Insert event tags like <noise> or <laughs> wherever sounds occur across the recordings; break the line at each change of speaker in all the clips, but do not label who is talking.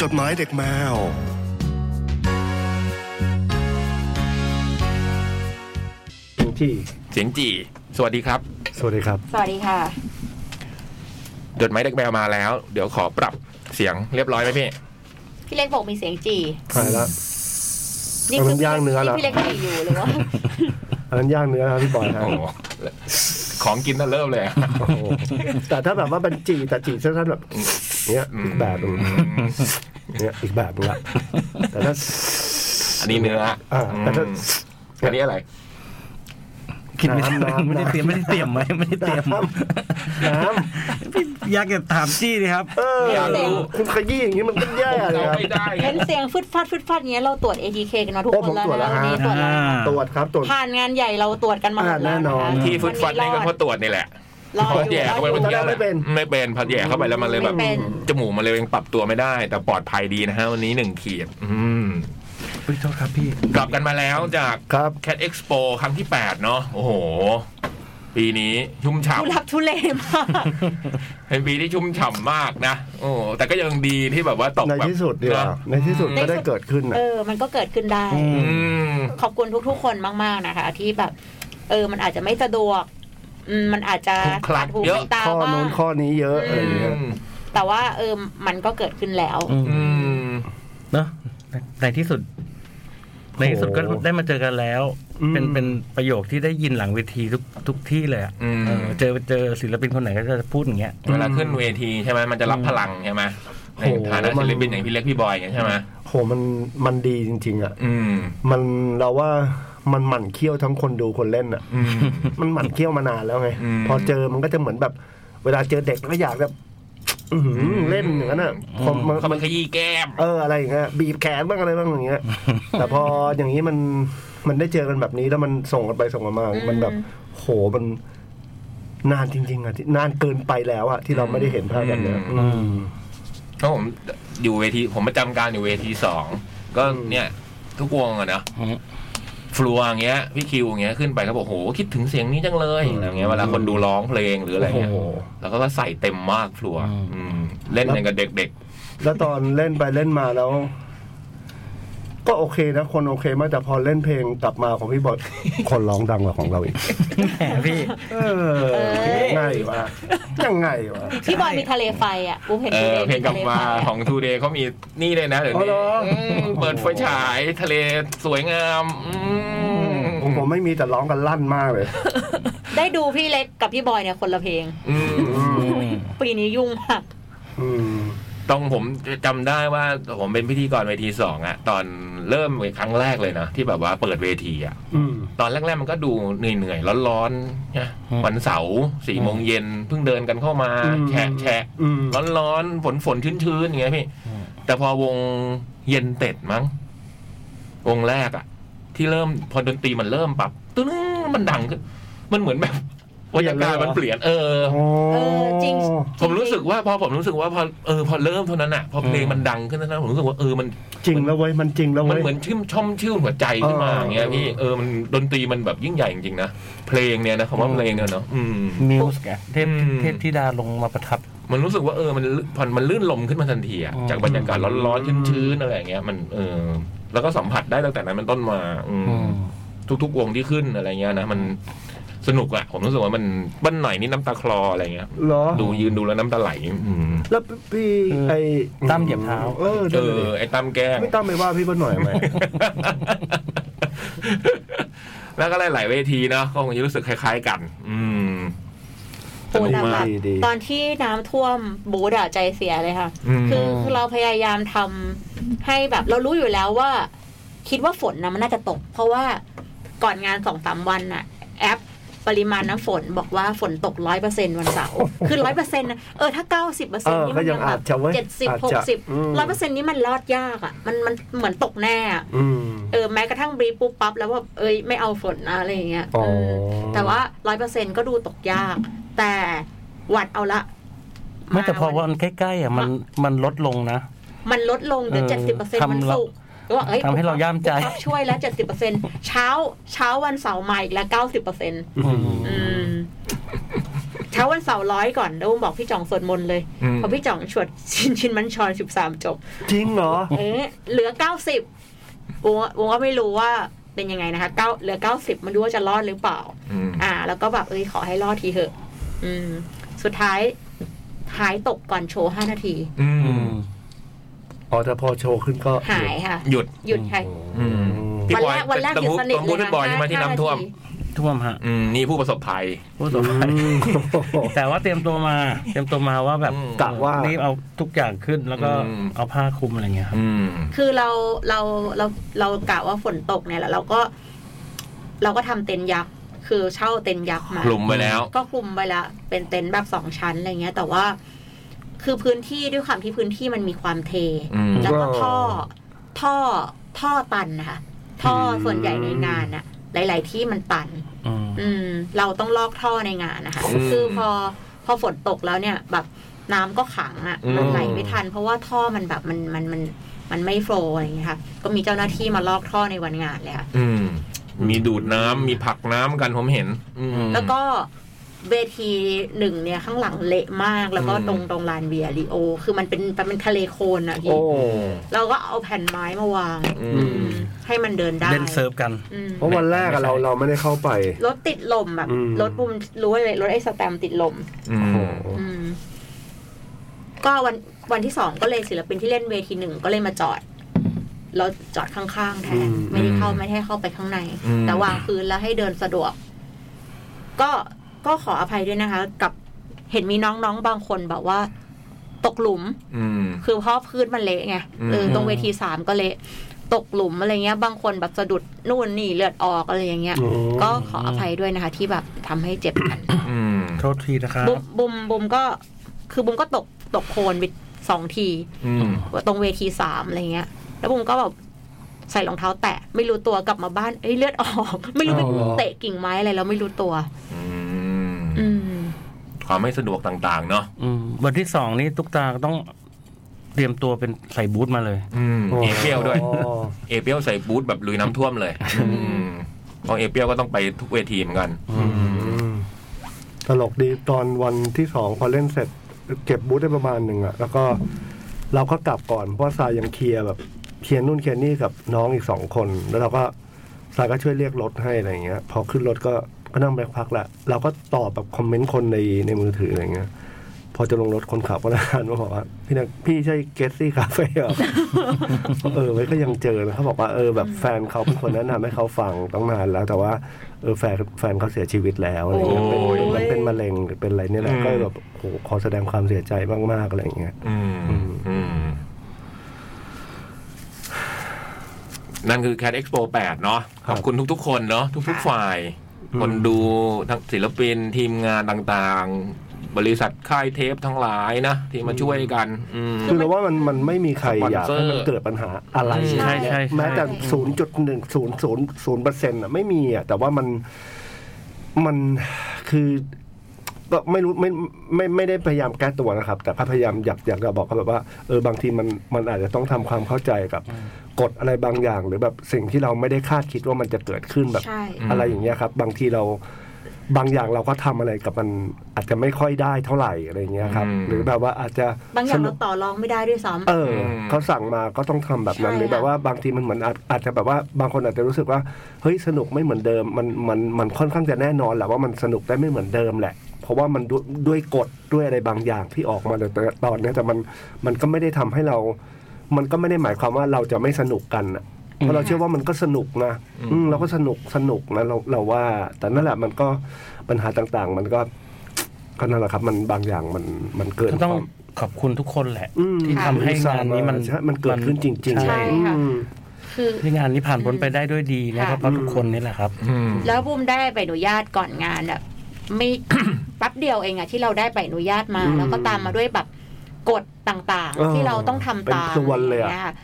จดหมายเด็กแมว
ถึงที่
เสียงจี่ สวัสดีครับ
สวัสดีครับ
สวัสดีค่ะ
จดหมายเด็กแมวมาแล้ว เดี๋ยวขอปรับเสียงเรียบร้อยไหมพี่
พี่เล็กบอกมีเสียงจี่
ถ่ายละ เอามันย่างเนื้อเหรอ
พี่เล็กจี่อยู่หรือว่า
อันนั้นย่างเนื้อครับพี่บอยฮะ
โอ้โหของกินน่าเริ่มเลยอะ
โอ้โหแต่ถ้าแบบว่าบัญจีแต่จีสั้นๆแบบเนี้ยอีกแบบหนึงเนี้ยอีกแบบหนึงละแต่ถ้า
อันนี้เนื้อ
อ่าแต่ถ้า
อืมอันนี้อะไร
คิดไม่
น้ำน้ำ
ไม่ได้เตรียมไม่ได้เตรียมไว้ไม่ได้
<laughs>
เตรียม
น้ำน้
อยากจะถามจี้เลยครับ
ำเออ
อยากรู้
คุณขยี้อย่างนี้มันก็แย่เลยค
เรา
รับ
ไม่ได้ไง
เห็นเสียงฟึดฟัดฟึดฟัดอย่างเงี้ยเราตรวจ ATK กันมาทุก
โอ้
คนแล้ว
ผมตรวจแล้ว
นะ
ฮะ
วันนี้ตรวจแล้ว
อ่า
ตรวจครับตรวจ
ผ่านงานใหญ่เราตรวจกันมาหมด
อ่าแน่
แล้ว
นอน
ะคะ
ที่ฟุดฟัดนี่ก็เพ
วั
ราะตรวจนี่แหละ
รอ
พอ
อยู่
แย่เข้าไป
รอ
เมื่อ
อยู่
กี้
ไม่เป็น
ไม่เป็นพอแย่เข้าไปแล้วมันเลยแบบ
ไม่เป็น
จมูกมันเลยยังปรับตัวไม่ได้ แต่ปลอดภัยดีนะฮะวันนี้หนึ่งขีดอืม
อุ๊ยโทษครับพี่
กลับกันมาแล้วจาก
ครับ
Cat Expo ครั้งที่ 8 เนาะโอ้โห ปีนี้ชุ่มฉ่ำ
ทุลักทุเลมาก
เป็นปีที่ชุ่มฉ่ำมากนะ โอ้ แต่ก็ยังดีที่แบบว่าตก
ใน
แบบ
ที่สุดดีกว่า
นะ
ในที่สุดก็ได้เกิดขึ้นนะ
เออ มันก็เกิดขึ้นได้
อื
อืม
ขอบคุณทุก ๆ คนมากๆนะคะ ที่แบบ เออ มันอาจจะไม่สะดวกอืมมันอาจจะ
คลุกคลัก
ขัดหู
เยอะ
ขัดตา
ข้อ
บ้า
โน้
ง
นข้อนี้เยอะอะไรอย่างเงี้ย
แต่ว่าเออมันก็เกิดขึ้นแล้ว
อืม
อืม
เนาะในในที่สุด ในที่สุดก็
โอ้โห
ได้มาเจอกันแล้ว
อืม
เป็นเป็นประโยคที่ได้ยินหลังเวทีทุกทุกที่เลยอะ
อืม
เออเจอเจอศิลปินคนไหนก็จะพูดอย่างเงี้ย
เวลาขึ้นเวทีใช่ไหมมันจะรับพลังใช่ไหม
โอ้
ใน
โห
ฐานะ
มัน
ศิลปินอย่างพี่เล็กพี่บอยอย่างเงี้ยใช่ไหม
โหมันมันดีจริง ๆ อ่ะ
อืม
มันเราว่ามันหมั่นเคี้ยวทั้งคนดูคนเล่นอ่ะ
อืม
มันหมั่นเคี้ยวมานานแล้วไง
อืม
พอเจอมันก็จะเหมือนแบบ เวลาเจอเด็กก็อยากแบบอื้อหือเล่นอย่างนั้นอ่ะพอมัน
เขามันขยี้แก้ม
เอออะไรอย่างเงี้ยบีบแขนบ้างอะไรบ้างอย่างเงี้ย แต่พออย่างนี้มันมันได้เจอกันแบบนี้แล้วมันส่งกันไปส่งกันมา
อืม
มันแบบโหมันนานจริง ๆอ่ะที่นานเกินไปแล้วอ่ะที่เราไม่ได้เห็นภาพแบบเนี้ย
อืม
อืม
เพราะผมอยู่เวที ผมประจำการอยู่เวทีสองก็เนี่ย ทุกวงอะเนาะ
อืม
ฟลัวอย่างเงี้ยพี่คิวอย่างเงี้ยขึ้นไปเขาบอกโหคิดถึงเสียงนี้จังเลยอะไรอย่างเงี้ยเวลาคนดูร้องเพลงหรืออะไรเงี้ย
โอ้โห
แล้วก็ใส่เต็มมากฟลัวอืมเล่นอย่างกับเด็ก
แล้วตอนเล่นไปเล่นมาแล้ว ก็โอเคนะ คนโอเคมากแต่พอเล่นเพลงกลับมาของพี่บอยคนร้องดังกว่าของเราอีก
แหมพี่
เออยังไงวะยังไงวะ
พี่บอยมีทะเลไฟอ่ะบูมเห็น
เอ
พี่
อ
เล็ก
เพลงกลับ
ทะไฟ
มา
อะ
ของ Two Day เขามีนี่เลยนะเดี๋ยว
อ๋อ
นี้
เหรอ
อืมเปิดไฟฉายทะเลสวยงามอืม
ผมผมไม่มีแต่ร้องกันลั่นมากเลย
ได้ดูพี่เล็กกับพี่บอยเนี่ยคนละเพลง
อืม
ปีนี้ยุ่งมาก
อืม
ต้องผมจำได้ว่าผมเป็นพิธีกรเวทีสองอะตอนเริ่มครั้งแรกเลยนะที่แบบว่าเปิดเวทีอะ
อืม
ตอนแรกๆมันก็ดูเหนื่อยๆร้อนๆนะ
อืม
วันเสาร์สี่โมงเย็นเพิ่งเดินกันเข้ามา
อืม
แฉะแฉะ
อืม
ร้อนๆฝนฝนๆชื้นๆอย่างเงี้ยพี่ แต่พอวงเย็นเต็ดมั้งวงแรกอะที่เริ่มพอดนตรีมันเริ่มปรับตึ้งมันดังขึ้นมันเหมือนแบบบรรยากาศมันเปลี่ยนเออ
โอ้
เออจริง
ผมรู้สึกว่าพอผมรู้สึกว่าพอเออพอเริ่มเท่านั้นอะพอเพลงมันดังขึ้นเท่านั้นผมรู้สึกว่าเออมัน
จริงแล้วเว้ยมันจริงแล้ว
มัน
เว้ย
เหมือนชื่มช่อมชื่นหัวใจขึ้นมา
เออ
อย่างเงี้ยพี่เออมันดนตรีมันแบบยิ่งใหญ่จริงๆนะเพลงเนี่ยนะคำว่า
อืม
เพลงเนี่ยเนาะอืม
มิวส์ไงเทพ
อืม
เทพธิดาลงมาประทับ
มันรู้สึกว่าเออมันผ่อนมันลื่นลมขึ้นมาทันทีอะ
อืม
จากบรรยากาศร้อน
อืม
ๆชื้นๆอะไรอย่างเงี้ย มันเออ แล้วก็สัมผัสได้ตั้งแต่นั้นเป็นต้นมา อืม
อืม
ทุกๆวงที่ขึ้นอะไรเงี้ยนะมันสนุกอะผมรู้สึกว่ามันบ้านไหนนี่น้ำตาคลออะไรเงี้ย
เหรอ
ดูยืนดูแล้วน้ำตาไหลอืม
แล้วพี่ไอ้
ตั้มเหยียบเท้า
เออ
เอ
เดี๋ยว
อไอ้ตั้มแกล้ง
<laughs>
ไม่ตั้มไปว่าพี่บ้านหน่อยไหม
แล้วก็หลายๆเวทีเนาะก็คงจะรู้สึกคล้ายๆกัน อืม
โอ้แต่แบ
ดี
บ
ดี
ตอนที่น้ำท่วมบูดอะใจเสียเลยค่ะ
อืม
คือคือเราพยายามทำให้แบบเรารู้อยู่แล้วว่า คิดว่าฝนนะมันน่าจะตก เพราะว่าก่อนงานสองสามวันน่ะ แอปปริมาณน้ำฝนบอกว่าฝนตกร้อยเปอร์เซ็นวันเสาร์คือร้อยเปอร์เซ็นต์เออถ้าเก้าสิบเปอร์เซ็นต์นี่
ก็
มัน
ยั
ยัง ง
อา
แบ
จ
บ
จะเว้ย
เจ็ดสิบ
อาจ
หก
จะ
สิบ
อืม
ร้อยเปอร์เซ็นต์นี่มันรอดยากอ่ะ มันมันเหมือนตกแน่อะ
อืม
เออแม้กระทั่งบรีฟปุ๊บปั๊บแล้วว่าเอ้ยไม่เอาฝนนะอะไรอย่างเงี้ย
อ๋ออื
มแต่ว่าร้อยเปอร์เซ็นก็ดูตกยาก แต่หวัดเอาละ
ไม่แต่พอ
าน
วันใกล้ๆอ่ะมันมันลดลงนะ
มันลดลงจน
เออ
เจ็ดสิบเปอร์เซ็นต์
ทำ
มันสุกก็บอกเอ้ย
ทำให้เราย่ามใจ
ปุ๊บปั๊บช่วยแล้วเจ็ดสิบเปอร์เซ็นต์เช้าเช้าวันเสาร์ใหม่อีกแล้วเก้าสิบเปอร์เซ็นต์
อืม
เช้าวันเสาร์ร้อยก่อนแล้วอุ้มบอกพี่จ่องสวดมนต์เลย
อืม
พอพี่จ่องฉวดชินชินมันชอนสิบสามจบ
จริงเหรอ
เอ๊ะเหลือเก้าสิบวงวงก็ไม่รู้ว่าเป็นยังไงนะคะเก้าเหลือเก้าสิบมันรู้ว่าจะรอดหรือเปล่า
อืม
อ่า แล้วก็แบบเอ้ยขอให้รอดทีเถอะ อืม สุดท้ายหายตกก่อนโชว์ห้านาที
อื
อื
ม
มอ๋อแต่พอโชว์ขึ้นก็
หายค่ะ
หยุด
หยุดค่ะ
อืม พี่บอ
วันแร
ย
กวันแรก
ตะ
หยุด
มู
สนิท
ตะ
เล
มู
ย
ฟุ
นะ
ตบอลใช่ไหมที่น้ำท่วม
ห้าาที
ท่วมฮะ
อืมนี่ผู้ประสบภัย
ผู้ส
อื
บภัย
ม
แต่ว่าเตรียมตัวมา เตรียมตัวมาว่าแบบ
อืม
กะว่ารี
บเอาทุกอย่างขึ้นแล้วก็
อืม
เอาผ้าคลุมอะไรเงี้ยครับ
อืม
คือเราเราเราเรากะว่าฝนตกเนี่ยแหละเราก็ เราก็ทำเต็นท์ยักษ์คือเช่าเต็นท์ยักษ์มา
หลุมไปแล้ว
ก็คลุมไปละเป็นเต็นท์แบบสองชั้นอะไรเงี้ย แต่ว่า คือพื้นที่ด้วยความที่พื้นที่มันมีความเท
อืม
แล้วก็ท่อ ท่อท่อตันนะคะท่อส่วนใหญ่ในงานอะหลาย ๆ ที่มันตัน
อืม
อืม เราต้องลอกท่อในงานนะคะ
อืม
คือพอพอฝนตกแล้วเนี่ยแบบน้ำก็ขังอะ่ะ มัน
อืม
ไหลไม่ทัน เพราะว่าท่อมันแบบมันมันมันมันไม่โฟลว์อะไรอย่างเงี้ยค่ะ ก็มีเจ้าหน้าที่มาลอกท่อในวันงานเลยค่ะ
อืม มีดูดน้ำมีผลักน้ำกันผมเห็น อืม
แล้วก็เวทีหนึ่งเนี่ยข้างหลังเละมากแล้วก็
อืม
ตรงตรงลานเบียร์ลิโอ คือมันเป็นมันเป็นทะเลโคลนอะ
โอ้
พี่เราก็เอาแผ่นไม้มาวาง
อื
อื
ม
ม ให้มันเดินได้
เล่นเซิร์ฟกัน
อืม
เพราะวันแรกอะเราเราไม่ได้เข้าไป
รถติดลมแบบ
อืม
รถปุ่มรู้เลยรถไอ้สแตมป์ติดลม
อื
โอ้
ม
โห
อืม ก็วันวันที่สองก็เลยศิลปินที่เล่นเวทีหนึ่งก็เลยมาจอดแล้วจอดข้างๆแทนไม่ได้เข้าไม่ได้เข้าไปข้างใน
อืม
แต่วางพื้นแล้วให้เดินสะดวก ก็ก็ขออภัยด้วยนะคะ กับเห็นมีน้องๆบางคนแบบว่า ตกหลุม
อืม
คือเพราะพื้นมันเละไง
อืม
เออตรงเวทีสามก็เละตกหลุมอะไรเงี้ย บางคนแบบสะดุดนู่นนี่เลือดออกอะไรอย่างเงี้ย ก็ขออภัยด้วยนะคะ ที่แบบทำให้เจ็บกัน
อืม
โทษทีนะครับ
บุมบุมบุมก็คือบุมก็ตกตกโคลนไปสองที
อืม
ตรงเวทีสามอะไรเงี้ย แล้วบุมก็แบบใส่รองเท้าแตะ ไม่รู้ตัวกลับมาบ้านเอ้ยเลือดออก <laughs> ไม่รู้ไป
อ๋อเหรอ
เตะกิ่งไม้อะไรแล้วไม่รู้ตัว
อืม
อืม
ความไม่สะดวกต่างๆ เนาะ
อืมวันที่สองนี่ตุ๊กตาก็ต้องเตรียมตัวเป็นใส่บูทมาเลย
อืมเอเปียวด้วย
อ๋อ
เอเปียวใส่บูทแบบลุยน้ำท่วมเลยอืมเพราะเอเปียวก็ต้องไปทุกเวทีเหมือนกัน
อืมตลกดีตอนวันที่สองพอเล่นเสร็จ เก็บบูธได้ประมาณหนึ่งอะแล้วก็ เราก็กลับก่อนเพราะว่าซายยังเคลียร์แบบเคลียร์นู่นเคลียร์นี่กับน้องอีกสองคน แล้วเราก็ซายก็ช่วยเรียกรถให้อะไรอย่างเงี้ย พอขึ้นรถก็ก็นั่งไปพักละเราก็ตอบแบบคอมเมนต์คนในในมือถืออะไรเงี้ย พอจะลงรถคนขับก็หันมาบอกว่า <laughs> พี่นักพี่ใช่เกสซี่คาเฟ่เหรอ <laughs> เออไว้ก็ยังเจอนะเขาบอกว่าเออแบบแฟนเขาเป็นคนแนะนำให้เขาฟังต้องนานแล้ว แต่ว่าเออแฟนแฟนเขาเสียชีวิตแล้วอะไรเงี้ยเป็น
โอ้ย
เป็นเป็นมะเร็งหรือเป็นอะไรเนี่ยแหละ
อืม
ก็แบบโอ้โหขอแสดงความเสียใจมากๆอะไรอย่างเงี้ย
อืม อืม นั่นคือ Cat Expo 8 เนาะ
ค
ข
รับ
อบคุณทุก ๆ คนเนาะทุก ๆ ฝ่าย คนดูทั้งศิลปินทีมงานต่างๆ บริษัทค่ายเทปทั้งหลายนะ ที่มาช่วยกัน อืม
คือเราว่ามันมันไม่มีใครอยาก
สปอนเซอร์
ให้มันเกิดปัญหาอะไร
ใช่ใช่ใช่
แม้แต่ศูนย์จุดหนึ่งศูนย์ศูนย์ศูนย์เปอร์เซ็นต์อ่ะไม่มีอ่ะแต่ว่ามันมันคือก็ไม่รู้ไม่ไม่ไม่ได้พยายามแก้ตัวนะครับ แต่ก็พยายามอยากอยากจะบอกเขาแบบว่าเออบางทีมันมันอาจจะต้องทำความเข้าใจกับกฎอะไรบางอย่าง หรือแบบสิ่งที่เราไม่ได้คาดคิดว่ามันจะเกิดขึ้นแบบ
ใช่
อะไรอย่างเงี้ยครับ บางทีเราบางอย่างเราก็ทำอะไรกับมันอาจจะไม่ค่อยได้เท่าไหร่อะไรอย่างเงี้ยครับ
อืม
หรือแบบว่าอาจจะ
บางอย่าง
สนุ
เรา
ก
ต่อรองไม่ได้ด้วยซ้
เอออ
ม
เขาสั่งมาก็ต้องทำแบบนั้น
ใช่
หรือแบบว่าบางทีมันเหมือนอาจอาจจะแบบว่าบางคนอาจจะรู้สึกว่าเฮ้ยสนุกไม่เหมือนเดิมมันมันมันค่อนข้างจะแน่นอนแหละว่ามันสนุกได้ไม่เหมือนเดิมแหละ เพราะว่ามันด้วยด้วยกฎด้วยอะไรบางอย่างที่ออกมาแต่ตอนเนี้ยแต่มันมันก็ไม่ได้ทำให้เรา มันก็ไม่ได้หมายความว่าเราจะไม่สนุกกันอะเพราะเราเชื่อว่ามันก็สนุกนะอืมเราก็สนุกสนุกนะเราเราว่า แต่นั่นแหละมันก็ปัญหาต่างๆ มันก็ก็นั่นแหละครับ มันบางอย่างมันมันเกิน
ก็ต้อง
ความ
ขอบคุณทุกคนแหละ
อืม
ที่ทำให้งานนี้มัน
ใช่มันเกิดขึ้นจริงๆ
ใช่
ใช่ค่ะ
อืม
ำคือ
ที่งานนี้ผ่านพ้นไปได้ด้วยดีนะครั
ค่ะ
บเพราะทุกคนนี่แหละครับ
อืม
แล้วบุมได้ใบอนุญาตก่อนงานแบบไม่
<coughs>
แป๊บเดียวเองอะที่เราได้ใบอนุญาตมา
อืม
แล้วก็ตามมาด้วยแบบกฎต่าง
เออ
ๆ ที่เราต้องทำ
เป็น
ตาม
ส่วนเลยอะ
นี่ค่ะ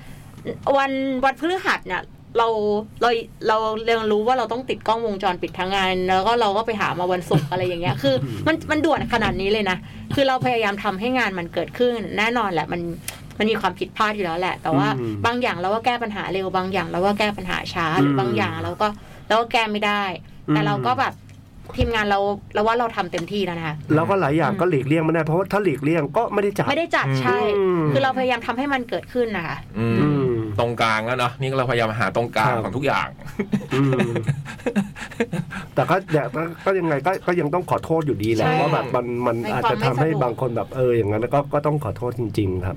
วันวันพฤหัสเนี่ยเราเราเราเรียนรู้ว่าเราต้องติดกล้องวงจรปิดทั้งงาน แล้วก็เราก็ไปหามาวันศุกร์ อะไรอย่างเงี้ย
<coughs>
คือ มันมันด่วนขนาดนี้เลยนะคือเราพยายามทำให้งานมันเกิดขึ้น แน่นอนแหละมันมันมีความผิดพลาดอยู่แล้วแหละ แต่ว่า
อืม
บางอย่างเราก็แก้ปัญหาเร็วบางอย่างเราก็แก้ปัญหาช้าหรืออ
ม
บางอย่างเราก็ แล้วก็แก้ไม่ได้ แต่เราก็แบบ ทีมงานเราเราว่าเราทำเต็มที่แล้วนะคะ
แล้วก็หลายอย่างก็หลีกเลี่ยงไม่ได้เพราะว่าถ้าหลีกเลี่ยงก็ไม่ได้จับ
ไม่ได้จัดใช่
อืม
คือเราพยายามทำให้มันเกิดขึ้นนะคะ
อืม
อืม
ตรงกลางแล้วเนาะนี่เราพยายามหาตรงกลาง
ครับ
ของทุกอย่าง
อืมแต่ก็อยากก็ยังไงก็ก็ยังต้องขอโทษอยู่ดีแหละ
ใช่
ว่าแบบมันมัน
ใน
อาจ
ความ
จะทำให้
ไม่สะดวก
บางคนแบบเอออย่างนั้นแล้วก็ก็ต้องขอโทษจริง ๆ ครับ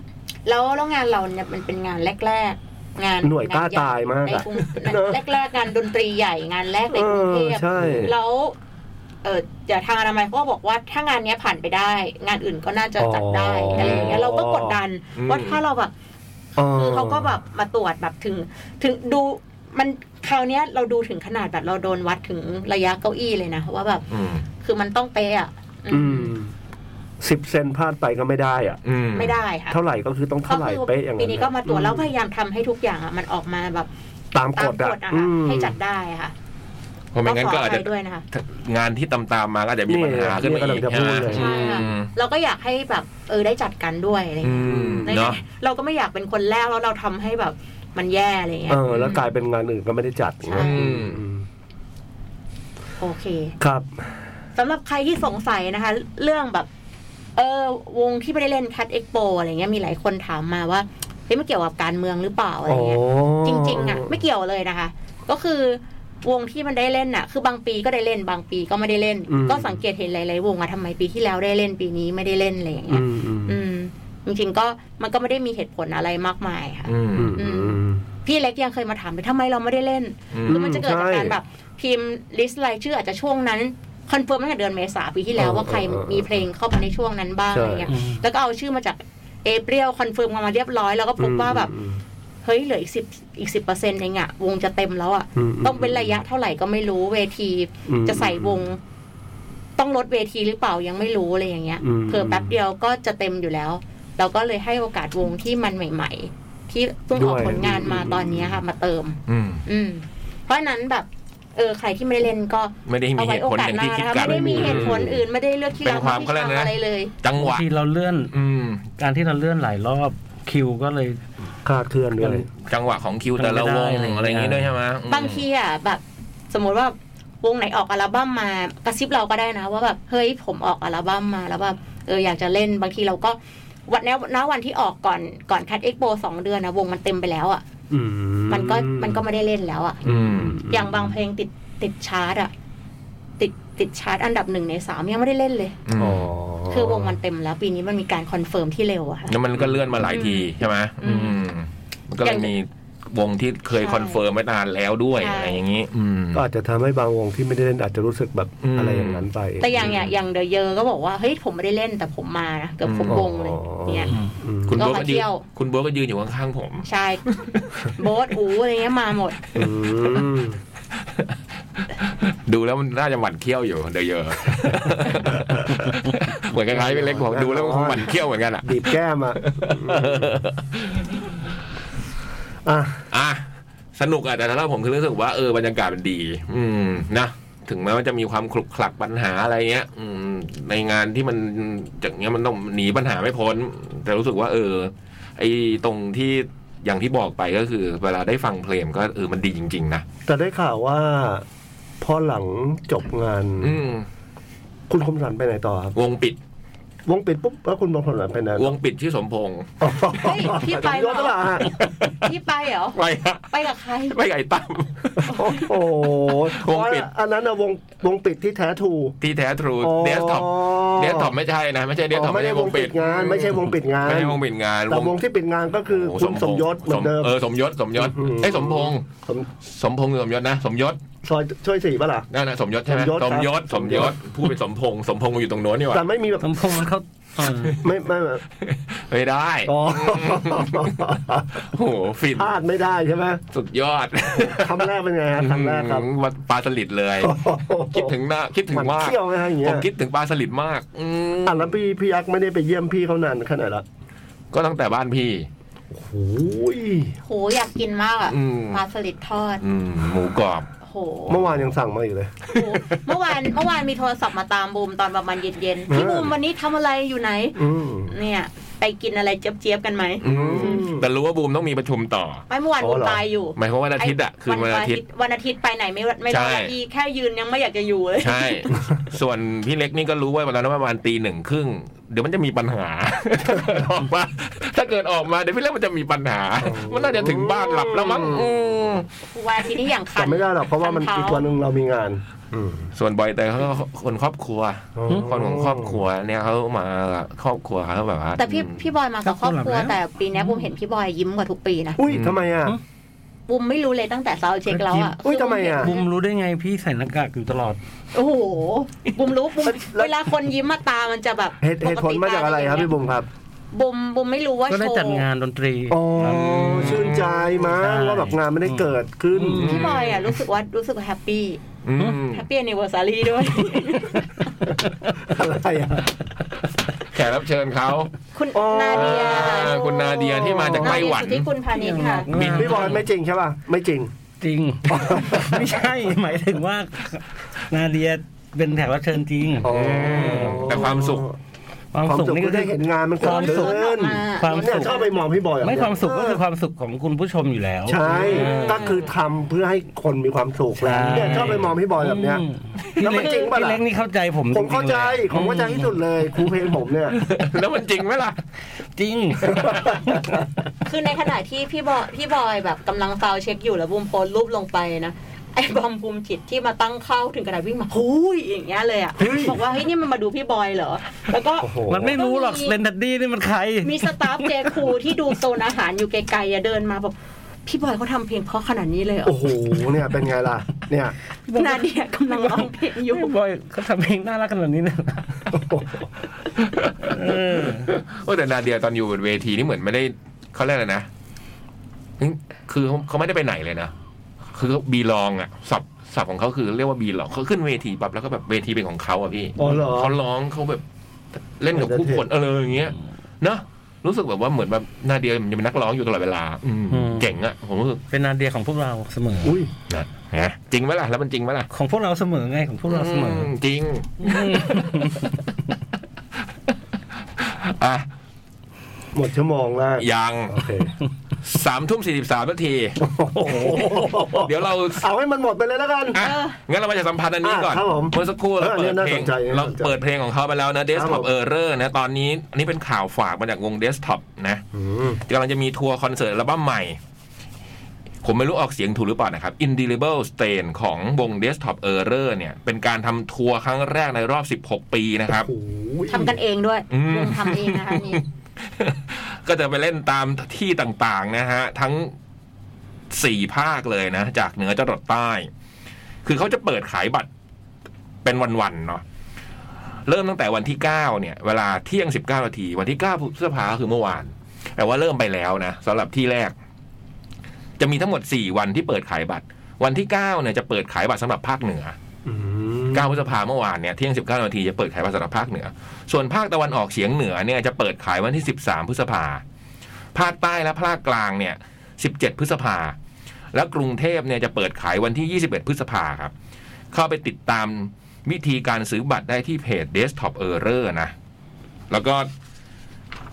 แล้วแล้วงานเราเนี่ยมันเป็นงานแรก ๆ งาน
หน่วยกล้า
ใญ่
ตายมาก
ใน
อะ
กรุง
เนอะ
แรก ๆ งานดนตรีใหญ่งานแรกใน
เอก
รุง
อ
เทพ
ใช่
แล้วเออจากทางอนามัยเขาก็บอกว่าถ้างานเนี้ยผ่านไปได้ งานอื่นก็น่าจะจัดได้
อ๋ออ
อะไรอย่างเงี้ยเราก็กดดัน
อืม
ว่าถ้าเราแบบคือเขาก็แบบมาตรวจแบบถึง ถึงดูมันคราวเนี้ยเราดูถึงขนาดแบบเราโดนวัดถึงระยะเก้าอี้เลยนะว่าแบบ
อืม
คือมันต้องเป๊ะอะ
อื
อืม
มสิบเซนพลาดไปก็ไม่ได้อ่ะ
อืม
ไม่ได้ค่ะ
เท่าไหร่ก็คือต้องเท่าไหร่เป๊ะอย่าง
ปีนี้ก็มาตรวจแล้วพ
อื
ยายามทำให้ทุกอย่างอะมันออกมาแบบ
ตาม
ตาก ม
ฎ
ก
อ่ะ
ฎอะ
อืม
ค่ะให้จัดได้อะค่ะ
เพราะไม่งั้นก็อาจจะ
ภัยด้วยนะคะ
งานที่ตามตามๆมาก็อาจจะมีปัญหาขึ้นมาอีก
เนี่ยกำลังจะพูดเลย
ใช่ค่ะ
อืม
เราก็อยากให้แบบเออได้จัดกันด้วยอะไร
อืม
เงี้ยใน
เนาะ
เราก็ไม่อยากเป็นคนแรกแล้วเราทำให้แบบมันแย่อะไรเงี้
เอย อ แล้วกลายเป็นงานอื่นก็ไม่ได้จัด
ใช่
อืมอืม
โอเค
ครับ
สำหรับใครที่สงสัยนะคะ เรื่องแบบ เออวงที่ไม่ได้เล่นคั t เอ็กโปอะไรเงี้ยมีหลายคนถามมาว่าเฮ้ยมันเกี่ยวกับการเมืองหรือเปล่าอะไร
อ๋อ
เงี้ย จริงๆอ่ะไม่เกี่ยวเลยนะคะ ก็คือวงที่มันได้เล่นน่ะ คือบางปีก็ได้เล่นบางปีก็ไม่ได้เล่น ก็สังเกตเห็นหลายๆวงอ่ะทำไมปีที่แล้วได้เล่นปีนี้ไม่ได้เล่นอะไรอย่างเงี้
อื
ย
มอืม
อืม จริงๆก็มันก็ไม่ได้มีเหตุผลอะไรมากมายค่ะ
อืม
อืมอืม
พี่เล็กยังเคยมาถามเลยทำไมเราไม่ได้เล่น
อืม
คือมันจะเกิดจาก
ใช่
การแบบพิมพ์ลิสต์รายชื่ออาจจะช่วงนั้นคอนเฟิร์มตั้งแต่เดือนเมษาปีที่แล้ว
เออ
ว่าใคร
เออเออ
มีเพลงเข้ามาในช่วงนั้นบ้าง
ใช่
อะไรเงี้ยแล้วก็เอาชื่อมาจากเอเปรียลคอนเฟิร์มกันมาเรียบร้อยแล้วก็พบว่าแบบ
อืม
เฮ้ยเหลืออีกสิบอีกสิบเปอร์เซ็นต์เองอะวงจะเต็มแล้วอะ
มม
ต้องเป็นระยะเท่าไหร่ก็ไม่รู้เวที
อืม
จะใส่วง ต้องลดเวทีหรือเปล่ายังไม่รู้อะไรอย่างเงี้ย
อืม
เผื่อแป๊บเดียวก็จะเต็มอยู่แล้ว เราก็เลยให้โอกาสวงที่มันใหม่ ๆ ที่เพิ่งออกผลงานมาตอนเนี้ยค่ะ มาเติม
อืม
อืม เพราะฉะนั้นแบบ เออ ใครที่ไม่ได้เล่นก็
ไม่ได้มี
เอา
เห
ไว้
ตุ
โอ
ผล
กาส
อย่าง
หน้า
ที่คิด
นะคะ
กัน
ไม่ได้มีเหตุผลอื่นไม่ได้เลือกที่
เป็น
เรา
ความ
ที่
เขาเรียกนะ
ทำอะไรเลย
จังห
บาง
วะ
ทีเราเลื่อน
อืม
การที่เราเลื่อนหลายรอบคิวก็เลย
คลาดเคลื่อนด้วย
จังหวะของคิวแต่ละวงอะไรอย่างงี้ด้วยใช่ไหมอืม
บางทีอะแบบ สมมติว่าวงไหนออกอัลบั้มมากระซิบเราก็ได้นะ ว่าแบบเฮ้ยผมออกอัลบั้มมาแล้วแบบเอออยากจะเล่นบางทีเราก็วันแนวณวันที่ออกก่อนก่อนคัดเอ็กโปสองเดือนนะวงมันเต็มไปแล้วอะ
อื
มันก็มันก็ไม่ได้เล่นแล้วอะ
อืม
อย่างบางเพลงติดติดชาร์ตอะติดติดชาร์ตอันดับหนึ่งในสามยังไม่ได้เล่นเลย
อ๋อ
คือวงมันเต็มแล้วปีนี้มันมีการคอนเฟิร์มที่เร็วอะค่ะ
แล้วมันก็เลื่อนมาหลายทีใช่ไหม
อืม
อืมมันก็เลยมีวงที่เคย
ใช่
คอนเฟิร์มไว้นานแล้วด้วย
ใช่
อะไรอย่างนี้ อืม
ก็อาจจะทำให้บางวงที่ไม่ได้เล่นอาจจะรู้สึกแบบ
อืม
อะไรอย่างนั้นไป
แต่อย่างเนี่ยอย่างเดอะเยอก็บอกว่าเฮ้ยผมไม่ได้เล่นแต่ผมมานะเกือบครบวงเลยเนี่ย
อืม
คุณ
ก็
โบ๊ท
มา
ก็ยืน
เที่ยว
คุณโบ๊ทก็ยืนอยู่ข้างๆผม
ใช่ โบ๊ทอูอะไรเงี้ยมาหมด
อืม
ดูแล้วมันน่าจะหวั่นเขี้ยวอยู่เดี๋ยวเยอะ <laughs> เหมือนคล้ายๆเป็นเล็กบอกดูแล้วมันคงหวั่นเขี้ยวเหมือนกันอ่ะ
บีบแก้มอ่ะอ่ะ
อ่ะสนุกอ่ะแต่ถ้าผมคือรู้สึกว่าเออบรรยากาศมันดี อืมนะถึงแม้ว่าจะมีความขลุกขลักปัญหาอะไรเงี้ย อืม ในงานที่มันอย่างเงี้ยมันต้องหนีปัญหาไม่พ้น แต่รู้สึกว่า เออ ไอ้ตรงที่อย่างที่บอกไปก็คือ เวลาได้ฟังเพลงก็เออมันดีจริง ๆ นะ
แต่ได้ข่าวว่า พอหลังจบงาน
อืม
คุณคมสันไปไหนต่อครับ
วงปิด
วงปิดปุ๊บแล้วคุณคมสันไปไหน
วงปิดที่สมพงษ์
เฮ้ยพี่ไปเหรอ
ยศละ
พี่ไปเหรอ
ไปฮะ
ไปกับใคร
<laughs> ไปไก่ตั้ม
โอ้โห
วงปิด
อันนั้นอะวงวงปิดที่แท้ทรู
ที่แท้ทรูเดสก์ท็อป เดสก์ท็อปไม่ใช่นะ ไม่ใช่เดสก์ท็อป
อ๋อ
ไม่ใช่วงปิด
งาน ไม่ใช่วงปิดงาน
ไม่ใช่วงปิดงาน
แต่วงที่ปิดงานก็คือ
โโห
คุณสมยศเหมือนเดิม
เออสมยศสมยศ
อืม
ไอ้ยสมพงษ์
สม
สมพงษ์หรือสมยศนะสมยศ
ซอยช่วยสี่ป่ะล่ะ
นั่นนะสมยศใช่ไหม
สมยศครับ
สมยศสมยศพูดเป็นสมพงษ์สมพงษ์อยู่ตรงโน้นนี่ห
แต่
ว่า
ไม่มีแบบ
สมพงษ์มันเขาเออ
ไม่ไม่ไม่
ไม่ได้
อ๋อ
โอ้โหฟิน
พลาดไม่ได้ใช่ไหม
สุดยอด
คำแรกเป็นไงฮะคำแรกครับ
อืมวัดปลาสลิดเลย คิดถึงหน้าคิดถึง
มัน
มาก
เที่ยวไหมฮะอย่าง
ผ
เงี้
ม
ย
คิดถึงปลาสลิดมากอืม
อ่ะแล้วพี่พี่ยักษ์ไม่ได้ไปเยี่ยมพี่เขานานแค่ไหนละ
ก็ตั้งแต่บ้านพี่
โอ้ย
โหอยากกินมากอ่ะ
อืม
ปลาสลิดทอด
อืมหมูกรอบ
โห
เมื่อวานยังสั่งมาอยู่เลย
โหเมื่อวานเมื่อวานมีโทรศัพท์มาตามบูมตอนประมาณเย็นๆ พี่บูมวันนี้ทำอะไรอยู่ไหน
อืม
เนี่ย ไป ไปกินอะไรเจี๊ยบๆกันไหม
อืมแต่รู้ว่าบูมต้องมีประชุมต่อ
ไม่เมื่อวาน
อ๋
บู
อ
ม
เหรอ
ตายอยู่
หมายความว่าวันอาทิตย์อะคืนวันอาทิตย์
วันอาทิตย์ไปไหนไม่ไม่
ใช่
ได้ทีแค่ยืนยังไม่อยากจะอยู่เลย
ใช่ <laughs> ส่วนพี่เล็กนี่ก็รู้ว่าวันนั้นประมาณตีหนึ่งครึ่ง เดี๋ยวมันจะมีปัญหา <laughs> ถ้าเกิดออกมาถ้าเกิดออกมาเดี๋ยวพี่เล็กมันจะมีปัญหา มันน่าจะถึงบ้านหลับแล้วมั้งอืม
วันอาทิตย์นี่อย่างคัน
จำไม่ได้หรอกเพราะว่ามัน
คั
อีก
เท้
วันหนึ่งเรามีงาน อืม
ส่วนบอยแต่เขาก็คนครอบครัว คนของครอบครัวเนี่ยเขามาครอบครัวเขาแบบว่า
แต่พี่
อืม
พี่บอยมากับครอบครัว
แล้ว
แต่ปีเนี้ยบูมเห็นพี่บอยยิ้มกว่าทุกปีนะ
อุ้ย
อืม
ทำไมอ่ะ
บูมไม่รู้เลยตั้งแต่ซาวเช็คแล้วอ่ะ
อุ๊ยทำไมอะ
บุมรู้ได้ไงพี่ใส่หน้ากากอยู่ตลอด
โอ้โหบูมรู้บูม
แล้ว
เวลาคนยิ้มมาตามันจะแบบ
เหตุเหตุผลมาจากอะไรครับ
ปติตจ
พี่บุ๋มครับ
บูมบูมไม่รู้ว่าโช
ก็ได้
ว์
จัดงานดนตรี
อ๋อชื่นใจมั้งว่าแบบงานไม่ได้เกิดขึ้น
อืม
พี่บอยอ่ะรู้สึกว่ารู้สึกแฮปปี้
อืม
แฮปปี้ n อนิเวอร์ซารีด้วย
อะไรอ่ะ
แขกรับเชิญเขา
คุณ
โอ้
นาเดีย
อ่าคุณนาเดียที่มาจากไต้หวัน
าเดียสุที่คุณพานิชค่ะ
บิน
พี่บอยไม่จริงใช่ป่ะ ไม่จริง
จริง ไม่ใช่ หมายถึงว่า นาเดียเป็นแขกรับเชิญจริง
อ๋อ
แต่ความสุข
ความ
ความ
สุข
สุข
นี่
ก็
ก็
ได้
ได้
เห็นงานมันเกิ
ค
ด
วามสุข
ขึ้น
ความ
เนี่ย
สุข
ชอบไปมองพี่บอยแบบ
ไม่
เนี้ย
ความสุขก็คือความสุขของคุณผู้ชมอยู่แล้ว
ใช่
เออ
ก็คือทำเพื่อให้คนมีความสุขแหละ
ใช่
เนี่ยชอบไปมองพี่บอยแบบเนี้ย
อืม
แล้
พี่
วมัน
เล็ก
จริงปะล่ะ
พี่เล็กนี่เข้าใจผม
ผมเข้าใจ
ริงๆลย
ผมเข้าใจที่สุดเลยครูเพลงผมเนี่ย
<laughs> แล้วมันจริงไหมล่ะ
จริง
คือในขณะที่พี่บอยพี่บอยแบบกำลังซาวเช็คอยู่แล้วบูมโพสต์รูปลงไปนะ <laughs> ไอ้บอมภูมิจิตที่มาตั้งเข้าถึงกระดาษวิ่งมาหูยอย่างเงี้ยเลยอ่ะ
เฮ้ย
บอกว่าเฮ้ยนี่มันมาดูพี่บอยเหรอ แล้วก็
โอ้โห
มันไม่รู้หรอกเลนดัดดี้นี่มันใคร
มีสตาฟเจครูที่ดูโซนอาหารอยู่ไกลๆอ่ะเดินมาแบบพี่บอยเขาทำเพลงเพราะขนาดนี้เลยเหรอ
โอ้โห เนี่ยเป็นไงล่ะ เนี่ย
นาเดียกำลังร้องเพลงอยู่
พี่บอยเขาทำเพลงน่ารักขนาดนี้นะเออ
โอ้แต่นาเดียตอนอยู่บนเวทีนี่เหมือนไม่ได้เขาเรียกอะไรนะคือเขาไม่ได้ไปไหนเลยนะคือบีลองอะสับสับของเขาคือเรียกว่าบีลองเขาขึ้นเวทีปั๊บแล้วก็แบบเวทีเป็นของเขาอะพี่
อ๋อเหรอ
เขาร้องเขาแบบเล่นกับผู้คนเอออย่างเงี้ยเนาะรู้สึกแบบว่าเหมือนแบบนาเดียมันจะเป็นนักร้องอยู่ตลอดเวลา อืม
อืม
เก่งอะผมรู้สึก
เป็นนาเดียของพวกเราเสมอ
อุ้ย
นะนะจริงไหมล่ะแล้วมันจริงไหมล่ะ
ของพวกเราเสมอไงของพวกเราเสมอ
มจริง
อืม
<laughs> อ่ะ
หมดชั่วโมงแล้ว
ยัง
โอเค
สามทุ่มสี่สิบสามนาที เดี๋ยวเรา
เอาให้มันหมดไปเลยแล้วกัน
อ่ะงั้นเรามาจะสัมพันธ์อันนี้ก่อน
อ่ะครับผม
เมื่อสักครู่เรา
เออ
เปิ
เนี่ยน่าส
ดเพลง
นใจน่าสนใจ
เราเปิดเพลงของเขาไปแล้ว
ค
นะ
รับ
Desktop
ผม
Error นะตอนนี้อันนี้เป็นข่าวฝากมาจากวง Desktop นะ
อืม
กำลังจะมีทัวร์คอนเสิร์ตอัลบั้มใหม่ ผมไม่รู้ออกเสียงถูกหรือเปล่านะครับ Indelible Stain ของวง Desktop Error เนี่ย เป็นการทำทัวร์ครั้งแรกในรอบ 16 ปีนะครับ
โอ้ย
ทำกันเองด้วย
อืม
วงทำเองนะคะนี่
ก็จะไปเล่นตามที่ต่างๆนะฮะ ทั้งสี่ภาคเลยนะ จากเหนือจรดใต้ คือเขาจะเปิดขายบัตรเป็นวันๆเนาะเริ่มตั้งแต่วันที่ 9 เนี่ย เวลาเที่ยง 19นาที วันที่9พฤษภาคือเมื่อวาน แต่ว่าเริ่มไปแล้วนะสำหรับที่แรก จะมีทั้งหมด 4 วันที่เปิดขายบัตร วันที่ 9 เนี่ยจะเปิดขายบัตรสำหรับภาคเหนือ
อืม
9พฤษภาเมื่อวานเนี่ยเที่ยง 19นาทีจะเปิดขายภาษาภาคเหนือ ส่วนภาคตะวันออกเฉียงเหนือเนี่ยจะเปิดขายวันที่ 13 พฤษภา ภาคใต้และภาคกลางเนี่ย 17 พฤษภา และกรุงเทพเนี่ยจะเปิดขายวันที่ 21 พฤษภาครับ เข้าไปติดตามวิธีการซื้อบัตรได้ที่เพจ Desktop Error นะ แล้วก็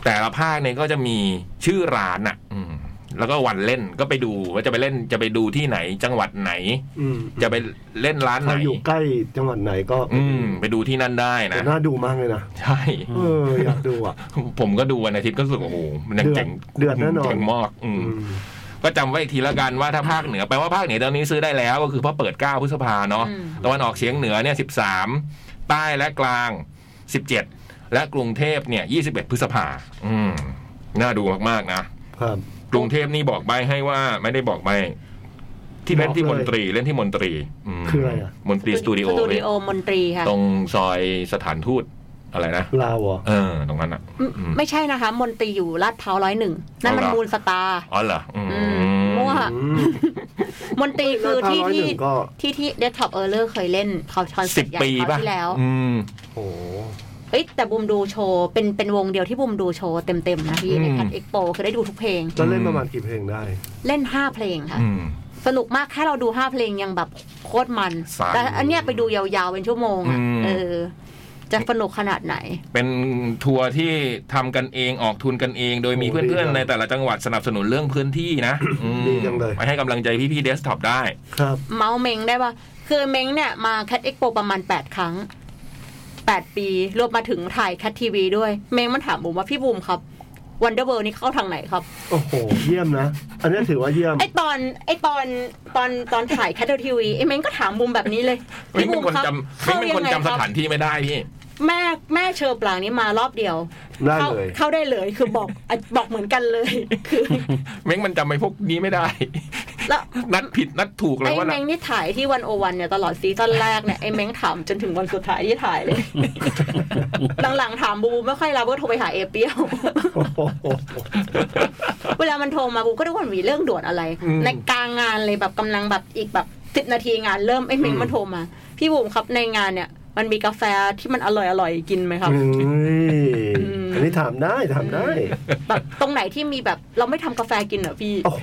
แต่ละภาคเนี่ยก็จะมีชื่อร้านอะอืมแล้วก็วันเล่นก็ไปดูว่าจะไปเล่นจะไปดูที่ไหน จังหวัดไหน
อืม
จะไปเล่นร้านไหน
ถ้าอยู่ใกล้จังหวัดไหนก็
อืม ไปดูที่นั่นได้นะ
แต่น่าดูมากเลยนะ
ใช่
เออ อยากดูอ่ะ
ผมก็ดูวันอาทิตย์ก็รู้สึกโอ้โหมันยังเจ๋ง
เดือดเดือดแน่นอน
เจ๋งมากอืม
อืม
ก็จำไว้อีกทีละกันว่าถ้าภาคเหนือแปลว่าภาคเหนือตอนนี้ซื้อได้แล้ว ก็คือเพราะเปิด 9 พฤษภาเนาะ
อืม
ตะวันออกเฉียงเหนือเนี่ย 13 ใต้และกลาง 17 และกรุงเทพเนี่ย 21 พฤษภาอืม น่าดูมากๆนะ
ครับ
กรุงเทพนี่บอกใบให้ว่าไม่ได้บอกใบที่เล่นที่มนตรีเล่นที่มนตรีม
คืออะไรอะ
มนตรีสตูดิโอ
สตูดิโอมนตรีค่ะ
ตรงซอยสถานทูตอะไรนะ
ลาวเหรอ
เออ ตรงนั้นอ่ะ
อืมไม่ใช่นะคะ มนตรีอยู่ลาดพร้าวร้อยหนึ่งนั่นมัน
เอาเหรอ
มูลสตาร์
อ๋อเหรออืม
อืมมั่ว
อืม
มนตรีคือที่
ร้ย
ที่
หนึ่งก็
ที่ที่เดสก์ท็อปเออร์เลอร์เคยเล่นคอนเสิ
สิบ
ร์ตใหญ่
ปี
คราว
ป่ะ
ที่แล้ว
อืม
โอ้โห
เอ้ยแต่บุมดูโชว์เป็นเป็นวงเดียวที่บุมดูโชว์เต็ม ๆ นะพี่
อืม
ในคัทเอ็กโปคือได้ดูทุกเพลง
จะเล่นประมาณกี่เพลงได้
เล่น 5 เพลงค่ะ
อืม
สนุกมากแค่เราดู 5 เพลงยังแบบโคตรมัน
สาม
แต่อันเนี้ยไปดูยาว ๆ เป็นชั่วโมงอะ
อืม
เออ จะสนุกขนาดไหน
เป็นทัวร์ที่ทำกันเองออกทุนกันเอง โดยมี
โอ้
เพื่อน
ดีจั
ๆ
ง
ในแต่ละจังหวัดสนับสนุนเรื่องพื้นที่นะอืม
ดีจังเลย
ไปให้กำลังใจพี่ๆเดสก์ท็อปได้
ครับ
เมาส์เมงได้ว่าคือเมงเนี่ยมาแคดเอ็กโปประมาณ 8 ครั้ง 8 ปีรวมมาถึงถ่ายแคททีวีด้วย เมงมันถามบุ๋มว่าพี่บุ๋มครับวันเดอร์เวิลนี่เข้าทางไหนครับ
โอ้โห เยี่ยมนะ อันนี้ถือว่าเยี่ยม
ไอตอนไอตอนตอนตอนถ่ายแคททีวีไอเมงก็ถามบุ๋มแบบนี้เลย
มิ้งเป็นค
บุ๋
นจำมิ้งเป็นคนจำสถานที่ไม่ได้พี่
แม่แม่เชิญปลางนี้มารอบเดียว
ได้
เข้า
เลย
เข้าได้เลยคือบอกอ่ะบอกเหมือนกันเลย คือ
มิ้งมันจำไอ้พวกนี้ไม่ได้ <laughs>
แล้ว
นัดผิดนัดถูกเล
ไอย
ว่า
เม
น่ะ
งนี่ถ่ายที่วันโอวันเนี่ยตลอดซีซั่นแรกเนี่ยไอเมงถามจนถึงวันสุดท้ายที่ถ่ายเลย <laughs> หลังๆถามบูบูไม่ค่อยรับก็โทรไปหาเอเปียว <laughs>
โอ้โห
เวลามันโทรมาบูก็รู้ว่ามันมีเรื่องด่วนอะไร
อืม
ในกลางงานเลยแบบกำลังแบบอีกแบบสิบนาทีงานเริ่มไอเมง
อืม
มันโทรมา พี่บูมครับในงานเนี่ย มันมีกาแฟที่มันอร่อยๆกินไหมครับ
เฮ้ย
อืม
อันนี้ถามได้ถามได้
แบบตรงไหนที่มีแบบเราไม่ทำกาแฟกินเหรอพี่
โอ้โห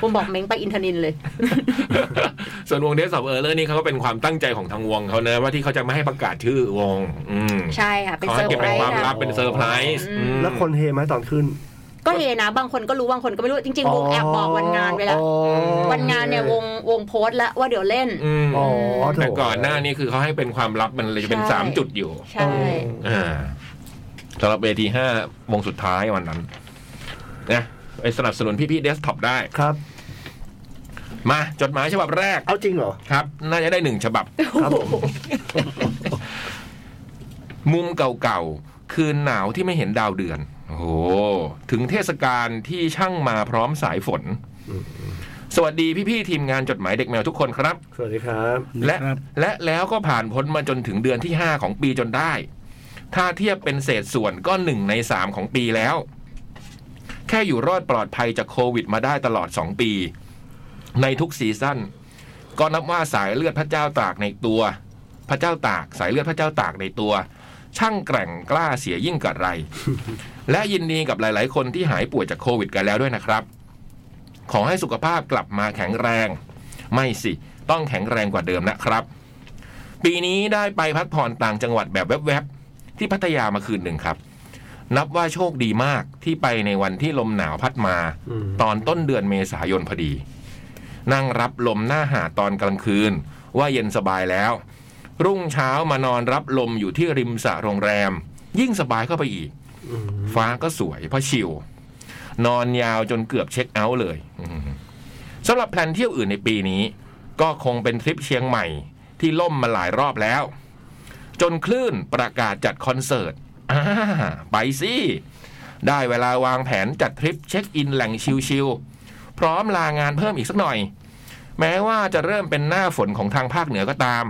ผมบอกเมงไปอินทนินเลย <laughs>
<laughs> ส่วนวงเดสอบเออร์เลอร์นี่เขาก็เป็นความตั้งใจของทางวงเขานะว่าที่เขาจะไม่ให้ประกาศชื่อวง อืม
ใช่ค่ะเป็น
เขา
เซ
ให้
อร์
เก็บ
ไพร
เป็นค
ส์
วามลั
นะ
บเป็นเซอร์ไพรส์
อืม
อืม
แล้วคนเฮไหมตอนขึ้น
ก็เฮนะบางคนก็รู้บางคนก็ไม่รู้จริงๆบูมแอบบอกวันงานไปแล้ว
อ๋อ
วันงานเนี่ยวงวงโพสต์แล้วว่าเดี๋ยวเล่น
อืม
อ๋อโถ
แต่ก่อนหน้านี้คือเขาให้เป็นความลับมันเลยจะเป็น
ใช่
สามจุดอยู่
ใช่
อ่าสำหรับเวทีห้าวงสุดท้ายวันนั้นนะไปสนับสนุนพี่ๆเดสก์ท็อปได้
ครับ
มาจดหมายฉบับแรก
เอาจริงเหรอ
ครับ น่าจะได้หนึ่งฉ
<laughs>
บับ
ครับผม
มุมเก่าๆ คืนหนาวที่ไม่เห็นดาวเดือน โอ้โห ถึงเทศกาลที่ช่างมาพร้อมสายฝน สวัสดีพี่ๆทีมงานจดหมายเด็กแมวทุกคนครับ
สวัสดีครับ
และ
ครับ
และแล้วก็ผ่านพ้นมาจนถึงเดือนที่ 5 ของปีจนได้ ถ้าเทียบเป็นเศษส่วนก็หนึ่งใน 3 ของปีแล้ว แค่อยู่รอดปลอดภัยจากโควิดมาได้ตลอด 2 ปี ในทุกซีซั่นก็นับว่าสายเลือดพระเจ้าตากในตัว พระเจ้าตากสายเลือดพระเจ้าตากในตัว ช่างแกร่งกล้าเสียยิ่งกระไร และยินดีกับหลายๆ คนที่หายป่วยจากโควิดกันแล้วด้วยนะครับ ขอให้สุขภาพกลับมาแข็งแรง ไม่สิต้องแข็งแรงกว่าเดิมนะครับ ปีนี้ได้ไปพักผ่อนต่างจังหวัดแบบแวบๆ ที่พัทยามาคืนหนึ่งครับ นับว่าโชคดีมากที่ไปในวันที่ลมหนาวพัดมา
อืม
ตอนต้นเดือนเมษายนพอดี นั่งรับลมหน้าหาดตอนกลางคืน ว่าเย็นสบายแล้ว รุ่งเช้ามานอนรับลมอยู่ที่ริมสระโรงแรม ยิ่งสบายเข้าไปอีก
อืม
ฟ้าก็สวยเพราะชิล นอนยาวจนเกือบเช็คเอาท์เลยอืมสำหรับแพลนเที่ยวอื่นในปีนี้ ก็คงเป็นทริปเชียงใหม่ที่ล่มมาหลายรอบแล้ว จนคลื่นประกาศจัดคอนเสิร์ตอ่าไปสิ ได้เวลาวางแผนจัดทริปเช็คอินแหล่งชิลๆพร้อมลางานเพิ่มอีกสักหน่อย แม้ว่าจะเริ่มเป็นหน้าฝนของทางภาคเหนือก็ตาม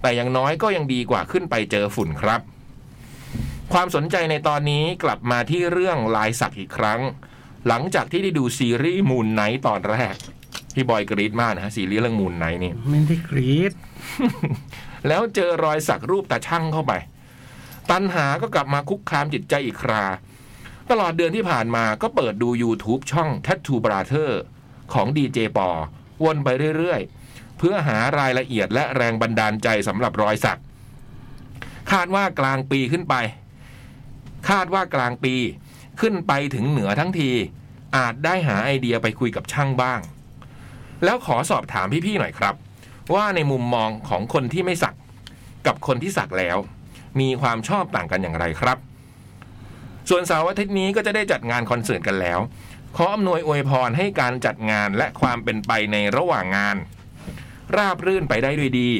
แต่อย่างน้อยก็ยังดีกว่าขึ้นไปเจอฝุ่นครับ ความสนใจในตอนนี้กลับมาที่เรื่องลายสักอีกครั้ง หลังจากที่ได้ดูซีรีส์มูนไนท์ตอนแรก พี่บอยกรีดมากนะฮะซีรีส์เรื่องมูนไนท์นี่
ไม่ได้กรีด
แล้วเจอรอยสักรูปตาช่างเข้าไป ตันหาก็กลับมาคุกคามจิตใจอีกครา ตลอดเดือนที่ผ่านมาก็เปิดดู YouTube ช่อง Tattoo Brother ของดีเจปอวนไปเรื่อยๆ เพื่อหารายละเอียดและแรงบันดาลใจสำหรับรอยสัก คาดว่ากลางปีขึ้นไป คาดว่ากลางปีขึ้นไปถึงเหนือทั้งที อาจได้หาไอเดียไปคุยกับช่างบ้าง แล้วขอสอบถามพี่ๆหน่อยครับ ว่าในมุมมองของคนที่ไม่สักกับคนที่สักแล้ว มีความชอบต่างกันอย่างไรครับ ส่วนเสาร์อาทิตย์นี้ก็จะได้จัดงานคอนเสิร์ตกันแล้ว ขออำนวยอวยพรให้การจัดงานและความเป็นไปในระหว่างงาน ราบรื่นไปได้ด้วยดี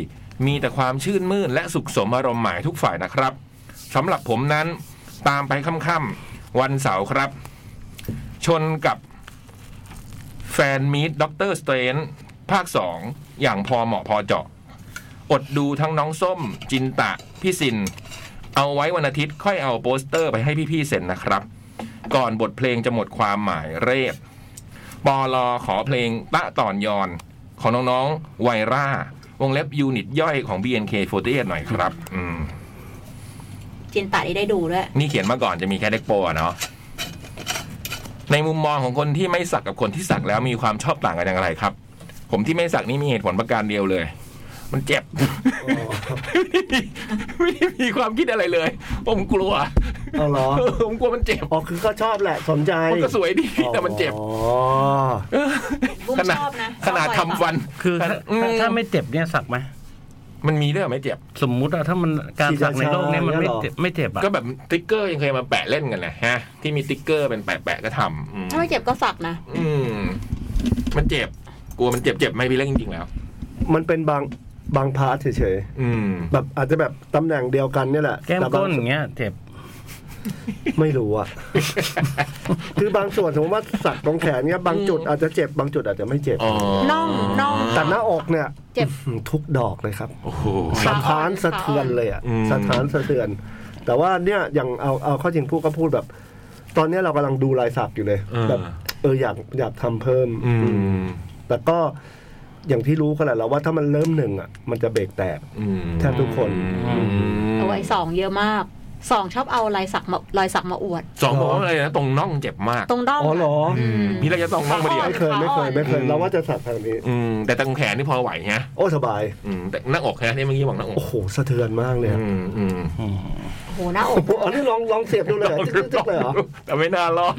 มีแต่ความชื่นมื่นและสุขสมอารมณ์หมายทุกฝ่ายนะครับสำหรับผมนั้นตามไปค่ำๆวันเสาร์ครับ ชนกับ แฟนมีดด็อกเตอร์สเตรนภาค 2 อย่างพอเหมาะพอเจาะ อดดูทั้งน้องส้ม จินตะ พี่สิน เอาไว้วันอาทิตย์ค่อยเอาโปสเตอร์ไปให้พี่ๆเซ็นนะครับ ก่อนบทเพลงจะหมดความหมายเรศปอลอขอเพลงตะต่อนยอน ของน้องๆไวร่าวงเล็บยูนิตย่อยของ BNK48 หน่อยครับอืม
จินตะนี่ได้ดูด้วย
นี่เขียนมาก่อนจะมีแค่เด็กโปอะเนาะในมุมมองของคนที่ไม่สักกับคนที่สักแล้วมีความชอบต่างกันอย่างไรครับ ผมที่ไม่สักนี่มีเหตุผลประการเดียวเลย มันเจ็บ <laughs>
อ๋อ
ไม่ได้มีความคิดอะไรเลย ผมกลัว
เอาเหรอ
เออผมกลัวมันเจ็บ
อ๋อคือก็ชอบแหละสนใจ
มันก็สวยดีแต่มันเจ็บ
อ๋อ
เออ
บุ้ม
ขนาด
ชอบนะ
ขนาด
ชอบ
ทำ
รอยสัก
ฟัน
คือถ้า
อื
ถ้าถ้าไม่เจ็บเนี่ยสักไหม
มันมีด้วยเหรอไม่เจ็บ
สมมุติว่าถ้ามันการสักในโลกเนี่ยมันไม่เจ็บไม่เจ็บอ่ะ
ก็แบบติ๊กเกอร์ยังเคยมาแปะเล่นกันนะฮะ ที่มีติ๊กเกอร์เป็นแปะๆก็ทำอืม
ถ้าไม่เจ็บก็สักนะ
อืมมันเจ็บ กลัวมันเจ็บเจ็บไหม่พี่เล็กจริงๆแล้ว
มันเป็นบางบางพาร์ทเฉย
อืม
ๆแบบอาจจะแบบตำแหน่งเดียวกันเนี่ยแหละ
แก้ม
ต่บาง
ก้นอย่างเงี้ยเจ็บ
ไม่รู้อะ <laughs> คือบางส่วนสมมติว่าสักตรงแขนเนี่ยบางจุดอาจจะเจ็บบางจุดอาจจะไม่เจ็บ
อ๋อ
น่องน่อง
แต่หน้าอกเนี่ย
เจ็บ
อื้อหือทุกดอกเลยครับ
โอ้โห
สะท้านสะเทือนเลยอะ
อืม
สะท้านสะเทือน แต่ว่าเนี่ยอย่างเอาเอาเข้อจริงพูดก็พูดแบบ ตอนเนี้ยเรากำลังดูลายสักอยู่เลย
เออ
แบบเอออยากอยากทำเพิ่ม
อื
อืม
ม
แต่ก็อย่างที่รู้กันแหละแล้วว่าถ้ามันเริ่มหนึ่งอะมันจะเบรกแตก
อืม
แทบทุกคน
อืม
เอาไว้สองเยอะมากสองชอบเอาลายสักมารอยสักมาอวด
สองบอกว่าอะไรนะตรงน่องเจ็บมาก
ตรงด้อง
อ๋อเหรอ
อืม
พี่เล็กจะต้องน่องมาเดียว
ไม่เคยไม่เคยไม่เคยเราว่าจะสักทางนี้
อืมแต่ตรงแขนนี่พอไหวฮะ
โอ้สบาย
อืมแต่หน้าอกฮะนี่เมื่อกี้บอกหน้าอก
โอ้โหสะเทือนมากเลยอะ
อืมอืม
โอ้โหหน้าอก
โอ้อันนี้ลองลองเสียบดูเลยอะจิ๊กจิ๊กจิ๊กเลยเหรอ
แต่ไม่น่ารอด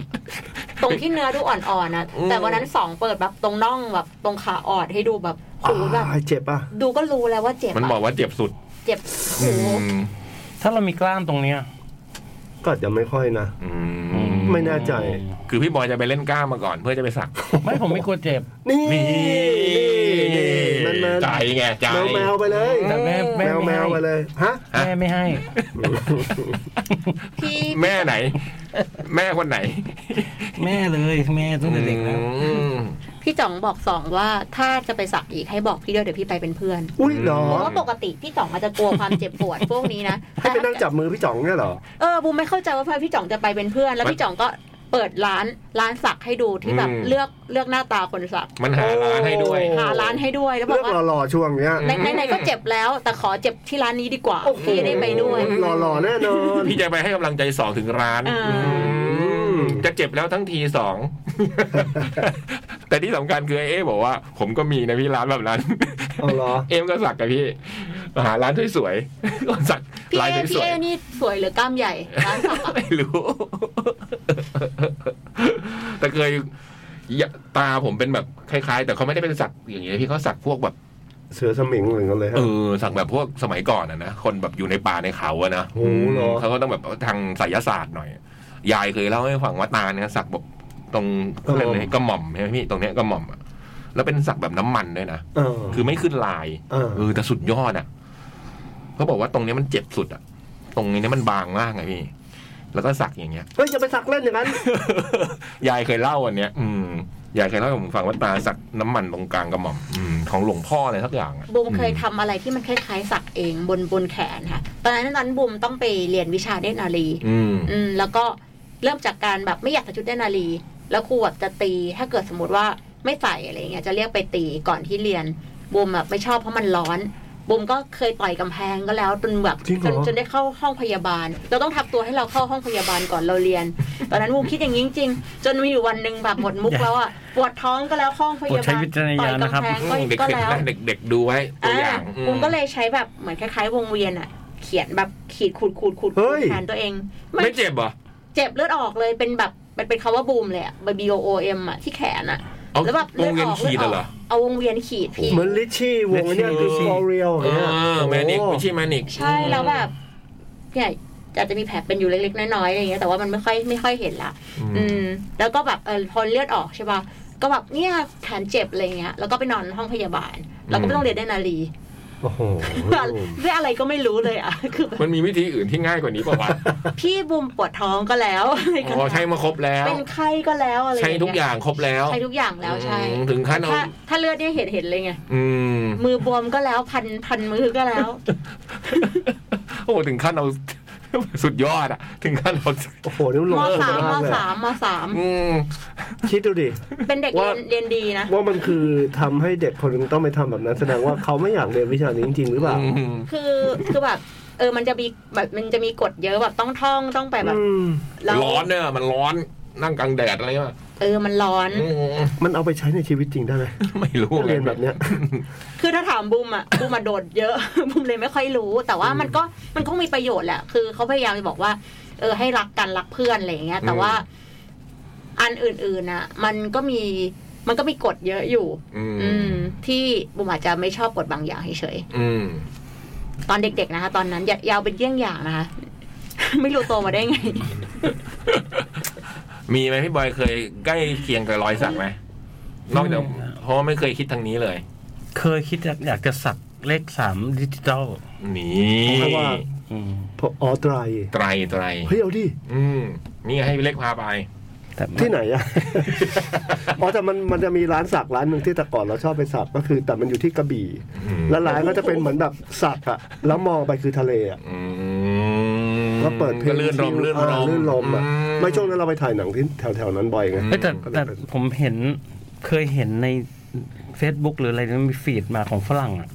ตรงที่เนื้อดูอ่อนๆนะ
อืม
แต่วันนั้นสองเปิดแบบตรงน่องแบบตรงขาอ่อนให้ดูแบบโอ้โหแบบ
อ้ายเจ็บป่ะ
ดูก็รู้แล้วว่าเจ็บ
มัน
อะ
บอกว่าเจ็บสุด
เจ็บโอ้โห
ม
ถ้าเรามีกล้ามตรงเนี้ย
ก็อาจจะไม่ค่อยนะ
อืม
ไม่แน่ใจ
คือพี่บอยจะไปเล่นกล้ามมาก่อนเพื่อจะไปสัก
ไม่ผมไม่กลัวเจ็บ
นี่
นี่
มันมัน
ใจไงใจ
แมวแมวไปเลย
แต่แม่
แม
แม่
วแม
ไม่
ว
ให้
ไปเลยฮะ
ฮะ
แม่ไม่ให้
พี่
แม่ไหน แม่คนไหน
แม่เลยแม่ตั้งแต่เด็กแล้ว
อืม
พี่จ่องบอกสองว่าถ้าจะไปสักอีกให้บอกพี่ด้วยเดี๋ยวพี่ไปเป็นเพื่อน
อุ้ยเหรอ
เพราะว่าปกติพี่จ่องอาจจะกลัวความเจ็บปวดพวกนี้นะ
<laughs> ให้ไป
แต่
นั่งจับมือพี่จ่องเนี่ยเหรอ
เออบูมไม่เข้าใจว่าพอพี่จ่องจะไปเป็นเพื่อน แล้วพี่จ่องก็เปิดร้านร้านสักให้ดูที่แบบเลือกเลือกหน้าตาคนสัก
มันหาร้านให้ด้วย
โอ้
หาร้านให้ด้วยแล้วบอ
เลื
ก
อก
ว่า
หล่อๆช่วงเนี้ย
ในในในก็เจ็บแล้ว แต่ขอเจ็บที่ร้านนี้ดีกว่าพี่ได้ไปด้วย
หล่อๆแน่นอน
พี่จะไปให้กำลังใจสองถึงร้าน
อ่า
อืมจะเจ็บแล้วทั้งทีสอง <laughs> แต่ที่สำคัญคือเอ๊บอกว่า ผมก็มีนะพี่ร้านแบบนั้น
เอาเหรอ
เอ็มก็สักกับพี่ หาร้านสวยๆ <laughs> ก็สัก
พี่
ลาย
เอ
ส
พี่
วย
เอนี่สวยหรือกล้ามใหญ่ร้านสัก
ๆ
อะ
ไม่รู้ <laughs> แต่เคยยะตาผมเป็นแบบคล้าย ๆ แต่เขาไม่ได้เป็นสักอย่างเงี้ยพี่เขาสักพวกแบบ
เสือสมิงเหมือนกันเลย
เอ
ฮะ
อสักแบบพวกสมัยก่อนอะนะคนแบบอยู่ในป่าในเขาอะนะ
โอ้เหรอ
เขาก็ต้องแบบทางไสยศาสตร์หน่อย ยายเคยเล่าให้ฟังว่าตาเนี่ยสักแบบตรงเขาเรียกอะไรกระหม่อมใช่ไหมพี่ตรงเนี้ยกระหม่อมอะแล้วเป็นสักแบบน้ำมันด้วยนะ
เออ
คือไม่ขึ้นลาย
เออ
เออแต่สุดยอดอะเขาบอกว่าตรงเนี้ยมันเจ็บสุดอะตรงนี้เนี่ยมันบางมากไงพี่แล้วก็สักอย่างเงี้ย
เฮ้ยอย่าไปสักเล่นอย่างนั้น
ยายเคยเล่าอันเนี้ย อืมยายเคยเล่าให้ผมฟังว่าตาสักน้ำมันตรงกลางกระหม่อมอืมของหลวงพ่ออะไรสักอย่างอะ
บุมเคยทำอะไรที่มันคล้ายๆสักเองบนบนแขนค่ะ ตอนนั้นตอนบุมต้องไปเรียนวิชาเดนนารี
อืม
อืมแล้วก็เริ่มจากการแบบไม่อยากใส่ชุดเดนนารี แล้วครูแบบจะตีถ้าเกิดสมมติว่าไม่ใส่อะไรเงี้ยจะเรียกไปตีก่อนที่เรียนบุมแบบไม่ชอบเพราะมันร้อนบุมก็เคยต่อยกำแพงก็แล้วจนแบบ
จริงเหร
จ
อ
นจนได้เข้าห้องพยาบาล เราต้องทักตัวให้เราเข้าห้องพยาบาลก่อนเราเรียน ตอนนั้นบุมคิดอย่างนี้จริงๆจนมีอยู่วันหนึ่งแบบหมดมุกแล้วอ่ะปวดท้องก็แล้วเข้าห้องพยาบาล
โปรดใช้วิจารณญาณนะครับ
ต่อยกำแพง
เด็ก
ก็
เห็น
แล้ว
นะเด็กๆดูไว้ตัวอย่างอืม
ผมก็เลยใช้แบบเหมือนคล้ายๆ วงเวียนอ่ะ เขียนแบบขีดขูดขูดขูด
เฮ้ย
แทนตัวเอง
ไม่เจ็บเหรอ
เจ็บเลือดออกเลยเป็นแบบมันเป็นคำว่าบูมเลยอ่ะ B O O M อ่ะที่แขนอ่ะ
เอา
แล้วแบบ
ว
เลือง ด
เวีย
อน อก
ขี
เลื
ด
อดอ
เหร
อ
อก
เอาวงเวียนขีดพี่
เหมือนลิชชี่วงเนี่ยคือฟอเรียล
เอ
เงี้ย
อแมนิกไม่ใช่แมนิก
ใช่แล้วแบบเนี่ยอาจจะมีแผลเป็นอยู่เล็กๆน้อยๆอะไรอย่างเงี้ยแต่ว่ามันไม่ค่อยไม่ค่อยเห็นละ อืม แล้วก็แบบเออพอเลือดออกใช่ป่ะก็แบบเนี่ยแขนเจ็บอะไรเงี้ยแล้วก็ไปนอนห้องพยาบาล แล้วก็ไม่ต้องเรียนได้นารี
โอ้โห
ด้วยอะไรก็ไม่รู้เลยอ่ะคือแบบ
มันมีวิธีอื่นที่ง่ายกว่านี้ป่าวะ
พี่บุมปวดท้องก็แล้วอะไรก็
อ๋อใช้มาครบแล้ว
เป็นไข้ก็แล้วอะไร
ใช้ทุกอย่างครบแล้ว
ใช้ทุกอย่างแล้วใช่
อืมถึงขั้นเอา
ถ้าถ้าเลือดเนี่ยเห็นเห็นเลยไง
อืม
มือบวมก็แล้วพันพันมือก็แล้ว
โอ้ถึงขั้นเอา <laughs> สุดยอดอะถึงขั้นเอา
โอ้โหนี่มันล
ม
งทุน
สามม
มากเลย
สามมสาม
อืม
คิดดูดิ
เป็นเด็ก
ว่า
เรียนเรียนดีนะ
ว่ามันคือทำให้เด็กคนหนึงต้องไปทำแบบนั้น แสดงว่าเขาไม่อยากเรียนวิชานี้จริงๆหรือเปล่า
คือคือแบบเออมันจะมีแบบมันจะมีกฎเยอะแบบต้องท่องต้องไปแบบ
อืม
แล้ว
ร้อนเนอะมันร้อนนั่งกลางแดดอะไรเงี้ย
เออมันร้อน
อืม
มันเอาไปใช้ในชีวิตจริงได้ไหม
ไม่รู้
เรียนแบบเนี้ย
คือถ้าถามบูมอ่ะ บูมมาโดดเยอะ <laughs> บูมเลยไม่ค่อยรู้ แต่ว่ามันก็มันก็มีประโยชน์แหละ คือเขาพยายามจะบอกว่า เออให้รักกันรักเพื่อนอะไรอย่างเงี้ย แต่ว่าอันอื่นๆน่ะ มันก็มีมันก็มีกฎเยอะอยู่
อืม
อืม ที่บูมอาจจะไม่ชอบกฎบางอย่างเฉย
อืม
ๆตอนเด็กๆนะคะ ตอนนั้นอย่าอยาวเป็นเยี่ยงอย่างนะคะ <laughs> ไม่รู้โตมาได้
<laughs>
ไง
<laughs> มีไหมพี่บอยเคยใกล้เคียงกับรอยสักไหมนอกจากเพราะว่าไม่เคยคิดทางนี้เลย
เคยคิดอยากอยากจะสักเลขสามดิจิตอล
นี่
เพราะว่า
อืม
พอออไตร
ไตรไตร
เฮ้ยเอาดิ
อืมนี่ให้เล็กพาไป
แต่
ที่ไหนอะ อ๋อแต่มันมันจะมีร้านสักร้านหนึ่งที่แต่ก่อนเราชอบไปสักก็คือ แต่มันอยู่ที่กระบี่
อืม
แล้วร้านก็จะเป็นเหมือนแบบสักอะแล้วมองไปคือทะเลอะ
อืม
ก็เปิดเพลง
ก็ลื่นลมลื่นล
อ่าม ลื่นลมอะไม่ช่วงนั้นเราไปถ่ายหนังที่แถวแถวๆนั้นบ่อยไง
เอ้ยแต่แต่ผมเห็นเคยเห็นใน Facebook หรืออะไรนั้นมีฟีดมาของฝรั่งอ่ะ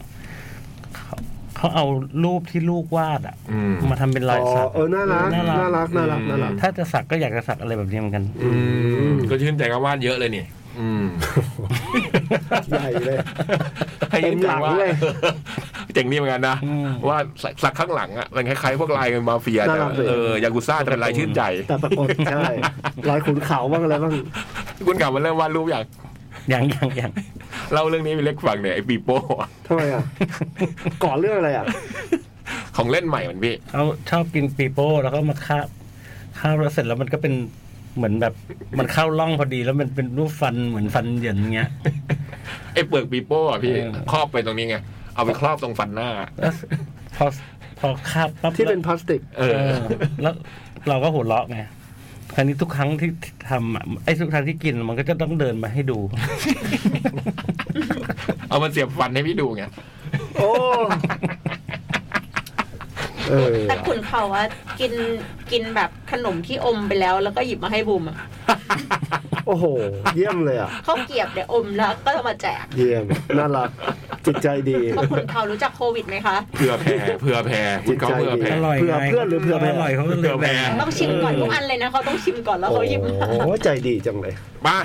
เขาเขาเอารูปที่ลูกวาดอ่ะ
อืม
มาทำเป็นลายสัก
เออน่ารัก
น่ารัก
น่ารัก น่ารัก
อืม
น่ารัก
ถ้าจะสักก็อยากจะสักอะไรแบบนี้เหมือนกัน
อืมก็ชื่นใจก็วาดเยอะเลยนี่อื
<laughs>
ม
ใหญ่เลย
ให้ยิ้มจังว่า
เต็มหลังเลย
เจ๋งดีเห <laughs> มือนกันนะ
อืม
ว่าสักสักข้างหลังอ่ะมันคล้ายๆพวกลายมาเฟียแต่ว่าเออยากุซ่าแต่เป็นลายชื่นใจ
แต่ปรากฏใช่รอยขุนเขาบ้างอะไรบ้าง
คุณกลับมาเริ่มวาดรูปอย่าง
อย่าง <laughs> อย่างอย่าง
เล่าเรื่องนี้ไปเล็กฝั่งเนี่ยไอ้ปีโป้อะ
ทำไม
<laughs>
อ่ะ ก่อเรื่องอะไรอ่ะ
ของเล่นใหม่มันพี่
เขาชอบกินปีโป้แล้วก็มาคาบคาบแล้วเสร็จแล้วมันก็เป็นเหมือนแบบมันเข้าร่องพอดีแล้วมันเป็นรูปฟันเหมือนฟันเหยินเงี้ย <laughs>
ไอ้เปลือกปีโป้อะพี่
เออ
ครอบไปตรงนี้ไงเอาไปครอบตรงฟันหน้า
แล้วพอพอคาบปั๊บ
ที่เป็นพลาสติก
เอ
เอ
อ
อ แล้วเราก็หัวเราะไงคราวนี้ทุกครั้งที่ที่ทำอ่ะไอ้ทุกครั้งที่กินมันก็จะต้องเดินมาให้
<laughs>
ดู
เอามันเสียบฟันให้พี่ดูไง <laughs>
โอ้ เออ
แต่ขุนเขาว่ากินกินแบบขนมที่อมไปแล้ว แล้วก็หยิบมาให้บูมอะ
โอ้โห เยี่ยมเลยอ่ะ
เขาวเกรียบเนี่ยอมแล้วก็เอามาแจก
เยี่ยม น่ารัก จิตใจดี
พวกขุนเขารู้จักโควิดไหมคะ
เผื่อแผ่เผื่อแผ่คุณเขาเผื่อแผ่
อร่อย
เผื่อ
ไง
เพื่อนหรือเผื่อแม่
อร่อยเขาก็เลย
เผื่อแม่
แบ่ง
ต้องชิมก่อนทุกอันเลยนะเขาต้องชิมก่อนแล้ว
โอ้
เขาหยิบมา
โหใจดีจังเลย
มา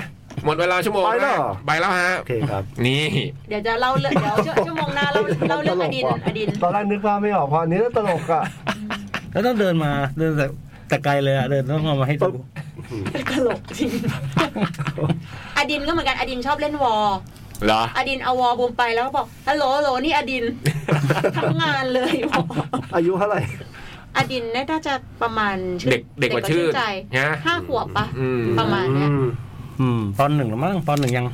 หมดเวลาชั่วโมง
ไปแล้ว
นะไปแล้วฮะ
โอเคครับ
นี่
เดี๋ยวจะเล่าเรื่องเดี๋ยวชั่วชั่วโมงหน้าเล่าเล่าเรื่องอดิน
ว่ะ
อดิน
ตอนแรกนึกว่าพไม่ออกพออันนี้แล้วตลก
<laughs>
อ่ะ
แล้วต้องเดินมาเดินแต่แต่ไกลเลยอ่ะเดินต้องเอามาให้ดู
ตลกจริง อดินก็เหมือนกันอดินชอบเล่นวอล
เหรอ
อดินเอาวอลบูมไปแล้วก็บอกฮัลโหลฮัลโหลนี่อดิน <laughs> ทั้งงานเลยวอล
อายุเท่าไหร่
อดินน่าจะประมาณชื่อ
เด็กเด็กกว่าชื่อ
ใจ
นะ
ห้าขวบปะ
อืม
ประมาณเนี้ย
อืมปอนหนึ่งหรือมั้งปอนหนึ่งยัง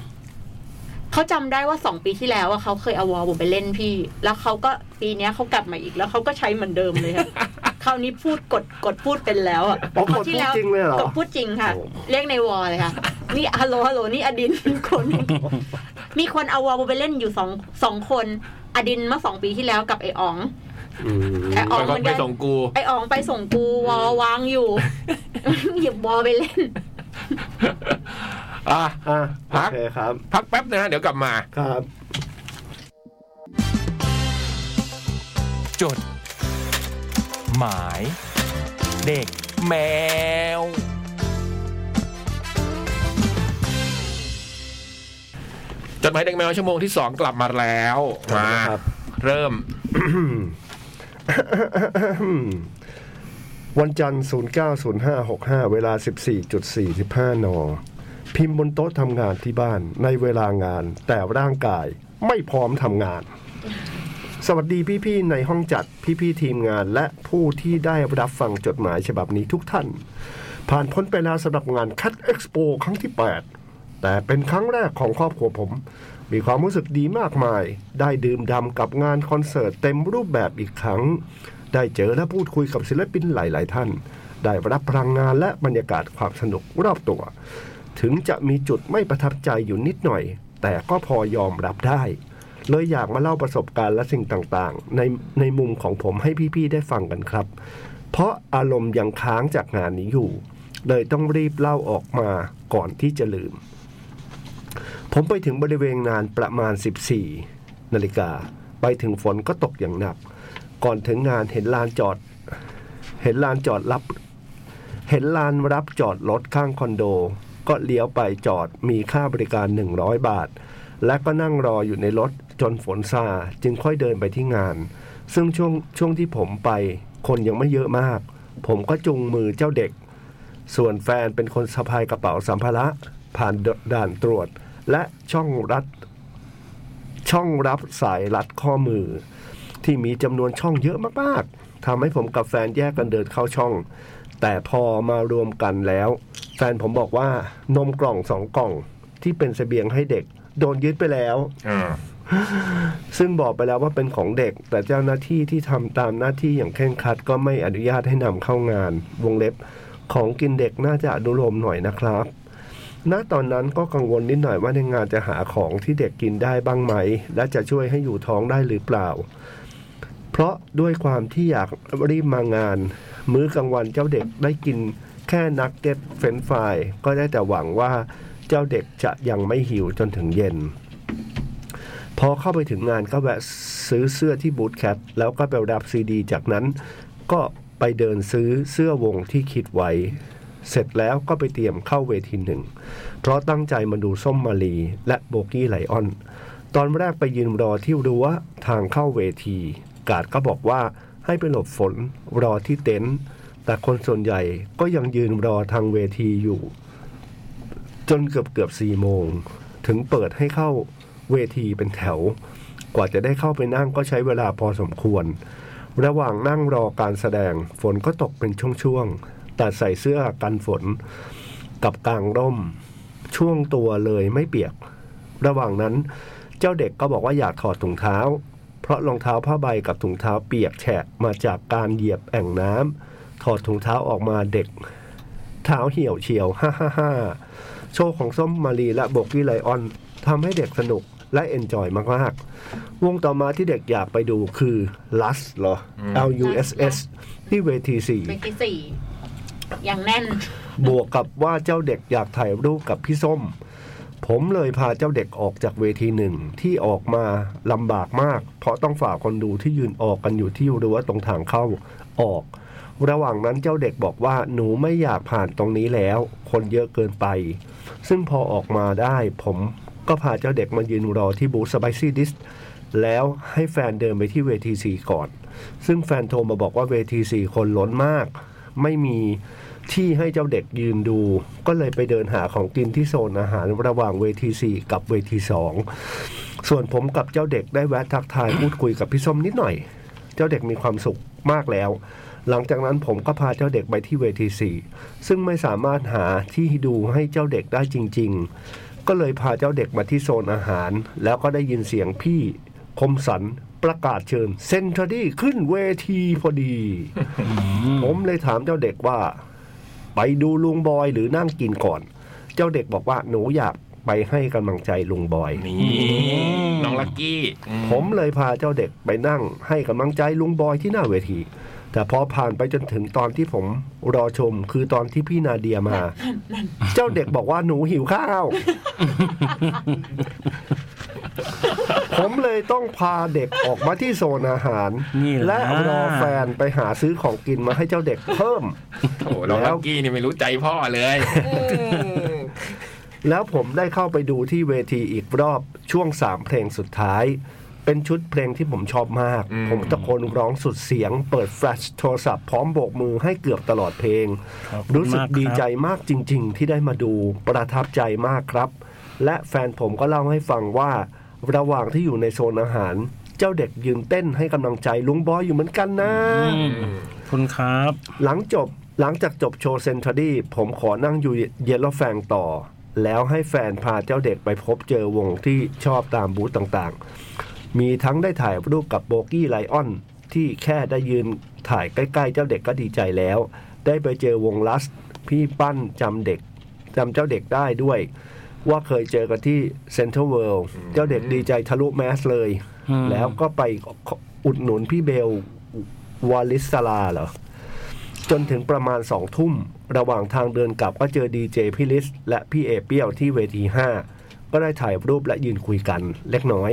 เขาจำได้ว่าสองปีที่แล้วอะเขาเคยเอาวอลบูมไปเล่นพี่ แล้วเขาก็ปีเนี้ยเขากลับมาอีกแล้วเขาก็ใช้เหมือนเดิมเลย
<laughs>
ค่ะ คราวนี้พูดกดกดพูดเป็นแล้วอะ
อ๋อกด
คราวที่แว
พูดจริงเลยเหรอ
กดพูดจริงค่ะ เรียกในวอลเลยค่ะ นี่ฮัลโหลฮัลโหลนี่อดินเป็นคน
<laughs>
มีคนเอาวอลไปเล่นอยู่สองสองคน อดินเมื่อสองปีที่แล้วกับไอ้อ๋อง
อืม
ไอ้อ๋อง
ไป
มัน
ไป
ได้
ส่งกู <laughs>
ไอ้อ๋องไปส่งกูวอลวางอยู่ <laughs> หยิบวอลไปเล่น
อ่ะ
อ่ะ
พั
โอก เคครับ
พักแป๊บนะฮะเดี๋ยวกลับมา
ครับ
จด หมาย เด็กแมว จดหมายเด็กแมวชั่วโมงที่สองกลับมาแล้วมา
ครับ
เริ่ม
วันจันทร์ 090565 เวลา 14.45 น พิมพ์บนโต๊ะทำงานที่บ้านในเวลางาน แต่ร่างกายไม่พร้อมทำงาน สวัสดีพี่ ๆ ในห้องจัดพี่ ๆ ทีมงาน และผู้ที่ได้รับฟังจดหมายฉบับนี้ทุกท่าน ผ่านพ้นไปแล้วสำหรับงานคัดเอ็กซ์โปครั้งที่ 8 แต่เป็นครั้งแรกของครอบครัวผม มีความรู้สึกดีมากมาย ได้ดื่มด่ำกับงานคอนเสิร์ตเต็มรูปแบบอีกครั้ง ได้เจอและพูดคุยกับศิลปินหลาย ๆ ท่าน ได้รับพลังงานและบรรยากาศความสนุกรอบตัว ถึงจะมีจุดไม่ประทับใจอยู่นิดหน่อย แต่ก็พอยอมรับได้ เลยอยากมาเล่าประสบการณ์และสิ่งต่างๆ ในในมุมของผมให้พี่ ๆ ได้ฟังกันครับ เพราะอารมณ์ยังค้างจากงานนี้อยู่ เลยต้องรีบเล่าออกมาก่อนที่จะลืม ผมไปถึงบริเวณงานประมาณ 14 นาฬิกา ไปถึงฝนก็ตกอย่างหนัก ก่อนถึงงานเห็นลานจอด เห็นลานจอดรับ เห็นลานรับจอดรถข้างคอนโด ก็เลี้ยวไปจอดมีค่าบริการ 100 บาท และก็นั่งรออยู่ในรถจนฝนซาจึงค่อยเดินไปที่งาน ซึ่งช่วงช่วงที่ผมไป คนยังไม่เยอะมาก ผมก็จุงมือเจ้าเด็ก ส่วนแฟนเป็นคนสะพายกระเป๋าสัมภาระ ผ่านด่านตรวจ และช่องรัด ช่องรับสายรัดข้อมือ ที่มีจำนวนช่องเยอะมากๆทำให้ผมกับแฟนแยกกันเดินเข้าช่อง แต่พอมารวมกันแล้ว แฟนผมบอกว่านมกล่องสองกล่องที่เป็นเสบียงให้เด็ก โดนยึดไปแล้ว
อ่า
ซึ่งบอกไปแล้วว่าเป็นของเด็ก แต่เจ้าหน้าที่ที่ทำตามหน้าที่อย่างเคร่งครัดก็ไม่อนุญาตให้นำเข้างาน วงเล็บของกินเด็กน่าจะอนุโลมหน่อยนะครับ ณตอนนั้นก็กังวลนิดหน่อยว่าในงานจะหาของที่เด็กกินได้บ้างไหม และจะช่วยให้อยู่ท้องได้หรือเปล่า เพราะด้วยความที่อยากรีบมางาน มื้อกลางวันเจ้าเด็กได้กินแค่นักเก็ตเฟรนช์ฟรายก็ได้แต่หวังว่าเจ้าเด็กจะยังไม่หิวจนถึงเย็น พอเข้าไปถึงงานก็แวะซื้อเสื้อที่บูธแคทแล้วก็ไปรับซีดี จากนั้นก็ไปเดินซื้อเสื้อวงที่คิดไว้ เสร็จแล้วก็ไปเตรียมเข้าเวทีหนึ่ง เพราะตั้งใจมาดูส้มมาลีและโบกี้ไลออน ตอนแรกไปยืนรอที่รั้วทางเข้าเวที กาดก็บอกว่าให้ไปหลบฝนรอที่เต็นท์แต่คนส่วนใหญ่ก็ยังยืนรอทางเวทีอยู่ จนเกือบเกือบสี่โมง ถึงเปิดให้เข้าเวทีเป็นแถว กว่าจะได้เข้าไปนั่งก็ใช้เวลาพอสมควร ระหว่างนั่งรอการแสดง ฝนก็ตกเป็นช่วงๆแต่ใส่เสื้อกันฝน กับกางร่ม ช่วงตัวเลยไม่เปียก ระหว่างนั้นเจ้าเด็กก็บอกว่าอยากถอดถุงเท้า เพราะรองเท้าผ้าใบกับถุงเท้าเปียกแฉะมาจากการเหยียบแอ่งน้ำถอดถุงเท้าออกมาเด็ก เท้าเหี่ยวเฉียวฮ่าฮ่าฮ่าโชว์ของส้มมารีและโบกี้ไลออนทำให้เด็กสนุกและเอนจอยมากๆ วงต่อมาที่เด็กอยากไปดูคือ Lust เหรอ L U S S ที่เวทีสี่
เวทีสี่อย่างแน่น
บวกกับว่าเจ้าเด็กอยากถ่ายรูปกับพี่ส้ม ผมเลยพาเจ้าเด็กออกจากเวทีหนึ่งที่ออกมาลำบากมาก เพราะต้องฝ่าคนดูที่ยืนออกกันอยู่ที่รั้วตรงทางเข้าออก ระหว่างนั้นเจ้าเด็กบอกว่าหนูไม่อยากผ่านตรงนี้แล้ว คนเยอะเกินไป ซึ่งพอออกมาได้ ผมก็พาเจ้าเด็กมายืนรอที่บูธสไปซี่ดิสแล้วให้แฟนเดินไปที่เวทีสี่ก่อน ซึ่งแฟนโทรมาบอกว่าเวทีสี่คนล้นมาก ไม่มีที่ให้เจ้าเด็กยืนดู ก็เลยไปเดินหาของกินที่โซนอาหารระหว่างเวทีสี่กับเวทีสองส่วนผมกับเจ้าเด็กได้แวะทักทายพูดคุยกับพี่ส้มนิดหน่อย เจ้าเด็กมีความสุขมากแล้ว หลังจากนั้นผมก็พาเจ้าเด็กไปที่เวทีสี่ซึ่งไม่สามารถหาที่ดูให้เจ้าเด็กได้จริง ๆ ก็เลยพาเจ้าเด็กมาที่โซนอาหาร แล้วก็ได้ยินเสียงพี่คมสันประกาศเชิญเซนทรัดี้ขึ้นเวทีพอดี ผมเลยถามเจ้าเด็กว่า ไปดูลุงบอยหรือนั่งกินก่อน เจ้าเด็กบอกว่าหนูอยากไปให้กำลังใจลุงบอย
นี่น้องลักกี้อื
ผมเลยพาเจ้าเด็กไปนั่งให้กำลังใจลุงบอยที่หน้าเวที แต่พอผ่านไปจนถึงตอนที่ผมรอชมคือตอนที่พี่นาเดียมา เจ้าเด็กบอกว่าหนูหิวข้าว ผมเลยต้องพาเด็กออกมาที่โซนอาหาร
นี่แหละ
และรอแฟนไปหาซื้อของกินมาให้เจ้าเด็กเพิ่ม
โอ้โหน้องลักกี้นี่ไม่รู้ใจพ่อเลย
แล้วผมได้เข้าไปดูที่เวทีอีกรอบช่วงสามเพลงสุดท้าย เป็นชุดเพลงที่ผมชอบมาก
อืม
ผมตะโกนร้องสุดเสียง เปิดแฟลชโทรศัพท์พร้อมโบกมือให้เกือบตลอดเพลง
ขอบคุณ
รู้สึก
มากครับ
ดีใจมากจริง ๆ ที่ได้มาดูประทับใจมากครับ และแฟนผมก็เล่าให้ฟังว่า ระหว่างที่อยู่ในโซนอาหาร เจ้าเด็กยืนเต้นให้กำลังใจลุงบอยอยู่เหมือนกันนะ
อืมคุณครับ
หลังจบหลังจากจบโชว์เซนทรัดี้ผมขอนั่งอยู่เยลโลแฟงต่อ แล้วให้แฟนพาเจ้าเด็กไปพบเจอวงที่ชอบตามบูธต่างๆ มีทั้งได้ถ่ายรูปกับโบกี้ไลออน ที่แค่ได้ยืนถ่ายใกล้ๆ เจ้าเด็กก็ดีใจแล้ว ได้ไปเจอวงลัส พี่ปั้นจำเด็กจำเจ้าเด็กได้ด้วย ว่าเคยเจอกันที่เซ็นทรัลเวิลด์เจ้าเด็กดีใจทะลุแมสเลย
อืม
แล้วก็ไปอุดหนุนพี่เบลวาลิสลาเหรอ จนถึงประมาณสองทุ่ม ระหว่างทางเดินกลับก็เจอดีเจพี่ลิส และพี่เอเปียวที่เวที 5 ก็ได้ถ่ายรูปและยืนคุยกันเล็กน้อย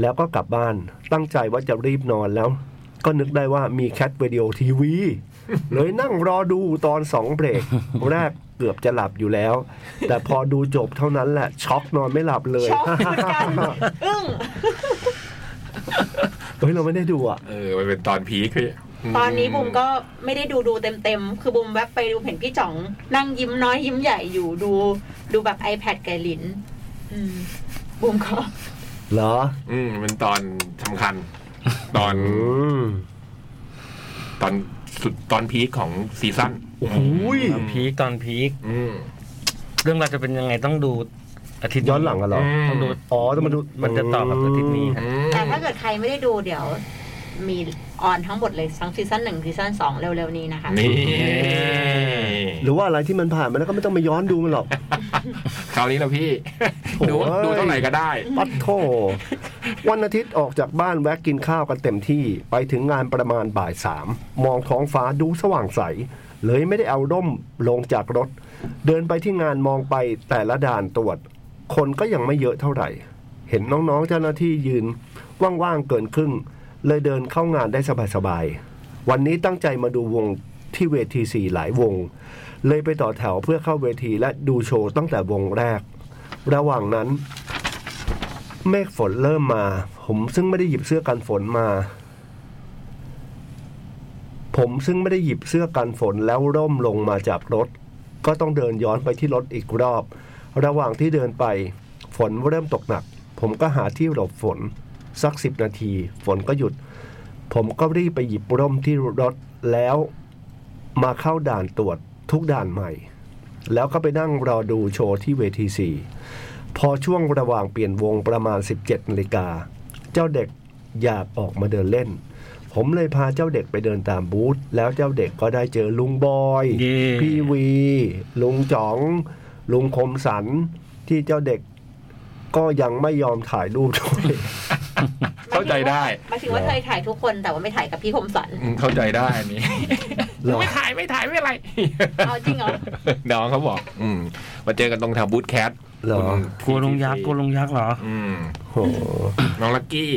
แล้วก็กลับบ้านตั้งใจว่าจะรีบนอนแล้ว ก็นึกได้ <laughs> ว่ามีแคทวิดีโอทีวี เลยนั่งรอดูตอนสองเบรก แรก กือบจะหลับอยู่แล้ว แต่พอดูจบเท่านั้นแหละช็อกนอนไม่หลับเลย
ช็อกเหมือ
<laughs>
นกันอึ้ง
<laughs> เฮ้ยเราไม่ได้ดูอ่ะ
เออมันเป็นตอนพีคพี่
ตอนนี้บุมก็ไม่ได้ดูดูเต็มๆ คือบุมแวบไปดูเห็นพี่จ๋องนั่งยิ้มน้อยยิ้มใหญ่อยู่ดู ดูแบบ iPad ไกบลินอืมบุม
<laughs>
ก็
เหรอ
อืมเป็นตอนสำคัญ ตอน
อืม
ตอนสุดตอนพีคของซีซั่น
โอ้ย
ตอนพีคตอนพีค
อืม
เรื่องราวจะเป็นยังไงต้องดูอาทิตย์
ย้อนหลังกันเหรอ
ต้องดู
อ๋อต้องมาดู
มันจะต่อกับอาทิตย์นี้
อื
ฮะ
ม
แต่ถ้าเกิดใครไม่ได้ดูเดี๋ยว มีออนทั้งหมดเลยทั้งซีซั่นหนึ่งซีซั่นสองเร็วๆ นี้นะคะ
นี่
หรือว่าอะไรที่มันผ่านมาแล้วก็ไม่ต้องมาย้อนดูมันหรอก
คราวนี้นะพี่
โถ่
ดู
เอ้ย
ดูเท่าไหร่ก็ได้
ปัดโทวันอาทิตย์ออกจากบ้านแวะกินข้าวกันเต็มที่ไปถึงงานประมาณบ่ายสามมองท้องฟ้าดูสว่างใส เลยไม่ได้เอาร่มลงจากรถ เดินไปที่งานมองไปแต่ละด่านตรวจ คนก็ยังไม่เยอะเท่าไหร่ เห็นน้องๆเจ้าหน้าที่ยืน ว่างๆเกินครึ่ง เลยเดินเข้างานได้สบายๆวันนี้ตั้งใจมาดูวงที่เวทีสี่หลายวง เลยไปต่อแถวเพื่อเข้าเวทีและดูโชว์ตั้งแต่วงแรก ระหว่างนั้น เมฆฝนเริ่มมา ผมซึ่งไม่ได้หยิบเสื้อกันฝนมา ผมซึ่งไม่ได้หยิบเสื้อกันฝนแล้วร่มลงมาจากรถ ก็ต้องเดินย้อนไปที่รถอีกรอบ ระหว่างที่เดินไป ฝนเริ่มตกหนัก ผมก็หาที่หลบฝน สักสิบนาที ฝนก็หยุด ผมก็รีบไปหยิบร่มที่รถแล้วมาเข้าด่านตรวจทุกด่านใหม่ แล้วก็ไปนั่งรอดูโชว์ที่เวทีสี่ พอช่วงระหว่างเปลี่ยนวงประมาณ 17นาฬิกา เจ้าเด็กอยากออกมาเดินเล่น ผมเลยพาเจ้าเด็กไปเดินตามบูธแล้วเจ้าเด็กก็ได้เจอลุงบอย
เย่
พี่วี ลุงจ๋อง ลุงคมสัน ที่เจ้าเด็กก็ยังไม่ยอมถ่ายรูปด้วย
เข้าใจได้
หมายถึงว่าเคยถ่ายทุกคนแต่ว่าไม่ถ่ายกับพี่คมสัน
อืมเข้าใจได้อันนี้
เหรอ
ไม่ถ่ายไม่ถ่ายไม่อะไร
เอาจริงเหรอ
น้องเขาบอก อืมมาเจอกันตรงแถวบูธแคท
<laughs> เหรอ
คุณ
กลัวลงยั <laughs> กษ์กลัวลงยักษ์เหรอ
อืม
โห
น้องลักกี้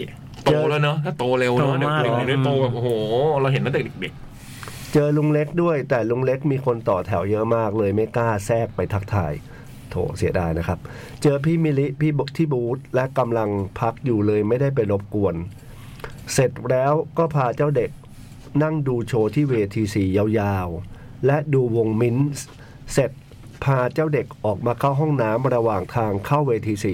เจ
โต
อ
แล้วเนอะถ้าโตเร็วเนอะ
โต
เด็ก
มาก
เด็กเด็กโตแบบโอ้โห เราเห็นตั้งแต่เด็ก
เจอลุงเล็กด้วย แต่ลุงเล็กมีคนต่อแถวเยอะมากเลยไม่กล้าแทรกไปทักทาย โถเสียดายนะครับ เจอพี่มิลิพี่บที่บูธและกำลังพักอยู่เลยไม่ได้ไปรบกวน เสร็จแล้วก็พาเจ้าเด็กนั่งดูโชว์ที่เวทีสียาวๆ และดูวงมินส์เสร็จพาเจ้าเด็กออกมาเข้าห้องน้ำระหว่างทางเข้าเวทีสี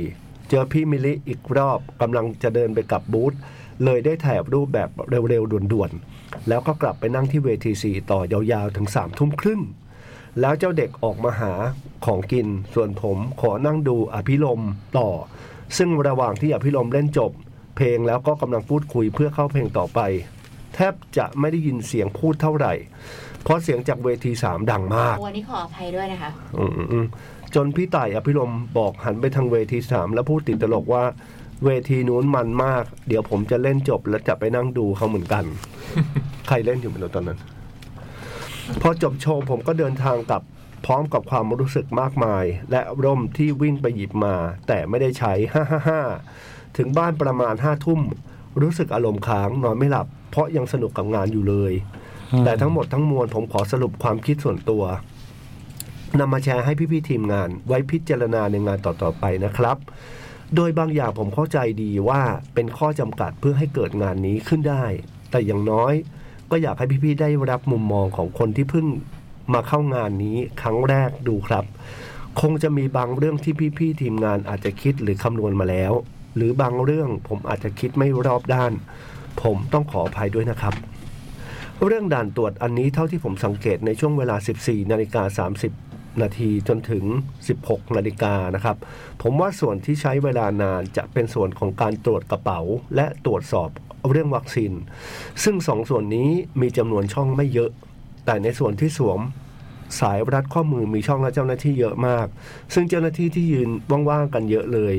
เจอพี่มิลิอีกรอบกำลังจะเดินไปกลับบูธเลยได้ถ่ายรูปแบบเร็วๆด่วนๆ แล้วก็กลับไปนั่งที่เวทีสีต่อยาวๆ ถึงสามทุ่มครึ่ง แล้วเจ้าเด็กออกมาหาของกิน ส่วนผมขอนั่งดูอภิรมย์ต่อ ซึ่งระหว่างที่อภิรมย์เล่นจบ เพลงแล้วก็กำลังพูดคุยเพื่อเข้าเพลงต่อไป แทบจะไม่ได้ยินเสียงพูดเท่าไหร่ เพราะเสียงจากเวทีสามดังมาก
วันนี้ขออภัยด้วยนะคะ
อืมๆจนพี่ต่ายอภิรมย์บอกหันไปทางเวทีสามแล้วพูดติดตลกว่า เวทีนู้นมันมาก เดี๋ยวผมจะเล่นจบแล้วจะไปนั่งดูเขาเหมือนกัน <laughs> ใครเล่นอยู่ไม่รู้ตอนนั้น พอจบโชว์ผมก็เดินทางกลับพร้อมกับความรู้สึกมากมาย และร่มที่วิ่งไปหยิบมา แต่ไม่ได้ใช้ ฮ่าฮ่าฮ่าถึงบ้านประมาณห้าทุ่ม รู้สึกอารมณ์ค้างนอนไม่หลับ เพราะยังสนุกกับงานอยู่เลย แต่ทั้งหมดทั้งมวลผมขอสรุปความคิดส่วนตัวนำมาแชร์ให้พี่ๆทีมงาน ไว้พิจารณาในงานต่อๆไปนะครับ โดยบางอย่างผมเข้าใจดีว่าเป็นข้อจำกัดเพื่อให้เกิดงานนี้ขึ้นได้ แต่อย่างน้อย ก็อยากให้พี่ ๆ ได้รับมุมมองของคนที่เพิ่งมาเข้างานนี้ครั้งแรกดูครับ คงจะมีบางเรื่องที่พี่ ๆ ทีมงานอาจจะคิดหรือคำนวณมาแล้ว หรือบางเรื่องผมอาจจะคิดไม่รอบด้าน ผมต้องขออภัยด้วยนะครับ เรื่องด่านตรวจอันนี้เท่าที่ผมสังเกตในช่วงเวลา 14นาฬิกา30 นาทีจนถึง 16นาฬิกานะครับ ผมว่าส่วนที่ใช้เวลานานจะเป็นส่วนของการตรวจกระเป๋า และตรวจสอบเรื่องวัคซีน ซึ่งสองส่วนนี้มีจำนวนช่องไม่เยอะ แต่ในส่วนที่สวมสายรัดข้อมือมีช่องและเจ้าหน้าที่เยอะมาก ซึ่งเจ้าหน้าที่ที่ยืนว่างๆกันเยอะเลย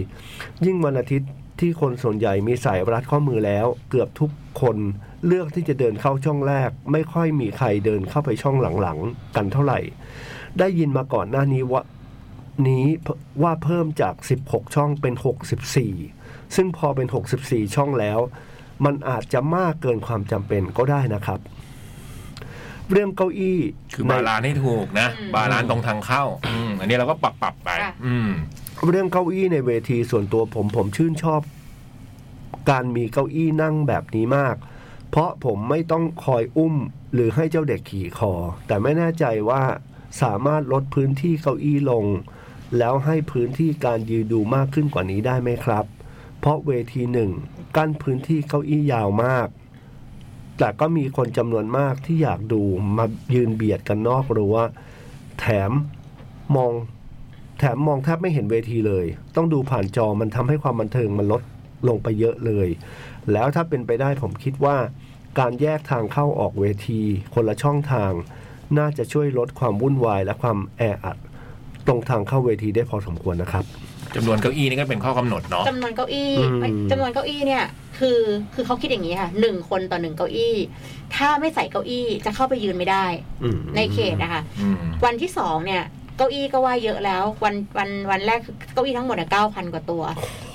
ยิ่งวันอาทิตย์ที่คนส่วนใหญ่มีสายรัดข้อมือแล้ว เกือบทุกคนเลือกที่จะเดินเข้าช่องแรก ไม่ค่อยมีใครเดินเข้าไปช่องหลังๆกันเท่าไหร่ ได้ยินมาก่อนหน้านี้ว่านี้ว่าเพิ่มจาก 16 ช่องเป็น 64 ซึ่งพอเป็น 64 ช่องแล้ว มันอาจจะมากเกินความจำเป็นก็ได้นะครับ เรื่องเก้าอี้
คือบาลานซ์ให้ถูกนะ
อืม
บาลานซ์ตรงทางเข้าอืมอันนี้เราก็ปรับปรับๆไป
ค่ะ
อืม
เรื่องเก้าอี้ในเวทีส่วนตัวผมผมชื่นชอบ การมีเก้าอี้นั่งแบบนี้มาก เพราะผมไม่ต้องคอยอุ้ม หรือให้เจ้าเด็กขี่คอ แต่ไม่แน่ใจว่าสามารถลดพื้นที่เก้าอี้ลง แล้วให้พื้นที่การยืนดูมากขึ้นกว่านี้ได้ไหมครับ เพราะเวทีหนึ่งกั้นพื้นที่เก้าอี้ยาวมาก แต่ก็มีคนจำนวนมากที่อยากดูมายืนเบียดกันนอกรั้วแถมมอง แถมมองแทบไม่เห็นเวทีเลย ต้องดูผ่านจอมันทำให้ความบันเทิงมันลดลงไปเยอะเลย แล้วถ้าเป็นไปได้ผมคิดว่า การแยกทางเข้าออกเวที คนละช่องทาง น่าจะช่วยลดความวุ่นวายและความแออัด ตรงทางเข้าเวทีได้พอสมควรนะครับ
จำนวนเก้าอี้นี่ก็เป็นข้อกำหนดเนาะ
จำนวนเก้าอี้
อืม
ไม่จำนวนเก้าอี้เนี่ยคือคือเขาคิดอย่างนี้ค่ะหนึ่งคนต่อหนึ่งเก้าอี้ ถ้าไม่ใส่เก้าอี้จะเข้าไปยืนไม่ได้
อืม
ในเขตนะคะ
อืม
วันที่สองเนี่ยเก้าอี้ก็ว่าเยอะแล้ว วันวันวันแรกคือเก้าอี้ทั้งหมดเก้าพันกว่าตัว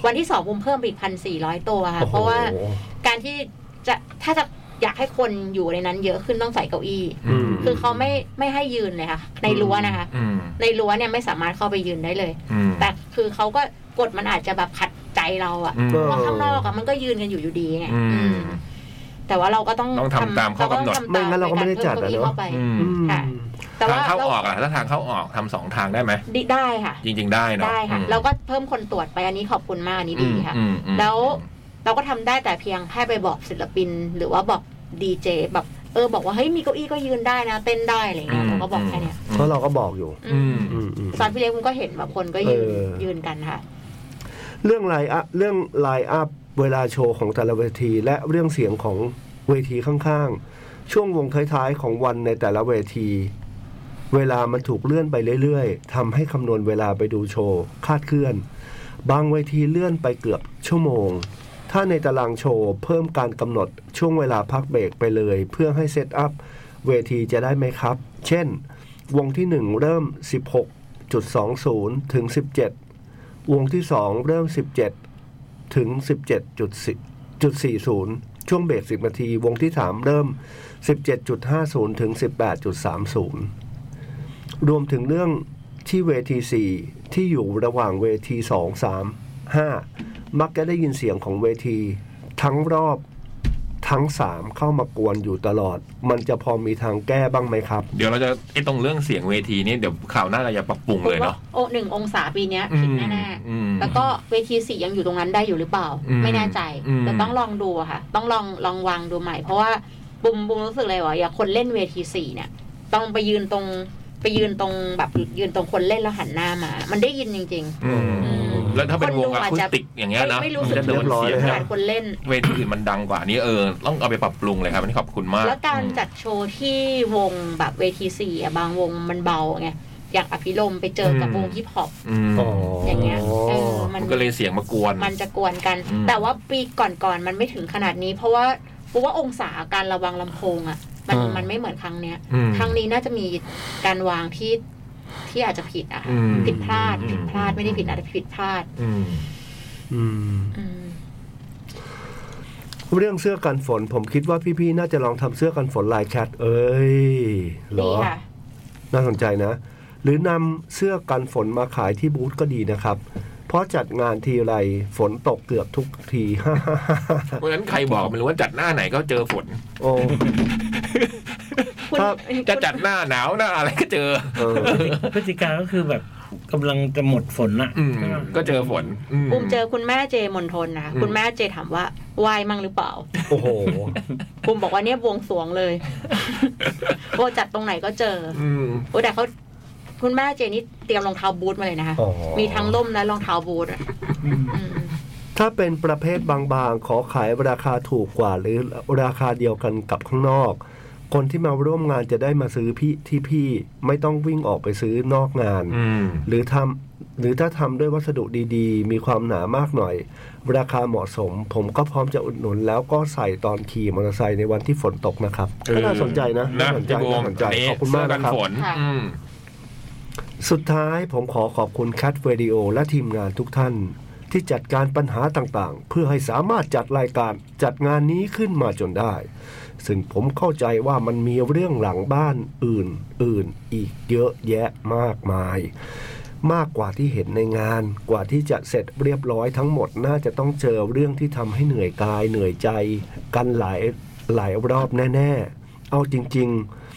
วันที่สองบุมเพิ่มไปอีกพันสี่ร้อยตัวค่ะเพราะว่าการที่จะถ้าจะอยากให้คนอยู่ในนั้นเยอะขึ้นต้องใส่เก้าอี้
อืม
คือเขาไม่ไม่ให้ยืนเลยค่ะ ในรั้วนะคะ
อืม
ในรั้วเนี่ยไม่สามารถเข้าไปยืนได้เลย
อืม
แต่คือเขาก็กฎมันอาจจะแบบขัดใจเราอะ
อืม
เพราะข้างนอกอะมันก็ยืนกันอยู่อยู่ดีไง
อื
อื
ม
มแต่ว่าเราก็ต้อง
ต้องทำตามข้อกำหนด
ต้อทำต
ไม่งั้นเราก็ไม่ได้จัดอะเนอะ
พิ่มก้อี้ข้ไป
อืม
อืม
ค่ะ แต่
ทา
ว่าง
เข้าออก
ร
อะถ้าทางเข้าออกทำสองทางได้ไหม
ดิได้ค่ะ
จริง ๆ ได้เนาะ
ได้ค่ะ
อืม
เราก็เพิ่มคนตรวจไปอันนี้ขอบคุณมากอันนี้
อื
ดี
ม
ค่ะ
อืมอืม
แล้ว เราก็ทำได้แต่เพียงแค่ไปบอกศิลปิน หรือว่าบอกดีเจแบบเออบอกว่าเฮ้ยมีเก้าอี้ก็ยืนได้นะเต้นได้อะไรเงี้ยเราก็บอกแค่เนี้ย
เพราะเราก็บอกอยู่
อืม
อืมอืม
สอนพี่เล็กคุณก็เห็นแบบคนก็ยืน
เออ
ยืนกันค่ะ
เรื่องไลอัพเรื่องไลอัพเวลาโชว์ของแต่ละเวที และเรื่องเสียงของเวทีข้างๆ ช่วงวงท้ายๆของวันในแต่ละเวที เวลามันถูกเลื่อนไปเรื่อยๆทำให้คำนวณเวลาไปดูโชว์คาดเคลื่อน บางเวทีเลื่อนไปเกือบชั่วโมง ถ้าในตารางโชว์เพิ่มการกำหนดช่วงเวลาพักเบรกไปเลย เพื่อให้เซตอัพเวทีจะได้ไหมครับ เช่น วงที่ 1 เริ่ม 16.20 ถึง 17 วงที่ 2 เริ่ม 17 ถึง 17.40 ช่วงเบรก10 นาที วงที่ 3 เริ่ม 17.50 ถึง 18.30 รวมถึงเรื่องที่เวที 4 ที่อยู่ระหว่างเวที 2 3 5 มักจะได้ยินเสียงของเวที ทั้งรอบทั้ง 3 เข้ามากวนอยู่ตลอด มันจะพอมีทางแก้บ้างไหมครับ
เดี๋ยวเราจะไอ้ตรงเรื่องเสียงเวทีนี่เดี๋ยวข่าวหน้าเราจะปรับปรุงเลยเนาะ
โอหนึ่งองศาปีเนี้ย
อื
ผิด
ม
แน่
อืม
ๆแล้วก็เวทีสี่ยังอยู่ตรงนั้นได้อยู่หรือเปล่า
อืม
ไม่แน่ใจ
อืม
แต่ต้องลองดูอะค่ะ ต้องลองลองวางดูใหม่ เพราะว่าบุมบุมรู้สึกเลยว่าอย่างคนเล่นเวทีสี่เนี่ย ต้องไปยืนตรงไปยืนตรงแบบยืนตรงคนเล่นแล้วหันหน้ามา มันได้ยินจริง
อืม
อืม
แล้วถ้าเป็นวงอะ
คนดูอาจจะ
คูสติกอย่าง
ๆ
เงี้ย
ไม่
เนาะ
ไม่รู้สึก
มันจะ
ถึ
โดน
ง
เรียบร้อย
เสียง
เลย
ข
แบ
นาด
บ
คนเล่น
เวทีอื่นมันดังกว่านี้เออ ต้องเอาไปปรับปรุงเลยครับอันนี้ขอบคุณมาก
แล้วการจัดโชว์ที่วงแบบเวทีสี่อะบางวงมันเบาไงอย่างอภิรมย์ไปเจอกับวงฮิปฮอป
อืม
อย่างเงี้ยเออ
มั
มั
น นก็เลยเสียงมากวน
มันจะกวนกัน
อืม
แต่ว่าปีก่อนๆมันไม่ถึงขนาดนี้ เพราะว่าเพราะว่าองศาการระวังลำโพงอะ่ะ มัน
อ่ามั
มันไม่เหมือนครั้งเนี้ย
อืม
ครั้งนี้น่าจะมีการวางที่ที่อาจจะผิดอะ
อืม
ผิดพลาด
อืม
ผิดพลาดไม่ได้ผิดอาจจะผิดพลาด
อืม
อืม
อืม
เรื่องเสื้อกันฝน ผมคิดว่าพี่ๆ น่าจะลองทำเสื้อกันฝนลายแคทเอ้ยเหร
ดี
อ
ค่ะ
น่าสนใจนะ หรือนำเสื้อกันฝนมาขายที่บูธก็ดีนะครับ เพราะจัดงานทีไรฝนตกเกือบทุกที <laughs>
เพราะฉะนั้นใครบอกไม่รู้ว่าจัดหน้าไหนก็เจอฝน
โอ้
คุณ
ถ้า
จะจัดหน้าหนาวหน้าอะไรก็เจอ
เออ
พฤศจิกาก็คือแบบกำลังจะหมดฝนอ่ะ
อืม
ใช่ไหม
ก็เจอฝน
คุณปุมเจอคุณแม่เจมนทนนะ
อืม
คุณแม่เจถามว่าวายมั่งหรือเปล่า
โอ้โห
ปุมบอกว่าเนี่ยบวงสรวงเลย โอจัดตรงไหนก็เจอ
อืม
โอ้แต่เขาคุณแม่เจนี่เตรียมรองเท้าบูทมาเลยนะคะ
อ๋อ
มีทั้งล่มและรองเท้าบูทอะอืม
ถ้าเป็นประเภทบางๆ ขอขายราคาถูกกว่า หรือราคาเดียวกันกับข้างนอก คนที่มาร่วมงานจะได้มาซื้อพี่ที่พี่ไม่ต้องวิ่งออกไปซื้อนอกงาน
อืม
หรือทำหรือถ้าทำด้วยวัสดุดี ๆ มีความหนามากหน่อย ราคาเหมาะสม ผมก็พร้อมจะอุดหนุนแล้วก็ใส่ตอนขี่มอเตอร์ไซค์ในวันที่ฝนตกนะครับ
เออ
ก็น่าสนใจนะ
นะ
น่าสนใจ
พี่บู
น่าม สนใจ
นี่
ขอบคุณมาก
เสื้
นะครับ
ฝน
ค่ะ
อืม
สุดท้ายผมขอขอบคุณแคทเวดีโอและทีมงานทุกท่าน ที่จัดการปัญหาต่างๆ เพื่อให้สามารถจัดรายการจัดงานนี้ขึ้นมาจนได้ ซึ่งผมเข้าใจว่ามันมีเรื่องหลังบ้านอื่นอื่นอีกเยอะแยะมากมาย มากกว่าที่เห็นในงาน กว่าที่จะเสร็จเรียบร้อยทั้งหมดน่าจะต้องเจอเรื่องที่ทำให้เหนื่อยกายเหนื่อยใจ กันหลายหลายรอบแน่ ๆ เอาจริง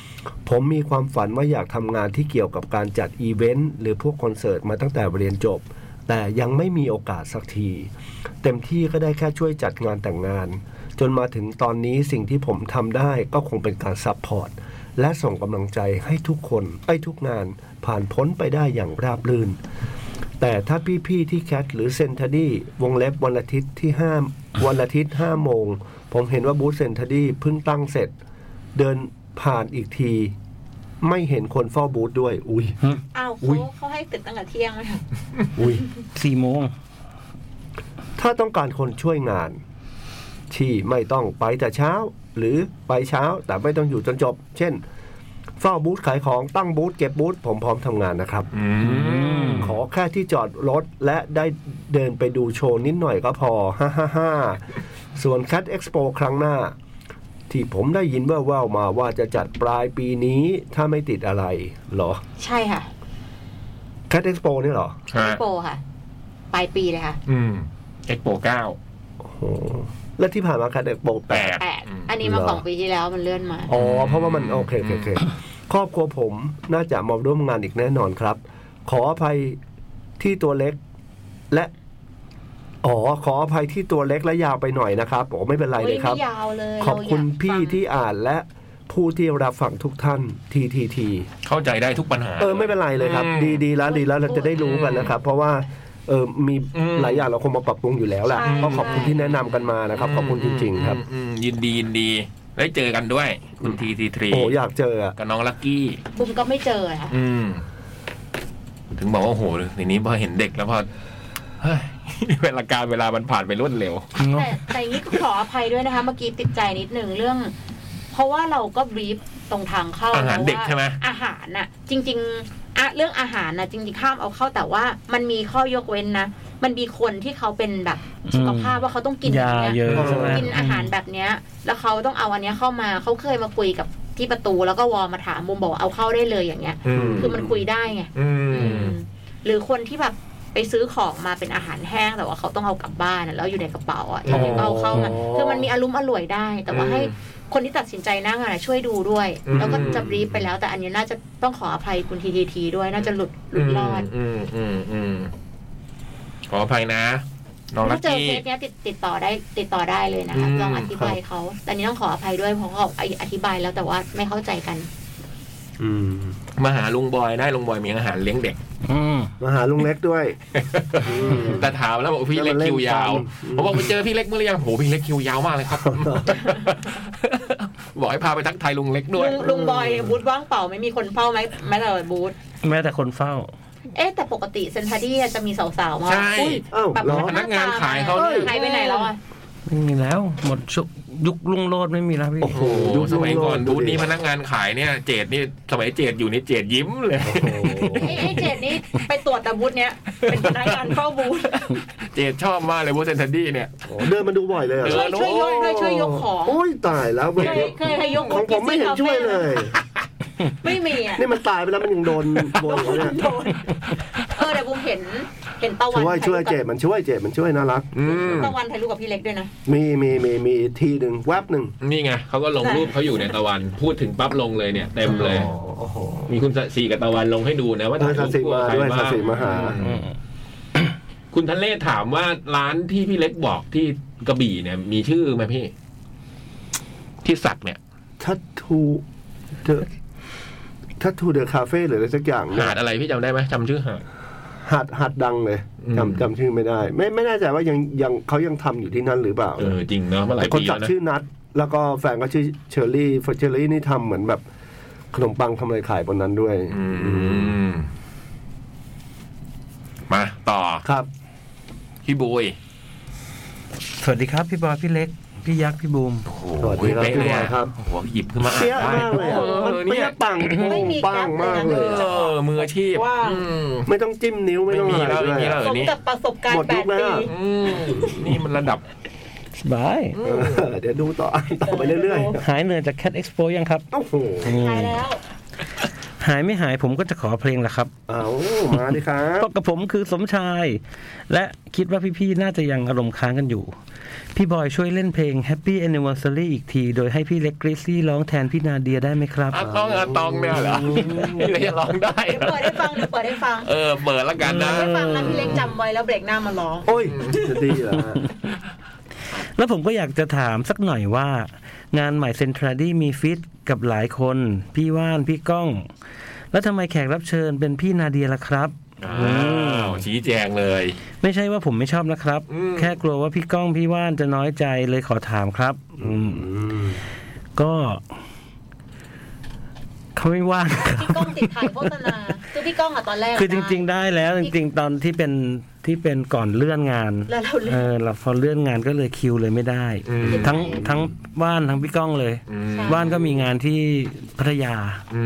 ๆ ผมมีความฝันว่าอยากทำงานที่เกี่ยวกับการจัดอีเวนต์หรือพวกคอนเสิร์ตมาตั้งแต่เรียนจบ แต่ยังไม่มีโอกาสสักที เต็มที่ก็ได้แค่ช่วยจัดงานแต่งงาน จนมาถึงตอนนี้สิ่งที่ผมทำได้ก็คงเป็นการซัพพอร์ต และส่งกำลังใจให้ทุกคนไอ้ทุกงานผ่านพ้นไปได้อย่างราบรื่น แต่ถ้าพี่ๆที่แคทหรือเซนท a ดี้วงเล็บวันอาทิตย์ที่ห้าวันอาทิตย์ห้าโมง ผมเห็นว่าบูธเซนท a ดี้เพิ่งตั้งเสร็จ เดินผ่านอีกที ไม่เห็นคนเฝ้าบูธด้วย อุ้ย
อ้าว
อุ๊
เขา
ย
เขาให้ติดตั้งแต่เที่ยงไหมคะ
อุ้ย
สี่โมง
ถ้าต้องการคนช่วยงาน ที่ไม่ต้องไปแต่เช้า หรือไปเช้าแต่ไม่ต้องอยู่จนจบ เช่น เฝ้าบูธขายของตั้งบูธเก็บบูธผมพร้อมทำงานนะครับ
อืม
ขอแค่ที่จอดรถและได้เดินไปดูโชว์นิดหน่อยก็พอ ฮ่าฮ่าฮ่าส่วนแคดเอ็กซ์โปครั้งหน้า ที่ผมได้ยินแว่วๆมาว่าจะจัดปลายปีนี้ถ้าไม่ติดอะไรเหรอ
ใช่ค่ะ
แคดเอ็กซ์โปนี่ยเหรอ
ฮะ
โปรค่ะ ปลายปีเลยค่ะ
อืมเอ็กโปเก้า
โอ้โหและที่ผ่านมาแคดเอ็กซ์โปแป
แป
ด
ด
แปด
อืม
อันนี้มา
เหรอ
สองปีที่แล้วมันเลื่อนมา
อ๋อ เพราะว่ามันโอเคโอเคโอเคครอบครัวผมน่าจะมาร่วมงานอีกแน่นอนครับ ขออภัยที่ตัวเล็กและอ๋อขออภัยที่ตัวเล็กและยาวไปหน่อยนะครับโอ้ไม่เป็นไรเลยครับ
อุ๊ไม่ยาวเลย
ขอบคุณ
เรายาก
พี่
ฟัง
ที่อ่านและผู้ที่รับฟังทุกท่านทีทีที
เข้าใจได้ทุกปัญหา
เออไม่เป็นไรเลยครับ
อืม
ดีดีแล้วดีแล้วเราจะได้รู้กันนะครับ เพราะว่าเออมี
อืม
หลายอย่างเราคงมาปรับปรุงอยู่แล้วแหละ
ใช่
ก็ขอบคุณที่แนะนำกันมานะครับ ขอบคุณจริง ๆ ครับ
อืมอืมอืมยินดียินดี ได้เจอกันด้วย คุณทีทีทรี
โอ้อยากเจออะ
กับน้องลักกี้
บุมก็ไม่เจอค่ะ
อืม ถึงบอกว่าโอ้โหทีนี้พอเห็นเด็กแล้วพอเฮ้ย <laughs> เวลาการเวลามันผ่านไปรวดเร็ว
แต่แต่อย่างนี้ก็ขออภัยด้วยนะคะ เมื่อกี้ติดใจนิดหนึ่งเรื่อง เพราะว่าเราก็บรีฟตรงทางเข้า
อาหาร
นะว่
เด็กใช่ไหม
อาหารน่ะ จริง ๆอะเรื่องอาหารน่ะ จริงๆห้ามเอาเข้าแต่ว่ามันมีข้อยกเว้นนะ มันมีคนที่เขาเป็นแบบสุขภาพว่าเขาต้องกิน
ยา
แบบ
เย
เนี้ย
อะใช่ไหม
กินอาหารแบบเนี้ย แล้วเขาต้องเอาอันเนี้ยเข้ามาเขาเคยมาคุยกับที่ประตูแล้วก็วอลมาถามมุมบอกว่าเอาเข้าได้เลยอย่างเงี้ย
อืม
คือมันคุยได้ไง
อืม
หรือคนที่แบบไปซื้อของมาเป็นอาหารแห้งแต่ว่าเขาต้องเอากลับบ้านอะแล้วอยู่ในกระเป๋าอ่ะ
อ๋อ
ยังไงก็เอาเข้ามาคือมันมีอารมณ์อร่วยได้ แต่ว่า
อืม
ให้คนที่ตัดสินใจหน้างานอะช่วยดูด้วย
อืม
แล้วก็จะบรีฟไปแล้วแต่อันนี้น่าจะต้องขออภัยคุณทีทีทีด้วยน่าจะหลุดหลุดรอด
อืมอืมอืมขออภัยนะ น้องลั
ถ้ากเจอ
กี้
เคสเนี้ยติดติดต่อได้ติดต่อได้เลยนะคะ
อืม
ลองอธิบายเขาแต่อันนี้ต้องขออภัยด้วยเพราะเขาอธิบายแล้วแต่ว่าไม่เข้าใจกัน
อืม
มาหาลุงบอยได้ลุงบอยมีอาหารเลี้ยงเด็ก
อืม
มาหาลุงเล็กด้วยอืม
แต่ถามแล้วบอกพี่เล็กคิวยาวผมบอกไปเจอพี่เล็กเมื่อไหรยังโหพี่เล็กคิวยาวมากเลย <laughs> ครับ บอกให้พาไปทักทายลุงเล็กด้วย
ลุงลุงบอยบูธว่างเปล่าไม่มีคนเฝ้าไหมแม้แต่บูธ
แม้แต่คนเฝ้า
เอ๊ะแต่ปกติเซนทาดี้จะมีสาวๆมา
ใช่
อุ๊ย
อ้าว
แบบ
เหรอ
พนักงานขายเขาเนี่ย
หายไปไหนแล้วอ่ะ
ไม่มีแล้ว หมดชุยุคลุงโลดไม่มีแล้วพี่
โอ้โหสมัยก่อนบูธนี้พนักงานขายเนี่ย เจดนี่สมัยเจดอยู่นี่เจดยิ้มเลย
โอ้โห
ไอ้ไอ้เจดนี่ไปตรวจแต่บูธเนี้ย <laughs> เป็นพนักงานเฝ้าบูธ
เจดชอบมากเลยบูธเซนทันดี้เนี่ย
โอ้เดินมาดูบ่อยเลยเหรอ
เดิ
ช่วน ยช่วยยกด้วยช่วยยกของ
โอ้ยตายแล้ว
เคยเคยให้ยก
ของผมไม่เห็นช่วยเลย
ไม่มีอ่ะ
นี่มันตายไปแล้วมันยังโดนโดนอยู่เนี่ย
โดนเออแต่บูมเห็นเห็นตะวัน
ช่วยช่วยเจ็บมันช่วยเจ็บมันช่วยน่ารัก
อืม
ตะวันถ่ายรูปกับพี่เล็กด้วยนะ
มีมีมีมีทีหนึ่งแวบหนึ่ง
นี่ไงเขาก็ลงรูปเขาอยู่ในตะวัน พูดถึงปั๊บลงเลยเนี่ยเต็มเลย
โอ้โห
มีคุณสัตย์ศรีกับตะวันลงให้ดูนะว่า
เออ
ถ่
สาย สิ
รู
มาด้วย
ปคู่กับใครบ้
สาง สิมาหา
อืม
คุณทะเลศถามว่าร้านที่พี่เล็กบอกที่กระบี่เนี่ย มีชื่อไหมพี่ ที่สักเนี่ย
ทัตทูเดอะทัตทูเดอะคาเฟ่หรืออะไรสักอย่างเนี่ย
หาดอะไรพี่จำได้ไหมจำชื่อหาด
หาดหาดดังเลย
อืม
จำจำชื่อไม่ได้ ไม่ไม่แน่ใจว่ายังยังเขายังทำอยู่ที่นั่นหรือเปล่า
เออจริงเนาะเมื่อหลาย
คน
ปี
จัด
แล้วนะ
ชื่อนัด แล้วก็แฟนก็ชื่อเชอรี่เชอรี่นี่ทำเหมือนแบบขนมปังทำอะไรขายบนนั้นด้วย
อื
อืม
มมาต่อ
ครับ
พี่บุย
สวัสดีครับพี่บอยพี่เล็ก พี่ยักษ์พี่บูม
โอ้โห
สวัสดีครับ
เป๊ะเลย
พี่บอ
อะ
ยครับ
โอ้โหหยิบขึ้นมาอ่าน
เปี้ย
ได้
มากเลย
เอ
อะมัน
อ
เปี้
เนี่ย ย
ปัง
ไม่มี
ปังมากเลย
เ
อ
อ
ะ
อมืออาชีพ
ว้าว
อืม
ไม่ต้องจิ้มนิ้วไม่ต้องอะไร
ไม่มีแล้ว
ด้วย
ไม่มีแล้ว
อะ
สมกับประสบการ
หม
ณ์
ดยุค
แปด
แล้ว
ปี
อะ
อืมนี่มันระดับ
สบาย
เออเดี๋ยวดูต่อ <laughs> อ่านต่อไปเรื่อย
หายเหนื่อยจากแค t เอ็กซ์โปยังครับ
ๆโอ้โห
ตายแล้ว
หายไม่หายผมก็จะขอเพลงละครับ
เอามาดิครับ
ก็กับผมคือสมชาย และคิดว่าพี่ ๆ น่าจะยังอารมณ์ค้างกันอยู่ พี่บอยช่วยเล่นเพลง Happy Anniversary อีกที โดยให้พี่เล็กกริซซี่ร้องแทนพี่นาเดียได้ไหมครับ
อาตองอาตองเนี่ยเหรอไม่เลยจะร้องได้เหรอ
เปิดให้ฟังหรือเปิดให้ฟัง
เออเปิดละกันนะ
ให้ฟังแล้วพี่เล็กจำไว้แล้วเบรกหน้ามาร้อง
โอ้ยจะดีเหรอฮะ
แล้วผมก็อยากจะถามสักหน่อยว่า งานใหม่เซนทรัลดี้มีฟิตกับหลายคน พี่ว่านพี่ก้อง แล้วทำไมแขกรับเชิญเป็นพี่นาเดียล่ะครับ
อ้าวชี้แจงเลย
ไม่ใช่ว่าผมไม่ชอบนะครับ
อืม
แค่กลัวว่าพี่ก้องพี่ว่านจะน้อยใจเลยขอถามครับ อืม
อืม
ก็เขาไม่ว่าง
พี่ก้องติดถ่ายโฆษณาคือพี่ก้องอะตอนแรก
คือจริง ๆ ได้แล้วจริง ๆ ตอนที่เป็นที่เป็นก่อนเลื่อนงาน
ๆแล้วเราเลื
เอ
อก
อเราพอเลื่อนงานก็เลยคิวเลยไม่ได้
อืม
ทั้งทั้งว่านทั้งพี่ก้องเลย
อืม
ใช่
ว่านก็มีงานที่พัทยา
อื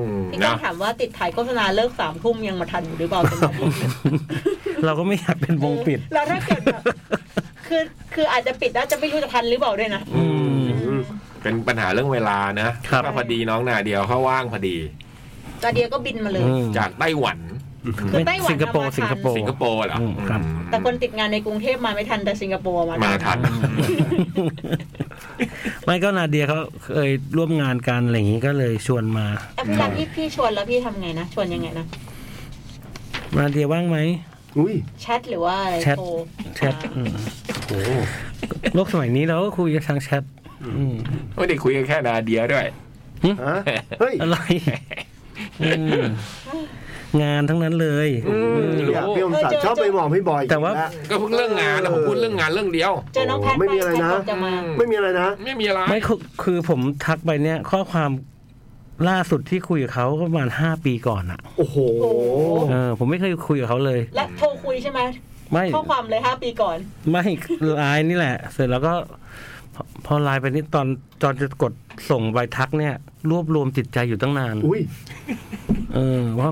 ม
พี่ก้อ
นะ
งถามว่าติดถ่ายโฆษณาเลิกสามทุ่มยังมาทันอยู่หรือเปล่าสำหรับพี่
เราก็ไม่อยากเป็นวงปิด
แล้วถ้าเกิดแบบ <laughs> คือคืออาจจะปิดแล้วจะไม่รู้จะทันหรือเปล่าด้วยนะ
อืม
เป็นปัญหาเรื่องเวลานะครับ ก็พอดีน้องนาเดียวเขาว่างพอดี
ตอนเดียก็บินมาเลย
อืม
จากไต้หวัน
คือไต้หวัน
สิงคโปร์
มาทัน
สิงคโปร์
สิงคโปร์เหรอ
อืมครับ
อืม
แต่คนติดงานในกรุงเทพมาไม่ทันแต่สิงคโปร์มา
มา
มา
ทัน
ไม่ก็นาเดียเขาเคยร่วมงานกันอะไรอย่างนี้ก็เลยชวนมา
แอปพี่รักพี่พี่ชวนแล้วพี่ทำไงนะชวนยังไงนะ
นาเดียว่างไหม
อุ้ย
แชทหรือว่าอะไร
แชท
โทร
แชทอืม
โอ้
โลกสมัยนี้เราก็คุยกันทางแชทอืม
ไม่ได้คุยกันแค่นาเดียด้วย
ฮะเฮ้ย
อะไรอืมงานทั้งนั้นเลย
อยากพี่อมสันชอบไปมองพี่บอยอีก
แต่ว่า
ล้
ก็เพิ่งเรื่องงานนะผมพูดเรื่องงานเรื่องเดียว
เจอน้องแพท
โอ้ไม่มีอะไรนะ
แพทบอกจะมา
ไม่มีอะไรนะ
ไม่มีอะไร
ไม่คือคือผมทักไปเนี่ย ข้อความล่าสุดที่คุยกับเขาก็ประมาณห้าปีก่อนอะ
โอ้โห
โอ้โห
เออ ผมไม่เคยคุยกับเขาเลย
และโทรคุยใช่ไหม
ไม่
ข้อความเลยห้าปีก่อน
ไม่ไลน์นี่แหละ เสร็จแล้วก็ พอพอไลน์ไปนี่ตอนตอนจะกดส่งใบทักเนี่ย รวบรวมจิตใจอยู่ตั้งนาน
อุ้ย
เออว่า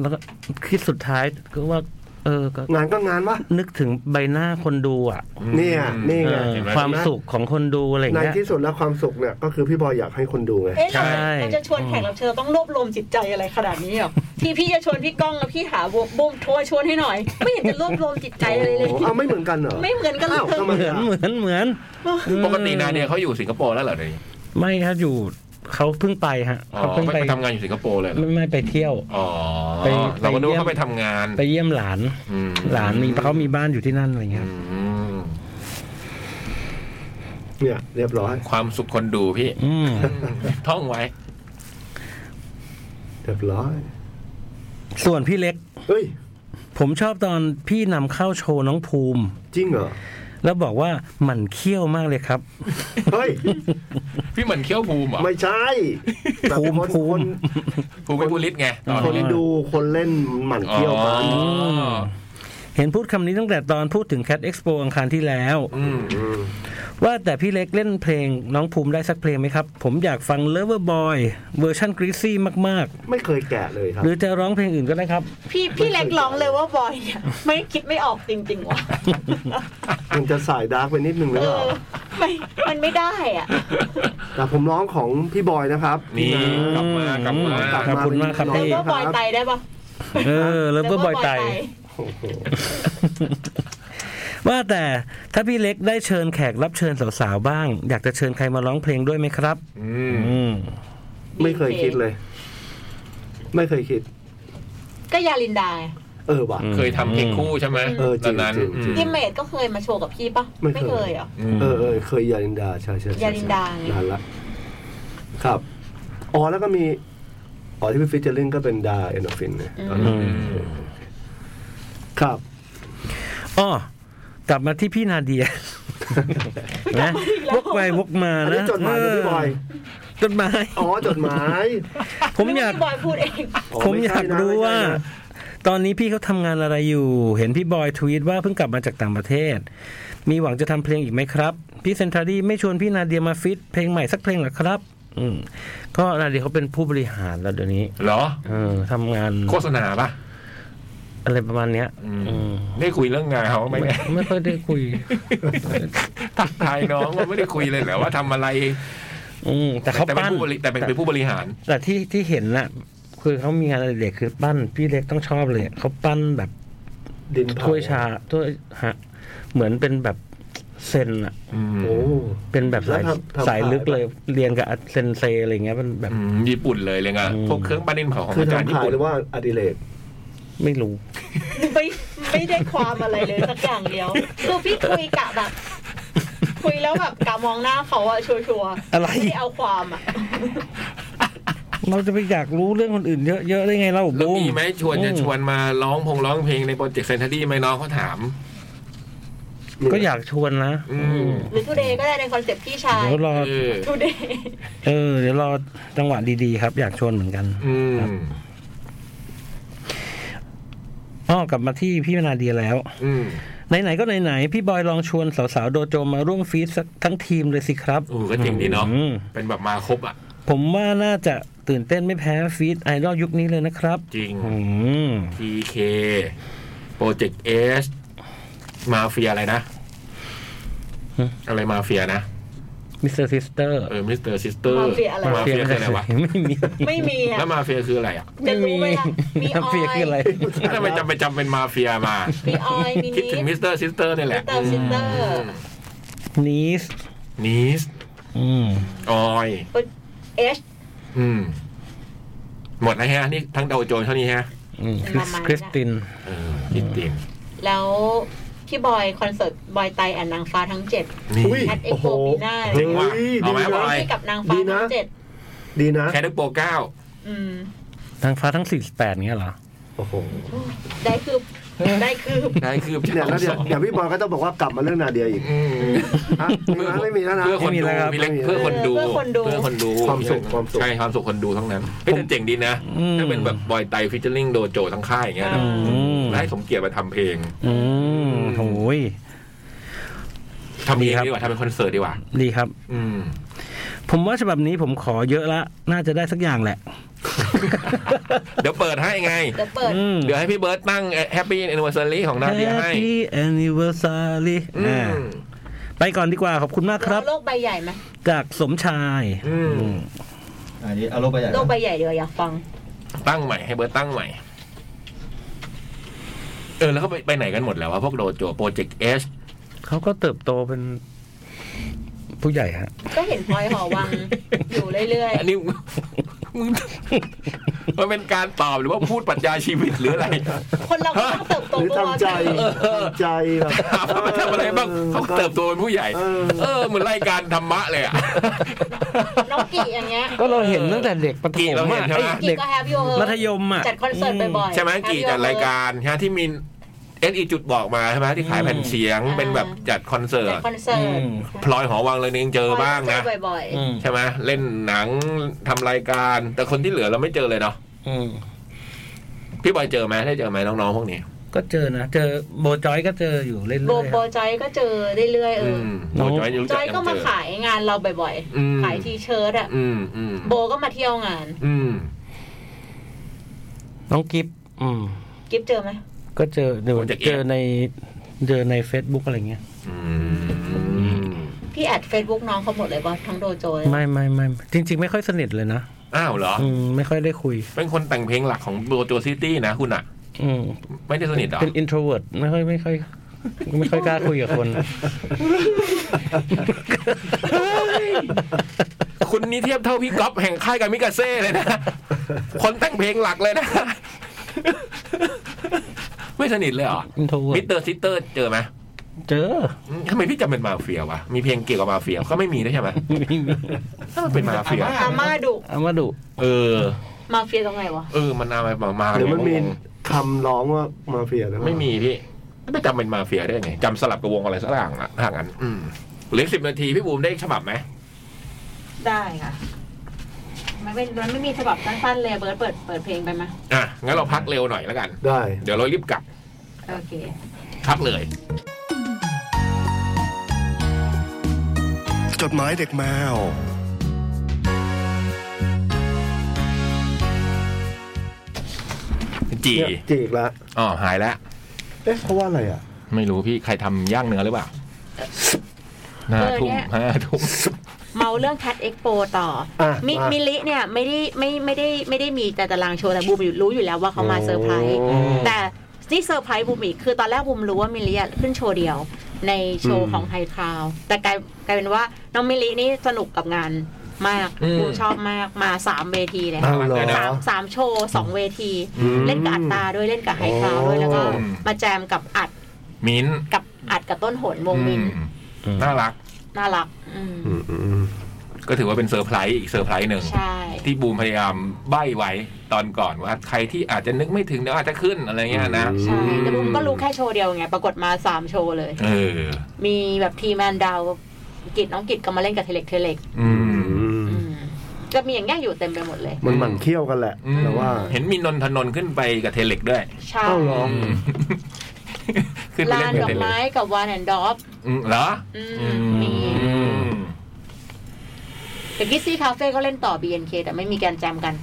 แล้วก็คิดสุดท้ายก็ว่า เออก็
งานก็งานวะ
นึกถึงใบหน้าคนดูอ่ะ
เนี่ยนี่
เอ
ไง
อความสุขของคนดูอะไรอย่าง
ใน
เงี้ย
ที่สุดแล้วความสุขเนี่ยก็คือพี่บอยอยากให้คนดูไง
เอ๊ะ
ใช่
เราจะชวนแขกรับเชิญต้องรวบรวมจิตใจอะไรขนาดนี้หรอที่พี่จะชวนพี่ก้องแล้วพี่หาบุ้มโทรชวนให้หน่อย ไม่เห็นจะรวบรวมจิตใจอะไรเลย
โอ้เอาไม่เหมือนกันเหรอ
ไม่เหมือนกันเล
อ้าวทำไม
เห
ย
มือนเหมือนเหมือน
ปกตินาเดียเขาอยู่สิงคโปร์แล้วเหรอเนี่ย
ไม่ครับอยู่เขาเพิ่งไปฮะ
อ๋อ
เขาเพิ่ง
ไป
ไป
ทำงานอยู่สิงคโปร์เลยเหรอ
ไม่ไม่ไปเที่ยว
อ๋อ
ไป
เราก็นึกว่าเขาไปทำงาน
ไปเยี่ยมหลาน
อืม
หลานมีเขามีบ้านอยู่ที่นั่นอะไรเงี้
อื
ย
ม
เนี่ย เรียบร้อย
ความสุขคนดูพี่ <laughs>
อืม
ท่องไว้
เรียบร้อย
ส่วนพี่เล็ก
เฮ้ย
ผมชอบตอนพี่นำเข้าโชว์น้องภูมิ
จริงเหรอ
แล้วบอกว่าหมันเขี้ยวมากเลยครับ
เฮ้ย
พี่เหมือนเคี้ยวภูมิเหรอ
ไม่ใช่แต่
ภูมิ
คน
ภูมิ
คน
ภูมิไม่พูดลิศไงตอน
คน
นี้
ดูคนเล่นหมั่นเที่ยวมัน
อ๋อ
เห็นพูดคำนี้ตั้งแต่ตอนพูดถึงแค t เอ็กซ์โปอังคารที่แล้ว
อืม
อืม
ว่าแต่พี่เล็กเล่นเพลงน้องภูมิได้สักเพลงไหมครับ ผมอยากฟัง Lover Boy เวอร์ชันกรีซี่มาก
ไม่เคยแกะเลยค
ๆ
รับ
หรือจะร้องเพลงอื่นก็ได้ครับ
พี่พี่เล็กร้องเลยว่าบอยเนี่ยไม่คิดไม่ออกจริงๆว่ะ
มันจะสายดาร์กไปนิดนึงหรื
เอ
อเปล่า
อไม่มันไม่ได้อ่ะ
แต่ผมร้องของพี่บอยนะครับ
นี่
พี่นะ
กลับมากลับมา
อืมกลับ
ข
มา
อบคุณมากครับ
แล้ว
พี่
ก็บอยไตได้ปะ
เออ Lover Boy ไต
โอ้โห
ว่าแต่ถ้าพี่เล็กได้เชิญแขกรับเชิญสาวๆบ้าง อยากจะเชิญใครมาร้องเพลงด้วยไหมครับ
อืม
อืม
ไม่เคยคิดเลย ไม่เคยคิด
ก็ยาลินดา
เออว่ะ
เคยทำเพลงคู่ใช่ไหม
เออจ
ต
ริ
อง นนั้น
จริงจริง
อื
พี่
ม
เมดก็เคยมาโชว์กับพี่ปะ
ไม่เคย
เคยเหรอ
เออเออเคยยาลินดาใช่ใช่ใช่
ยาลินดาไง
นานละครับอ๋อแล้วก็มีอ๋อที่เป็นฟิชเจอริงก็เป็นดาเอนโดฟินเนี่ยตอนนั้น
อืม
ครับ
อ้อกลับมาที่พี่นาเดียนะวกไปวกมา
อันนี้
นะ
จดหมาย
เ
ของพี่บอย
จดหมาย
อ๋อจดหมาย
ผมอยาก
พี่บอยพูดเอง
อ๋
ผม
ไใช่
อยากรู้
นะ
ว่า
ไม่ใช่นะ
ตอนนี้พี่เขาทำงานอะไรอยู่ เห็นพี่บอยทวีตว่าเพิ่งกลับมาจากต่างประเทศ มีหวังจะทำเพลงอีกไหมครับ พี่เซนทรารีไม่ชวนพี่นาเดียมาฟิตเพลงใหม่สักเพลงเหรอครับ อืม ก็นาเดียเขาเป็นผู้บริหารแล้วเดี๋ยวนี้
เหรอ
เออทำงาน
โฆษณาปะ
เ อะไรประมาณเนี้ย
อืม
อืม
ได้ <laughs> คุยเรื่องงานเขาไหม
ไม่
เนี่ย
ไม่ค่อยได้คุย
ทักทายน้องว่าไม่ได้คุยเลยเหรอว่าทำอะไร
อืมแต่เขา
แต่เป็น
ปั้น
ผู้บริแต่เป็นเป็นผู้บริหาร
แต่ที่ที่เห็นน่ะ คือเขามีงานอดิเรกคือปั้นพี่เล็กต้องชอบเลยเขาปั้นแบบ
ดินเผ
ถ้วยชาถ้วยฮะ เหมือนเป็นแบบเซนอะ
อืม
โอ้
เป็นแบบสาย
แล้วทำทำ
สายลึก
ขายปะ
เลยเรียนกับเซนเซอะไรเงี้ยมันแบบ
อืมญี่ปุ่นเลยเลยไง
อืม
พวกเครื่องปั้นดินเผาของ
คือ
อาจารย์
ทำ
ญี่
ขาย
ปุ่น
หรือว่าอดิเรก
ไม่รู้
ไม่ไม่ได้ความอะไรเลยสักอย่างเดียวคือพี่คุยกะแบบ คุยแล้วแบบกะมองหน้าเขาอะชัวร์ๆ
อะไร
ม่ด้เอาความอะ
เราจะไปอยากรู้เรื่องคนอื่นเยอะๆได้ไงเรา
แล้ว
บู
มีไหมชวนจะชวนมาร้องพงร้องเพลงในโปรเจกต์เซนทัรี่ไหมน้องเขาถาม
ก็อยากชวนนะ
อืม
อืม
หรือทูเดย์ก็ได้ในคอนเซ็ปต์พี่ชาย
เดี๋ยวรอ
เออ
ทูเดย์
เออเดี๋ยวรอจังหวะดีๆครับ อยากชวนเหมือนกัน
อืม
อ้อกลับมาที่พี่นาเดียแล้ว
อืม
ไหนๆก็ไหนๆพี่บอยลองชวนสาวๆโดโจมาร่วมฟีดสักทั้งทีมเลยสิครับ
โอ้ก็เจ๋งดีเนาะ
อืม
เป็นแบบมาครบอ่ะ
ผมว่าน่าจะตื่นเต้นไม่แพ้ฟีดไอดอลยุคนี้เลยนะครับ
จริง
อืม
TK โปรเจกต์เอสมาเฟียอะไรนะ
ฮะ
อะไรมาเฟียนะ
มิสเตอร์ซิสเตอร์
เออมิสเตอร์ซิสเตอร์
มาเฟียอะไร
มาเฟียคือ
อะ
อะไรวะ
<laughs> ไม่
ไม่
มี
มีอะ
แล้วมาเฟียคืออะไรอ่ะ
จะรู้ไหมล่ะ <laughs> มีออย
มาเฟียคืออะไร
ทำไมจำไปจำเป็นมาเฟียมา
มีออยมี
คิด
นิ
ถึงมิ
ด
สเตอร์ซิสเตอร์นี่แห
มิ
ละ
สเตอร์ซิสเตอร์
นีส
นีส
อืม
ออย
เอช
อืม หมดแล้วฮะ นี่ทั้งโดโจนเท่านี้ฮะ
อืมคริ
ป
ส
ระมาณนั้น
คริสติน
เออคิดติน
แล้วพี่บอยคอนเสิร์ตบอยไตแอนนางฟ้าทั้งเจ็ด
นี่
อุ้ย
แอดเอ็ก
โอ้
โป
โห
ปีหน้า
เจ๋งว่ะ
ฮ้ย
เอาไหม
ดี
บ
นะ
อย
ให้กับนางฟ้า
ดีนะ
ทั้งเจ็ด
ดีนะ
แคดึกโปรเก้า
อืม
ทางฟ้าทั้ง 48เงี้ยเหรอ
โอ้โห
ได้คืบ <laughs> ได้คืบ
ได้คือจะ
เนี่ย
เอา
แล้วเดี๋
ส
ยว
อง
เดี๋ยวพี่บอยก็ต้องบอกว่ากลับมาเรื่องนาเดียอีก
อืม
ฮะมีนะไม่มีแล้วนะ
เพื่อคน
ไม่มี
ดู
แล้วครับ
มีเล็กเพื่อคนดู
เพื่อคนดู
เพื่อคนดู
ความสุขความสุข
ใช่ความสุขคนดูทั้งนั้นเฮ้ยแต่เจ๋งดีนะ
อืม
ถ้าเป็นแบบบอยไตฟิชเชอร์ลิงโดโจทั้งค่ายอย่างเงี้ยนะ
อื
อืม
แล้วให้สมเกียรติมาทำเพลง
อืมโหย
ทำเพลง
ดีครับ
ดีกว่าทำเป็นคอนเสิร์ตดีกว่า
ดีครับ
อืม
ผมว่าฉบับนี้ผมขอเยอะละ น่าจะได้สักอย่างแหละ
เดี๋ยวเปิดให้ไง
เดี๋ยวเปิด
อืม
เดี๋ยวให้พี่เบิร์ตตั้งแฮปปี้แอนนิว r ซ a รีของนาเดียให้
Happy Anniversary
อื
อ่าม ไปก่อนดีกว่าขอบคุณมากครับ
โลกใบใหญ่ไหม
จากสมชาย
อืม
อืม
อันนี้เอารมณ์ไปใหญ่
โลกใบใหญ่เดี๋ยวอยากฟัง
ตั้งใหม่ให้เบิร์ตตั้งใหม่ เออ แล้วเขาไปไปไหนกันหมดแล้ววะพวกโดโจโปรเจกต์เอส
เขาก็เติบโตเป็นผู้ใหญ่ฮะ
ก็เห็นพลอยหอวัง อยู่เรื่อย
อันนี้ <laughs> มึงมันเป็นการตอบหรือว่าพูดปรัชญาชีวิตหรืออะไร <laughs>
ๆ คนเราก็ต้องเติบโต
หรือ
พอ
ทำใจ
ๆ
ทำใจแบบ
ถามว่ามันทำอะไรบ้างเขาเติบโตเป็นผู้ใหญ่
เออ
เออเหมือนรายการธรรมะเลยอ่ะ <laughs>
น้องกี่อย่างเงี้ย
ก็เราเห็นตั้งแต่เด็กประถ
กี่
ม
เราเห็น
อะ
ใช่ไหม
ไอ้
กี่
เด็ก
ก็แฮปปี้โอเฮ
มัธยมอะ
จัดคอนเสิร์ต
อืม
บ่อยๆ
ใช่ไหม
Happy
กี่จัด
Hour
รายการฮะที่มีเอสอีจุดบอกมาใช่ไหมที่ขายแผ่นเสียง
อ่า
เป็นแบบจัดคอนเสิ
จั
ร์
ด
ต
คอนเสิร์ต
อืม
พลอยหอวังเลยนึงเจอบ้างนะ
เจอบ่อย
อืม
ใช่ไหมเล่นหนังทำรายการ แต่คนที่เหลือเราไม่เจอเลยเนาะ
อืม
พี่บอยเจอไหมได้เจอไหมน้องๆพวกนี้
ก็เจอนะ เจอโบจอยก็เจออยู่เรื่อย
ๆ
ๆ
โบโบ
อะ
จอยก็เจอเรื่อยๆเอ
อื
อ
ม
น้
โบ
อง
จอยรู้
จ
จัก
อย
กัน
ก็มา
เจอ
ขายงานเราบ่อย
อืม
ๆ ขายทีเชิ้ตอะ
อืมอืม
โบก็มาเที่ยวงาน
อืม
น้องกิฟอืม
กิฟเจอไหม
ก็เจอเดี๋ยวเจอในเจอใน Facebook อะไรเงี้ย
อืม
พี่แอดเฟซบุ๊กน้องเขาหมดเลยป่ะทั้งโดโจเลย
ไม่ไม่ไม่จริง ๆ ไม่ค่อยสนิทเลยนะ
อ้าวเหรอ
อืมไม่ค่อยได้คุย
เป็นคนแต่งเพลงหลักของโบโจซิตี้นะคุณอะ
อืม
ไม่ได้สนิทเหรอ
เป็น introvert ไม่ค่อยไม่ค่อย ไม่ค่อยกล้าคุยกับคน
คุณนี่เทียบเท่าพี่ก๊อฟแห่งค่ายกับมิกาเซ่เลยนะ คนแต่งเพลงหลักเลยนะ ไม่สนิทเลยเหรอ มิ
introvert
สเตอร์ซิสเตอร์เจอไหม
เจอ <laughs>
อืมทำไมพี่จำเป็นมาเฟียวะมีเพลงเกี่ยวกับมาเฟียก็ไม่มีด้วยใช่ไหม
มีมี
ถ้ามันเป็นมาเฟีย
อาม่าดุ
อามาดุ
เออ
มาเฟียตรงไหนวะ
เออ มันนามามามา
หรือมันมี
ไง
คำร้องว่ามาเฟียนะ
ไม่มีพี่ไม่จำเป็นมาเฟียได้ไงจำสลับกับวงอะไรสักอย่างละถ้างั้นอืมเหลือสิบนาทีพี่บูมได้ฉบับไหม
ได้ค่ะ มันไม่มันไม่มีฉบับสั้นๆเลยเบิร์ดเปิดเปิดเพลงไปมา
อ่ะ งั้นเราพักเร็วหน่อยแล้วกัน
ได้
เดี๋ยวเรารีบกลับ
โอเค
พักเลย
จดหมายเด็กแมว
จ จี
เนี่ยจีกละ
อ๋อหายแล้ว
เอ๊ะเขาว่าอะไรอ่ะ
ไม่รู้พี่ใครทำย่างเนื้อหรือเปล่าห้าทุ่ม
เออเนี่ย
ห้าทุ่ม
เมาเรื่องแคดเอ็กโปต่อ
อ่ะ
มิ
มา
มิลิเนี่ยไม่ได้ไม่ไม่ได้ไม่ได้มีแต่ตารางโชว์แต่บูมอยู่รู้อยู่แล้วว่าเขามาเซอร์ไพรส์
โอ้
ม
แต่นี่เซอร์ไพรส์บูมอีกคือตอนแรกบูมรู้ว่ามิลลิอะขึ้นโชว์เดียวในโช
อื
ว์
ม
ของไฮคลาวแต่กลายกลายเป็นว่าน้องมิลลินี่สนุกกับงานมาก
อืม
บูมชอบมากมาสามเวทีเลย
อ้าวเหรอ
เดี๋ยวนะ
สามสามโชว์สองเวที
อืม
เล่นกับอัตตาด้วยเล่นกับไฮคลาวด้วยแล้วก็
อืม
มาแจมกับอัด
มิ้นท์
กับอัดกับต้นโหนวงมิน
อืมน่ารัก
น่ารักอืม
อืมอืมอืม
ก็ถือว่าเป็นเซอร์ไพรส์อีกเซอร์ไพรส์หนึ่ง
ใช่
ที่บูมพยายามใบ้ไว้ตอนก่อนว่า ใครที่อาจจะนึกไม่ถึงเดี๋ยวอาจจะขึ้นอะไรเงี้ยนะ
อื
ใช่แต่บูมก็รู้แค่โชว์เดียวไงปรากฏมาสามโชว์เลย
เออ
มีแบบทีแมนดาวกิจน้องกิจก็มาเล่นกับเทเล็กเทเล็ก
อืม
อืมจะมีอย่างเงี้ยอยู่เต็มไปหมดเลย
มันหมั่นเคี้ยวกันแหละ
อืม
แต่ว่า
เห็นมีนนทนนท์ขึ้นไปกับเทเล็กด้วย
ใช่
เอ้าเหรอ
อืมขึ้นไป
ลา
เล่น
น
กับ
ดอ
เทเล็
กไม้
ก
กับวานแอนด์ดอฟ
อืมเหรอ
อืม
อื
มี
ม
แต่กิซี่คาเฟ่ก็เล่นต่อ BNK แต่ไม่มีการแจมกัน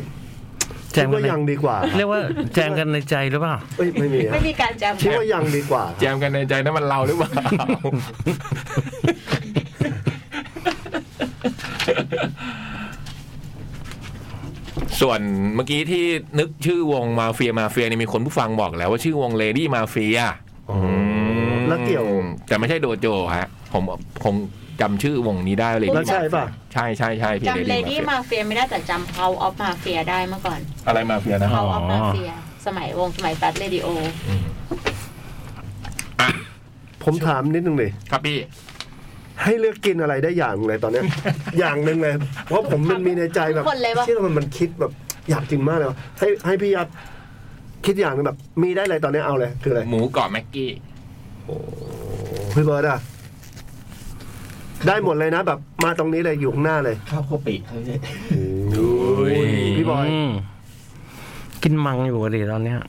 แจ
คิด
มกั
ว่าน
ใน
ยังดีกว่า
เรียกว่าแจมกันในใจหรือเปล่า
เอ้ยไม่มีอะ
ไม่มีการแจม
คิด
กัน
ว่ายังดีกว่า
แจมกันในใจนั้นมันเราหรือเปล่า <laughs> ส่วนเมื่อกี้ที่นึกชื่อวงมาเฟียมาเฟียเนี่ยมีคนผู้ฟังบอกแล้วว่าชื่อวงเลดี้มาเฟีย
อ๋อแล้วเกี่ยว
แต่ไม่ใช่โดโจฮะ ผมผมจำชื่อวงนี้ได้เลย
แล้วใช่ป่ะ
ใช่ใช่ใช่พี่
จำเล
เล
ดี้
ดี้
มาเฟียไม่ได้แต่จำ House of Mafia ได้เมื่อก่อน
อะไรมาเฟียนะ
House of
อ๋อ
Mafia สมัยวงสมัยแฟ t เรดิโอ
ผมถามนิดนึงดิ
ครับพี่
ให้เลือกกินอะไรได้อย่างหนึ่งเลยตอนเนี้ย
<laughs>
อย่างหนึ่งเลยเพราะผมมันมีในใจแบบ
คนเลยว่า
ที่มันมันคิดแบบอยากกินมากเลยว่ะให้ให้พี่ยักษ์คิดอย่างหนึงแบบ มีได้เลยตอนเนี้ยเอาเลยคืออะไร
หมูกรอบแม็กกี้
พี่เบิร์ดอะได้หมดเลยนะแบบ มาตรงนี้เลยอยู่ข้างหน้าเลย
ข้าวโคปิครับพี่
ย
พี่บอย
มกินมังอยู่ดิตอนเนี้ย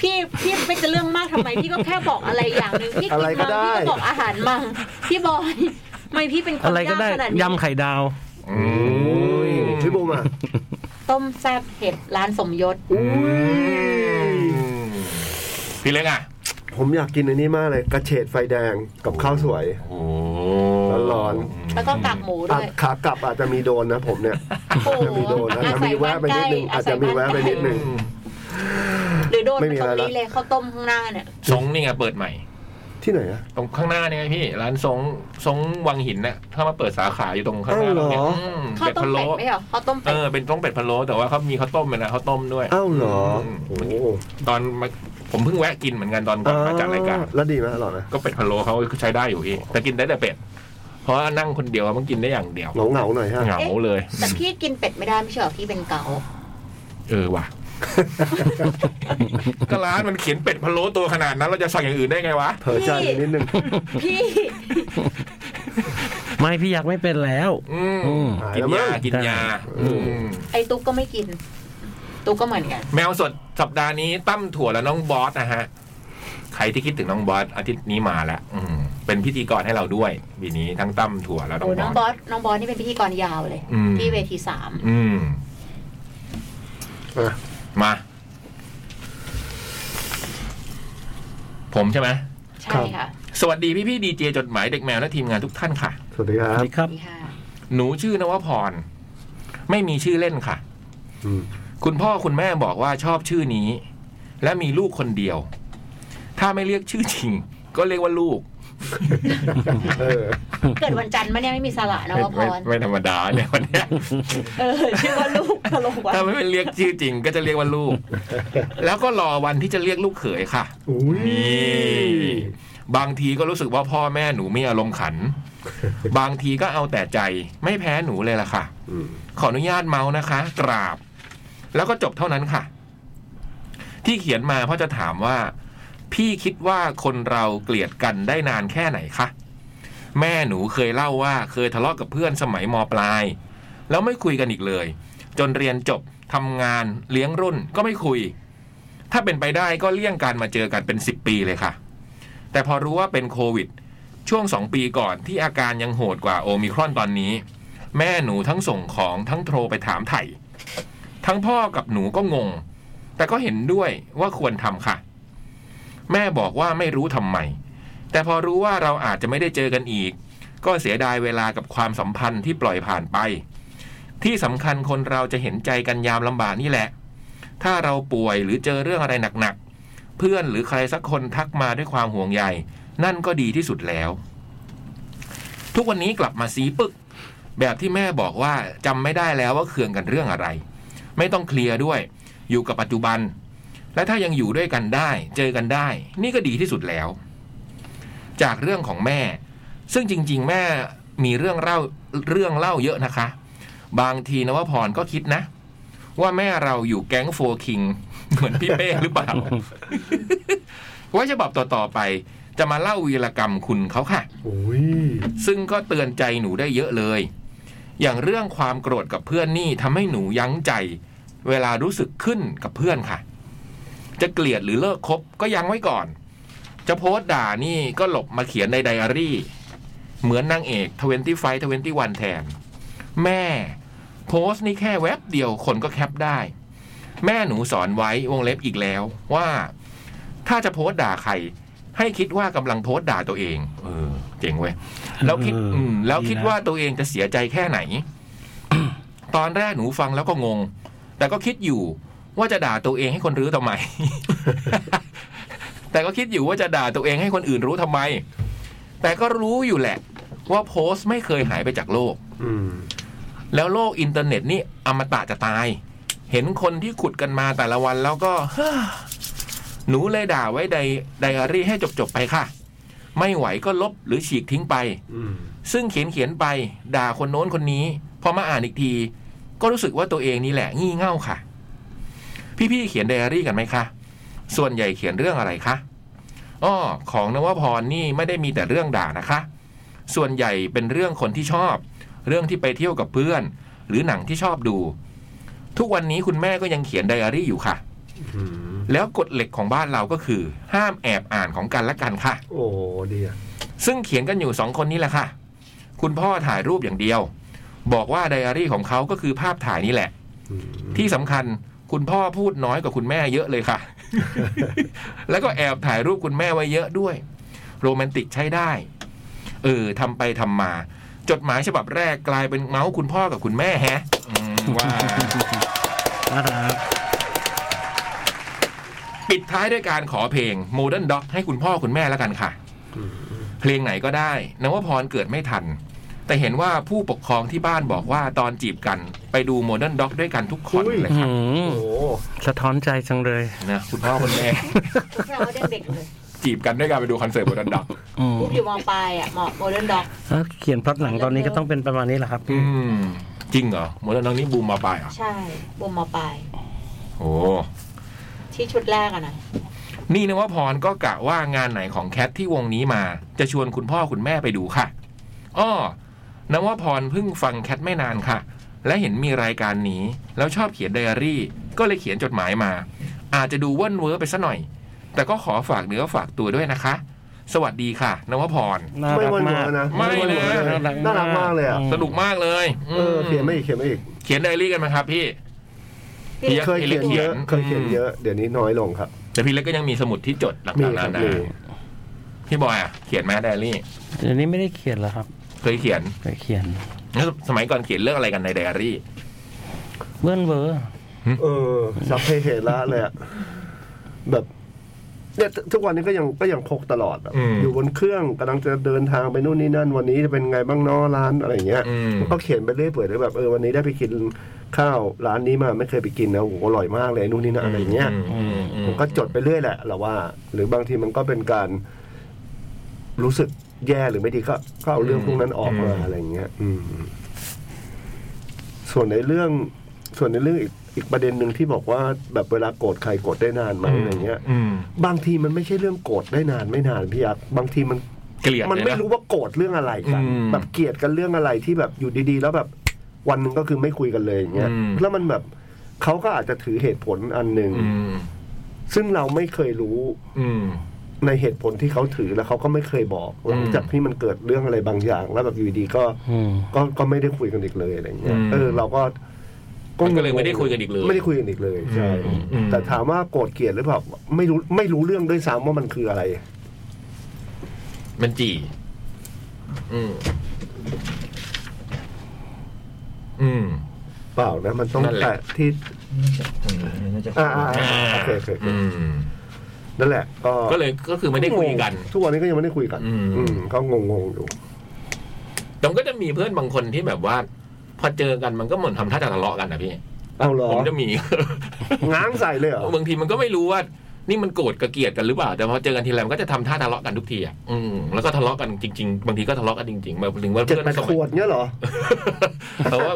พี่พี่ไม่จะเรื่องมากทำไม พี่ก็แค่บอกอะไรอย่างหนึ่งพี่กินมังพี่ก็บอกอาหารมังพี่บอยไม่พี่เป็นค
อะ
น
ไรก็
ยาก
ได้
ขนาดนี้
ยำไข่ดาว
อุ้ยพี่บูมอะ
ต้มแซ่บเผ็ดร้านสมยศ
อุ้ย
พี่เล็กอ่ะ
ผมอยากกินอันนี้มากเลย กระเฉดไฟแดงกับข้าวสวย
โอ้
ร้อน
แล้วก็กากหมูด้
อ่ะ
วย
ขากลับอาจจะมีโดนนะผมเนี่ย
โอ้โห
อาจจะมีโดนอาจจะมีแวะไปนิดนึงอาจจะมีแวะไปนิดนึง
หรือโดน
ไม่มี
ตรง
อะไรละ
นี้เลยข้าวต้มข้างหน้าเนี่ย
ทรงนี่ไงเปิดใหม่
ที่ไหนอะ
ตรงข้างหน้าเนี่ยไงพี่ ร้านทรงทรงวังหินเนี่ยถ้ามาเปิดสาขาอยู่ตรงข้างหน้า
อ้าวเหรอ
เราเนี่ยอืม
ข้าว
เป็ด
ต้ม
พะโล้
เป็ดไหมเหรอข้าวต้ม
เออ
เป็ด
เป็นต้องเป็ดพะโล้แต่ว่าเขามีข้าวต้มเป็นนะข้าวต้มด้วย
อ้าวเหรอ
อืม
โอ้โห
ตอนมาผมเพิ่งแวะกินเหมือนกันตอนก่อนมาจัดรายการ
แล้วดีไหมอร่อยไหม
ก็เป็ดพะโล้เขาใช้ได้อยู่พี่แต่กินได้แต่เป็ด เพราะว่านั่งคนเดียวมันกินได้อย่างเดียว
เหงาเหงาๆหน่อยฮะ
เหงาเลย
แต่พี่กินเป็ดไม่ได้ไม่ใช่เหรอพี่เป็นเกา
เออว่ะ ก็ร้านมันเขียนเป็ดพะโล้ตัวขนาดนั้น เราจะสั่งอย่างอื่นได้ไงวะ
เผลอใจไปนิดนึง
พี่
ไม่พี่ยักษ์ไม่เป็นแล้ว
อืม
อืม
หาย
กิน
แล้วมั้
ยาง กินยาอืม
ไอ้ตุ๊กก็ไม่กิน ตุ๊กก็เหมือนกัน
แมวสดสัปดาห์นี้ตั้มถั่วและน้องบอสนะฮะใครที่คิดถึงน้องบอสอาทิตย์นี้มาแล้วอืมเป็นพิธีกรให้เราด้วยปีนี้ทั้งตั้มถั่วและน้
โอ้
องบ
น้
อ
อง
ส
บอสน้องบอสนี่เป็นพิธีกรยาวเลย
อืม
ที่เวทีสาม
อืม
อ่ะ
มา ผมใช่ไหม
ใช่ค่ะ
สวัสดีพี่พี่ดีเจจดหมายเด็กแมวและทีมงานทุกท่านค่ะ
สวัสดีค
ส
รั
วัส
บ
ดีครับ
นี่ค่ะ
หนูชื่อนวพร ไม่มีชื่อเล่นค่ะ
อืม
คุณพ่อคุณแม่บอกว่าชอบชื่อนี้ และมีลูกคนเดียว ถ้าไม่เรียกชื่อจริง ก็เรียกว่าลูก
เออ
เกิดวันจันทร์มาเนี่ยไม่มีสละนะ
ไม่
วพ
ไม่
ร
ไม่ธรรมดา
<laughs>
เนี่ยวันเนี้ย
เออชื่อว่าลูกตลกว่ะ
ถ้าไม่เรียกชื่อจริง ก็จะเรียกว่าลูก แล้วก็รอวันที่จะเรียกลูกเขยค่ะ
อุ้ย
นี่บางทีก็รู้สึกว่าพ่อแม่หนูมีอารมณ์ขัน บางทีก็เอาแต่ใจไม่แพ้หนูเลยล่ะค่ะ
อืม
ขออนุญาตเมาส์นะคะ กราบ แล้วก็จบเท่านั้นค่ะ ที่เขียนมาเพราะจะถามว่า พี่คิดว่าคนเราเกลียดกันได้นานแค่ไหนคะแม่หนูเคยเล่าว่าเคยทะเลาะกับเพื่อนสมัยมปลาย แล้วไม่คุยกันอีกเลย จนเรียนจบทำงานเลี้ยงรุ่นก็ไม่คุย ถ้าเป็นไปได้ก็เลี่ยงการมาเจอกันเป็นสิบปีเลยค่ะ แต่พอรู้ว่าเป็นโควิด ช่วงสองปีก่อนที่อาการยังโหดกว่าโอมิครอนตอนนี้ แม่หนูทั้งส่งของทั้งโทรไปถามไถ่ทั้งพ่อกับหนูก็งง แต่ก็เห็นด้วยว่าควรทำค่ะ แม่บอกว่าไม่รู้ทำไม แต่พอรู้ว่าเราอาจจะไม่ได้เจอกันอีก ก็เสียดายเวลากับความสัมพันธ์ที่ปล่อยผ่านไป ที่สำคัญคนเราจะเห็นใจกันยามลำบากนี่แหละ ถ้าเราป่วยหรือเจอเรื่องอะไรหนักๆ เพื่อนหรือใครสักคนทักมาด้วยความห่วงใย นั่นก็ดีที่สุดแล้ว ทุกวันนี้กลับมาซีปึก แบบที่แม่บอกว่าจำไม่ได้แล้วว่าเคืองกันเรื่องอะไร ไม่ต้องเคลียร์ด้วย อยู่กับปัจจุบัน และถ้ายังอยู่ด้วยกันได้ เจอกันได้ นี่ก็ดีที่สุดแล้ว จากเรื่องของแม่ ซึ่งจริง ๆ แม่มีเรื่องเล่าเรื่องเล่าเยอะนะคะ บางทีนวพรก็คิดนะ ว่าแม่เราอยู่แก๊งโฟคิง เหมือนพี่เป้หรือเปล่า ไว่าฉบับต่อๆไป จะมาเล่าวีรกรรมคุณเขาค่ะ
โอ้ย
ซึ่งก็เตือนใจหนูได้เยอะเลย อย่างเรื่องความโกรธกับเพื่อนนี่ทำให้หนูยั้งใจ เวลารู้สึกขึ้นกับเพื่อนค่ะ จะเกลียดหรือเลิกคบก็ยั้งไว้ก่อน จะโพสต์ด่านี่ก็หลบมาเขียนในไดอารี่ เหมือนนางเอกทเวนตี้ไฟทเวนตี้วันแทน แม่ โพสต์นี่แค่แว็บเดียวคนก็แคปได้ แม่หนูสอนไว้วงเล็บอีกแล้วว่า ถ้าจะโพสต์ด่าใคร ให้คิดว่ากำลังโพสต์ด่าตัวเอง เออ เจ๋งเว้ย แล้วคิด
เอออื
มแล้ว
ดีนะ
คิดว่าตัวเองจะเสียใจแค่ไหน
<coughs>
ตอนแรกหนูฟังแล้วก็งง แต่ก็คิดอยู่ว่าจะด่าตัวเองให้คนรู้ทำไม <laughs> แต่ก็คิดอยู่ว่าจะด่าตัวเองให้คนอื่นรู้ทำไม แต่ก็รู้อยู่แหละ ว่าโพสต์ไม่เคยหายไปจากโลก
อืม
แล้วโลกอินเทอร์เน็ตนี่อมตะจะตาย เห็นคนที่ขุดกันมาแต่ละวันแล้วก็ <sighs> หนูเลยด่าไว้ในไดอารี่ให้จบ ๆ ไปค่ะ ไม่ไหวก็ลบหรือฉีกทิ้งไป
อืม
ซึ่งเขียนเขียนๆไป ด่าคนโน้นคนนี้ พอมาอ่านอีกที ก็รู้สึกว่าตัวเองนี่แหละงี่เง่าค่ะ พี่ ๆ เขียนไดอารี่กันไหมคะ ส่วนใหญ่เขียนเรื่องอะไรคะอ้อของนวพรนี่ไม่ได้มีแต่เรื่องด่านะคะ ส่วนใหญ่เป็นเรื่องคนที่ชอบ เรื่องที่ไปเที่ยวกับเพื่อน หรือหนังที่ชอบดู ทุกวันนี้คุณแม่ก็ยังเขียนไดอารี่อยู่ค่ะ
อืม
แล้วกฎเหล็กของบ้านเราก็คือ ห้ามแอบอ่านของกันและกันค่ะ
โอ้ดีอ่ะ
ซึ่งเขียนกันอยู่สองคนนี้แหละค่ะ คุณพ่อถ่ายรูปอย่างเดียว บอกว่าไดอารี่ของเขาก็คือภาพถ่ายนี่แหละ
อืม
ที่สำคัญคุณพ่อพูดน้อยกว่าคุณแม่เยอะเลยค่ะ <laughs> แล้วก็แอบถ่ายรูปคุณแม่ไว้เยอะด้วย โรแมนติกใช้ได้ เออทำไปทำมา จดหมายฉบับแรกกลายเป็นเมาส์คุณพ่อกับคุณแม่แฮะอืมว่า
น่ารัก
ปิดท้ายด้วยการขอเพลง Modern Dog ให้คุณพ่อคุณแม่แล้วกันค่ะ
อืม
เพลงไหนก็ได้นวพรเกิดไม่ทัน แต่เห็นว่าผู้ปกครองที่บ้านบอกว่าตอนจีบกัน ไปดูโมเดิร์นด็อกด้วยกันทุกคนเลย
อื้อ
ครับ
หือ
โอ้
สะท้อนใจจังเลย
นะคุณพ่อคุณแม่
เราเด็กๆเลย
จีบกันด้วยการไปดูคอนเสิร์ตโมเดิร์นด็อก
อืม
พวกอยู่มอปลายอ่ะหมอโมเดิร์นด็อก
แล้วเขียนพล็อตหนังตอนนี้ก็ต้องเป็นประมาณนี้แหละครับ
อืมจริงเหรอโมเดิร์นด็อกนี่บูมมาปลายเหรอ
ใช่วงมอปลาย
โอ้
ที่ชุดแรกอะนะ
นี่นวพรก็กะว่างานไหนของแคทที่วงนี้มา จะชวนคุณพ่อคุณแม่ไปดูค่ะอ้อนวพรเพิ่งฟังแคทไม่นานค่ะ และเห็นมีรายการนี้ แล้วชอบเขียนไดอารี่ ก็เลยเขียนจดหมายมา อาจจะดูเว่นเวอร์ไปซะหน่อย แต่ก็ขอฝากเนื้อฝากตัวด้วยนะคะ สวัสดีค่ะ นวพร
น่า
ไม่
รัก
วันหั
มาว ก
นะ
ไม่
วัน
นะ
หัวเลยน่ารักมากเลยอ่ะ
อืม
สนุกมากเลย
เออเขียนไม่อีกเขียนไม่อีก
เขียนไดอารี่กันไหมครับพี่
พี่
เดี๋
เล็ก
เคยเขียนเยอะ
เขียน
เคยเขียนเยอะเดี๋ยวนี้น้อยลงครับ
แต่พี่เล็กก็ยังมีสมุดที่จดหลัก
มี
ฐาน
ค
นั้
รับ
นนะ
มี
พี่บอยอ่ะเขียนไหมไดอารี่
เดี๋ยวนี้ไม่ได้เขียนแล้วครับ
เคยเขียน
ไปเขียน
แล้วสมัยก่อนเขียนเรื่องอะไรกันในไดอารี่
เบื้อนเวอร์
เออสัพเพเหระเลยอะแบบเนี่ยทุกวันนี้ก็ยังก็ยังพกตลอดอะ
อืม
อยู่บนเครื่องกำลังจะเดินทางไปนู่นนี่นั่น วันนี้จะเป็นไงบ้างเนอร้านอะไรอย่างเงี้ย
อืม
ก็เขียนไปเรื่อยเปื่อยเลยแบบเออวันนี้ได้ไปกินข้าวร้านนี้มาไม่เคยไปกินนะโอ้โหอร่อยมากเลยนู่นนี่นั่นอะไรอย่างเงี้ย
อืมอืม
มันก็จดไปเรื่อยแหละเราว่า หรือบางทีมันก็เป็นการ รู้สึกแย่หรือไม่ดีก็ก็เอาเรื่องพวกนั้นออกมาอะไรอย่างเงี้ย อืม ส่วนในเรื่อง ส่วนในเรื่องอีกอีกประเด็นหนึ่งที่บอกว่า แบบเวลาโกรธใครโกรธได้นานไหมอะไรเงี้ย
อืม
บางทีมันไม่ใช่เรื่องโกรธได้นานไม่นานพี่ยักษ์บางทีมัน
เกลียด
มัน
เลยนะ
ไม่รู้ว่าโกรธเรื่องอะไรกัน
อืม
แบบเกลียดกันเรื่องอะไรที่แบบอยู่ดีๆ แล้วแบบวันหนึ่งก็คือไม่คุยกันเลยอย่างเงี้ย
อืม
แล้วมันแบบเขาก็อาจจะถือเหตุผลอันหนึ่ง
อืม
ซึ่งเราไม่เคยรู้
อืม
ในเหตุผลที่เขาถือแล้วเขาก็ไม่เคยบอก
อืม
หลังจากที่มันเกิดเรื่องอะไรบางอย่าง แล้วแบบอยู่ดีๆก็
อืม
ก็ก็ไม่ได้คุยกันอีกเลยอะไรเงี้ย เออ เราก็
มันก็เลยไม่ได้คุยกันอีกเลย
ไม่ได้คุยกันอีกเลยใช่
อืมอืม
แต่ถามว่าโกรธเกลียดหรือเปล่าไม่รู้ไม่รู้เรื่องด้วยซ้ำว่ามันคืออะไร
มันจี่ อืม อืม
เปล่านะมันต้อง
นั่นแหละ
แต่ที่
น่าจะ
อ่าอ่า
อ่า
อ่าโอเคโอเคโอเค
อืม
นั่นแหละ ก็
ก็เลยก็คือไม่ได้คุยกัน
ทุกวันนี้ก็ยังไม่ได้คุยกัน
อืม
อืมก็งงๆอยู่
แต่มันก็จะมีเพื่อนบางคนที่แบบว่า พอเจอกันมันก็เหมือนทำท่าจะทะเลาะกันนะพี่
เอาเหรอ
ผม
<laughs>
จะมี
ง้างใส่เลยเหรอ
บางทีมันก็ไม่รู้ว่า นี่มันโกรธกับเกลียดกันหรือเปล่า แต่พอเจอกันทีไรมันก็จะทำท่าทะเลาะกันทุกทีอ่ะอืมแล้วก็ทะเลาะกันจริงๆ บางทีก็ทะเลาะกันจริงๆแบบถึงว่า
เจ็ด
เพื่อน
แปด
ส
ข
มัยว
ดเนี้ยเหรอ
เพราะว่า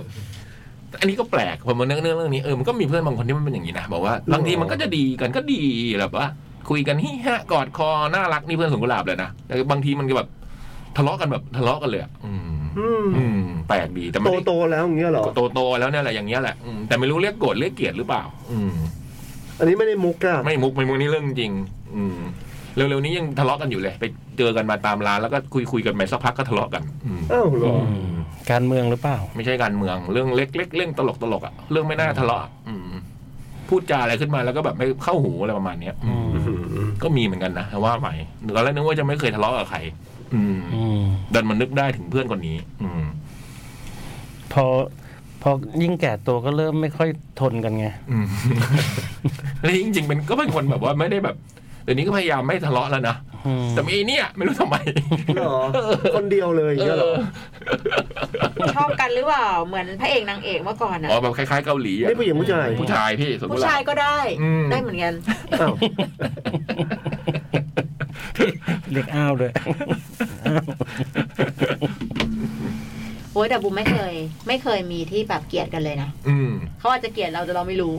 อันนี้ก็แปลกผมมาเนื่องเรื่องนี้เออมันก็มีเพื่อนบางคนที่มันเป็นอย่างนี้นะบอกว่าบางทีมันก็จะดีกันก็ดีแบบว่า คุยกันฮิฮะกอดคอน่ารักนี่เพื่อนสวนกุหลาบเลยนะแต่บางทีมันก็แบบทะเลาะกันแบบทะเลาะกันเลยอะอืม
อืม
อืม แปลกดีแต่ไม่
โต
ได้
โตๆแล้วอย่างเงี้ยเหรอ
โตโตๆแล้วเนี่ยแหละอย่างเงี้ยแหละอืมแต่ไม่รู้เรียกโกรธเรียกเกลียดหรือเปล่า อืม
อันนี้ไม่ได้มุกอะ
ไม่มุกไม่มุกนี่เรื่องจริง อืม เร็วๆนี้ยังทะเลาะกันอยู่เลย ไปเจอกันมาตามร้านแล้วก็คุยคุยๆกันไปสักพักก็ทะเลาะกัน อืม
อ้าวเหรออ
อืมการเมืองหรือเปล่า
ไม่ใช่การเมืองเรื่องเล็กๆเรื่องตลกๆอ่ะเรื่องไม่น่าทะเลาะอะอืม พูดจาอะไรขึ้นมาแล้วก็แบบไม่เข้าหูอะไรประมาณเนี้ยอืม
อืม
ก็มีเหมือนกันนะว่าไปตอนแรกนึกว่าจะไม่เคยทะเลาะกับใครอืม
อืม
ดันมันนึกได้ถึงเพื่อนคนนี้ อืม
พอพอยิ่งแก่ตัวก็เริ่มไม่ค่อยทนกันไง
อืม <laughs> แล้วจริงๆเป็นก็เป็นคนแบบว่าไม่ได้แบบเดี๋ยวนี้ก็พยายามไม่ทะเลาะแล้วนะ
อืม
แต่มีไอ้เนี่ย ไม่รู้ทำไม
เหรอ คนเดียวเลยอย่างเงี้ยเหรอ
ชอบกันหรือเปล่า เหมือนพระเอกนางเอกเมื่อก่อนอะ
อ๋อแบบคล้ายๆเกาหลีอะ
นี่ผู้หญิงผู้ชาย
ผู้ชายพี่สมม
ผู้
ติว่ <laughs>
ชายก็ได้
อืม
ได้เหมือนกัน
อ้าว
เรียกอ้าวเลย
โอ้ยแต่บูมไม่เคย ไม่เคยมีที่แบบเกลียดกันเลยนะ
อืม
เขาอาจจะเกลียดเราแต่เราไม่รู้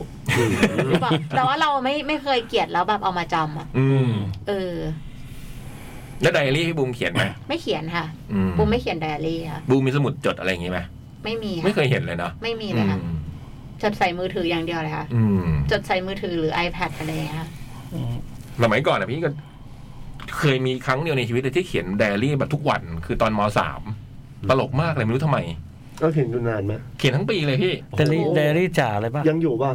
หรือเปล่าแต่ว่าเราไม่ไม่เคยเกลียดแล้วแบบเอามาจำอะ
อืม
เออ
แล้วไดอารี่พี่บูมเขียนไหม
ไม่เขียนค่ะ
อืม
บูมไม่เขียนไดอารี่ค่ะ
บูมมีสมุดจดอะไรอย่างงี้ไหม
ไม่มี
ไม่
ค่ะ
เคยเห็นเลยเนาะ
ไม่มีเล
อื
ย
ม
ค่ะจดใส่มือถืออย่างเดียวเลยค่ะ
อืม
จดใส่มือถือหรือ iPad อะไรอย่างเงี้ยค่ะ
สมัยก่อนอะพี่ก็เคยมีครั้งเดียวในชีวิตเลยที่เขียนไดอารี่แบบทุกวัน คือตอนมสามตลกมากเลยไม่รู้ทำไม
ก็เห็นอยู่นานไหม
เขียนทั้งปีเลยพี่
ไดอารี่ไดอารี่จ๋าเลยป่ะ
ยังอยู่ป่ะ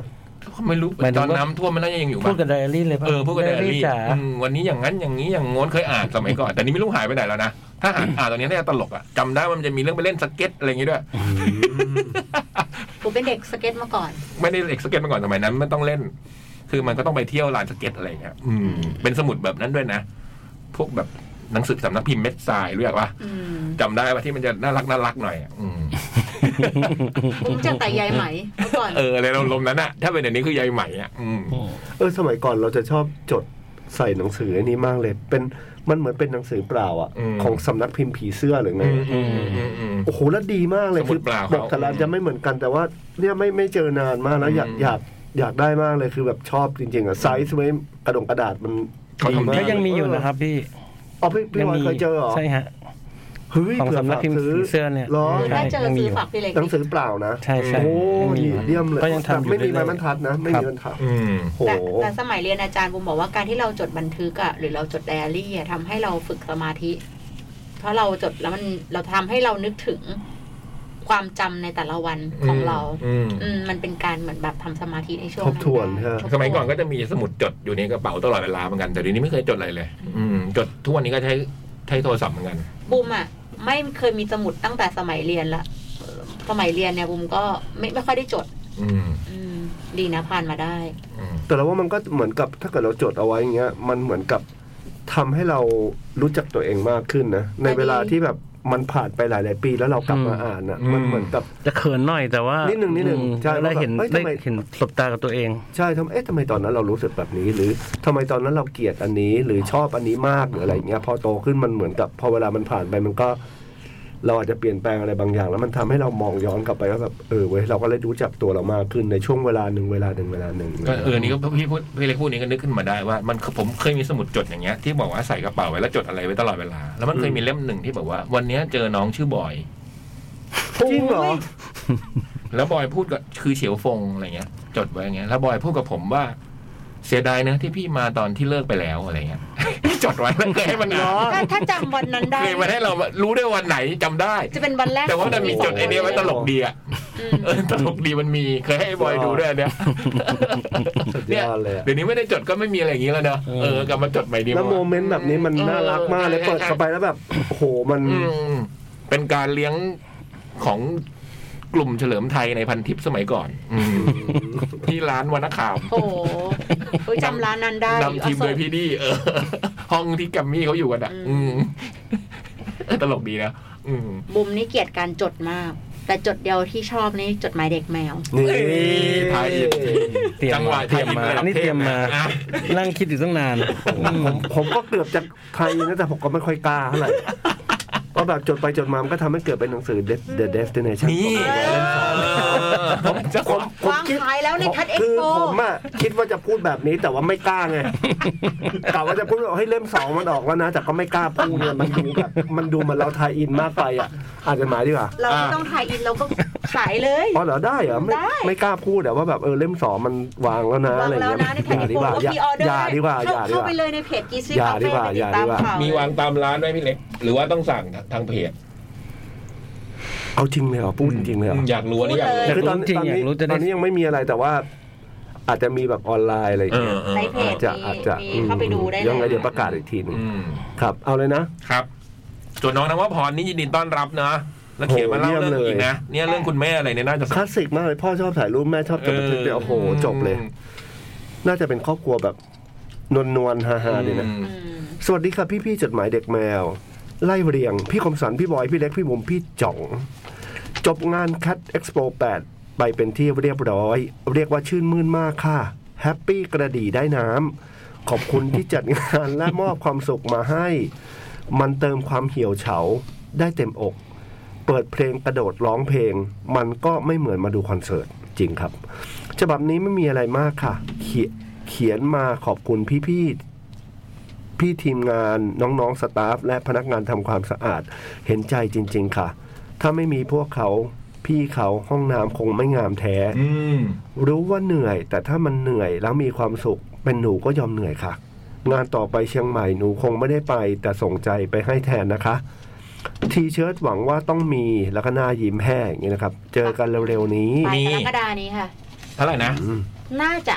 ไม่รู้
หมายถึ
ต
ง
อน
ว่า
น้ำท่วมมันน่าจะยังอยู่
พู
บ้า
ดกับไดอารี่เลยป่ะ
เออพวกกันไดอารี่
จ๋า
อืมวันนี้อย่างนั้นอย่างนี้อย่างงนเคยอ่านสมัยก่อนแต่นี่ไม่รู้หายไปไหนแล้วนะถ้าอ่านอ่านตอนนี้น่าจะตลกอะจำได้ว่ามันจะมีเรื่องไปเล่นสเก็ตอะไรอย่างงี้ด้วย
บูมเป็นเด็กสเก็ตมาก่อน
ไม่ได้เล็กสเก็ตมาก่อนสมัยนั้นมันต้องเล่น คือมันก็ต้องไปเที่ยวลานสเก็ตอะไรอย่างเงี้ยอืมเป็นสมุดแบบนั้นด้วยนะ พวกแบบหนังสือสำนักพิมพ์เม็ดทรายรู้จักปะ
อืม
จำได้ปะที่มันจะน่ารักน่ารักหน่อยอะอืม
บูมเจอแต่ยายไหมเมื่อก่อน
เอออะไรลมณ์นั้นอะถ้าเป็นอย่างนี้คือยายใหม่อะอืม
อืม
เออสมัยก่อนเราจะชอบจดใส่หนังสืออันนี้มากเลย เป็นมันเหมือนเป็นหนังสือเปล่าอ่ะ ของสำนักพิมพ์ผีเสื้อหรือไง
อืมอืมอืมอืม
โอ้โหแล้วดีมากเลย
สมุ
คื
ด
อ
เปล่า
บอกแต่ละอันจะไม่เหมือนกันแต่ว่าเนี่ยไม่ไม่เจอนานมากแล้วอยาก
อืม
อยากอยากได้มากเลยคือแบบชอบจริงๆอ่ะไซส์ไว้กระดงกระดาษมัน
เขาทำ
ดีาก
ก็ยังมีอยู่นะครับพี่
อ๋อพี่พี่
ยั
วัน
มี
เคยเจอเหรอ
ใช่ฮะ
เฮ้ย
ของ
เผื่
สำนักพิมพ์
ฝาซื้
ผีเสื้อเนี่ย
หรอ
ใช่
ถ้าเจอซื้อฝากพี่เล็ก
หนังสือเปล่านะ
ใช่ใช่
โอ้
ยังมี
ดี
อยู่
เยี่ยมเลย
ก็ยังทำอยู่
ไม่มีไม้
เรื่อย
บ
ๆ
รรทัดนะ ไม่
ครับ
มีบรรทัด
อืม
โอ้โห
แต่แต่สมัยเรียนอาจารย์บูมบอกว่าการที่เราจดบันทึกอะหรือเราจดไดอารี่อะทำให้เราฝึกสมาธิ เพราะเราจดแล้วมันเราทำให้เรานึกถึงความจำในแต่ละวันของเรา
อืม
อืมมันเป็นการเหมือนแบบทำสมาธิในช่วง
ทบทวน
ได้
ฮะ
สมัยก่อนก็จะมีสมุดจดอยู่ในกระเป๋าตลอดเวลาเหมือนกันแต่เดี๋ยวนี้ไม่เคยจดอะไรเลย อืมจดทุกวันนี้ก็ใช้ใช้โทรศัพท์เหมือนกัน
บูมอะไม่เคยมีสมุดตั้งแต่สมัยเรียนละสมัยเรียนเนี่ยบูมก็ไม่ไม่ค่อยได้จด
อืม
อืม ดีนะผ่านมาได้
อืม
แต่เราว่ามันก็เหมือนกับถ้าเกิดเราจดเอาไว้อย่างเงี้ยมันเหมือนกับทำให้เรารู้จักตัวเองมากขึ้นนะในเวลาที่แบบมันผ่านไปหลาย ๆ ปีแล้วเรากลับมาอ่านอ่ะมันเหมือนกับ
จะเขินหน่อยแต่ว่า
นิดนึงนิดนึง
อืม
ใช่
แล้วได้เห็น
เอ้ย
ได้
ทำไม
เห็นสบตากับตัวเอง
ใช่ทำเอ๊ะทำไมตอนนั้นเรารู้สึกแบบนี้ หรือทำไมตอนนั้นเราเกลียดอันนี้ หรือชอบอันนี้มากหรืออะไรอย่างเงี้ยพอโตขึ้นมันเหมือนกับ พอเวลามันผ่านไปมันก็ เราอาจจะเปลี่ยนแปลงอะไรบางอย่าง แล้วมันทำให้เรามองย้อนกลับไปว่าแบบเออเว้ยเราก็เลยรู้จักตัวเรามากขึ้นในช่วงเวลาหนึ่งเวลาหนึ่งเวลาหนึ่ง
ก็เออนี่ก็พี่พูดพี่เล็กพูดนี้ก็นึกขึ้นมาได้ว่ามันผมเคยมีสมุดจดอย่างเงี้ยที่บอกว่าใส่กระเป๋าไว้แล้วจดอะไรไว้ตลอดเวลา แล้วมันเคยมีเล่มหนึ่งที่แบบว่า วันเนี้ยเจอน้องชื่อบอย
จริงเหรอ
แล้วบอยพูดกับคือเฉียวฟงอะไรเงี้ย จดไว้อย่างเงี้ยแล้วบอยพูดกับผมว่า เสียดายนะที่พี่มาตอนที่เลิกไปแล้วอะไรเงี้ย <laughs> จดไว้แล้ว <laughs> เคยให้มันอ่าน
ถ้าถ้าจำวันนั้นได้
เคยมาให้เรารู้ได้วันไหนจำได้
จะเป็นวันแรก
แต่ว่ามันมีจดไอเนี้ยไว้ตลกดีอ่ะ
อื
เออตลกดีมันมีเคยให้บอยดูด้วย <laughs> อันเนี่ย
สุดย
เนี่ย
อดเลยอะ
เดี๋ยวนี้ไม่ได้จดก็ไม่มีอะไรอย่างนี้แล้วนะเออกลับมาจดใหม่ดี
แล้ว
กา
โมเมนต์แบบนี้มันน่ารักมากเลย
เออ
เปิดเข้าไปแล้วแบบโอ้โหมัน
อืมเป็นการเลี้ยงของกลุ่มเฉลิมไทยในพันทิปสมัยก่อนอมที่ร้านวรรณขาม
โอ้โหเอ้ยจำร้านนั้นได้อยู่
นำทีม
อ
<laughs>
โศ
โดย
ก
พี่ดีเออ ห้องที่แกรมมี่เขาอยู่กันอ่ะ
อื
อื
ม
มเออตลกดีนะอืม
บุมนี่เกลียดการจดมาก แต่จดเดียวที่ชอบนี่จดหมายเด็กแมว
นี่
เอ้ยพายอิน
เตรียม
จังหวะ
มาเตรียมมา
ที่ระดับ
นี่เตรียมมา
เทพนะ
นั่งคิดอยู่ตั้งนานอืม
ผมก็เกือบจะใครนะแต่ผมก็ไม่ค่อยกล้าเท่าไหร่ก็แบบจดไปจดมามันก็ทำให้เกิดเป็นหนังสือ Death- The Destination
นี่
ของผมเล่มสอง
ผมจะ
ผมผม
วาง
คิด
ขายแล้วในทัด
คื
Expo
ผมอะคิดว่าจะพูดแบบนี้แต่ว่าไม่กล้าไงกะว่าจะพูดว่าให้ยเล่มสองมันออกแล้วนะ แต่ก็ไม่กล้าพูด
<laughs>
เนี่ยมันดูแบบมันดูเหมันเราไทยอินมากไปอ่ะอ่านจดหมายดีกว่า
เราไม่ต้องถ่ายอินเราก็ขายเลย
อ๋อเหรอได้เหรอไม่
ได้
ไม่กล้าพูดแต่ว่าแบบเออเล่มสองมันวางแล้วนะ
วา
อะ
ง
ไร
แล้
เงี้
วย นะในแผ่น
อย่า
ดิ
ดีกว่า
ก็มีออเดอร์
อย่าดีกว่าอ
เข้
ย่าดีก
เข้า
ว่า
ไปเลยในเพจกีซี่
อย่า
คา
ดีก
เฟ่
ว่า
ไป
อ
ติ
ย่า
ด
ดี
ตาม
กว่า
ข่าว
มีวางตามร้านไว้พี่เล็ก หรือว่าต้องสั่งทางเพจ
เอาจริงเลยเหรอพูดจริงเลยเหรอ
อยากรู้อันนี้อยากรู้
อยากรู้จริง
ตอน
อยาก
นี้
รู้จะ
ต
ได้
อนนี้ยังไม่มีอะไรแต่ว่า อาจจะมีแบบออนไลน์อะไรอย่าง
เออ
เงี้ย
เออ
ในเพจ
จะ
มี
อาจจะ
มีเข้าไปดูได้เล
ยังไง
ย
เดี๋ยวประกาศอีกทีหนึง
อืม
ครับ เอาเลยนะ
ครับส่วนน้องนวพรนี่ยินดีต้อนรับนะแล้วเขียนมาเล่า
โหเยี่ยม
เรื่องอีก
เลย
นะเนี่ยเรื่องคุณแม่อะไรเนี่ยน่าจะ
คลาสสิกมากเลยพ่อชอบถ่ายรูปแม่ชอบจดบันทึกเนี่ยโอ้โหจบเลย น่าจะเป็นครอบครัวแบบนวลนวลๆฮาฮาๆดีนะ
อืม
สวัสดีครับพี่พี่ๆจดหมายเด็กแมว ไล่เรียง พี่คมสันพี่บอย พี่เล็ก พี่บุ๋มพี่จ่อง จบงาน Cat Expo 8 ไปเป็นที่เรียบร้อย เรียกว่าชื่นมื่นมากค่ะ แฮปปี้กระดีได้น้ำขอบคุณที่จัดงาน <laughs> และมอบความสุขมาให้ มันเติมความเหี่ยวเฉาได้เต็มอก เปิดเพลงกระโดดร้องเพลง มันก็ไม่เหมือนมาดูคอนเสิร์ตจริงครับ ฉบับนี้ไม่มีอะไรมากค่ะ เขียเขียนมาขอบคุณพี่ๆ พี่ทีมงานน้องๆ สตาฟ และพนักงานทำความสะอาด เห็นใจจริง ๆ ค่ะ ถ้าไม่มีพวกเขา พี่เขาห้องน้ำคงไม่งามแท้
อืม
รู้ว่าเหนื่อย แต่ถ้ามันเหนื่อยแล้วมีความสุข เป็นหนูก็ยอมเหนื่อยค่ะ งานต่อไปเชียงใหม่หนูคงไม่ได้ไป แต่ส่งใจไปให้แทนนะคะ ทีเชิ้ตหวังว่าต้องมีแล้วก็หน้ายิ้มแห้งอย่างนี้นะครับ เจอกันเร็วๆนี้
ไปกรกฎานี้ค่ะ
เท่าไหร่นะ
อืม
น่าจะ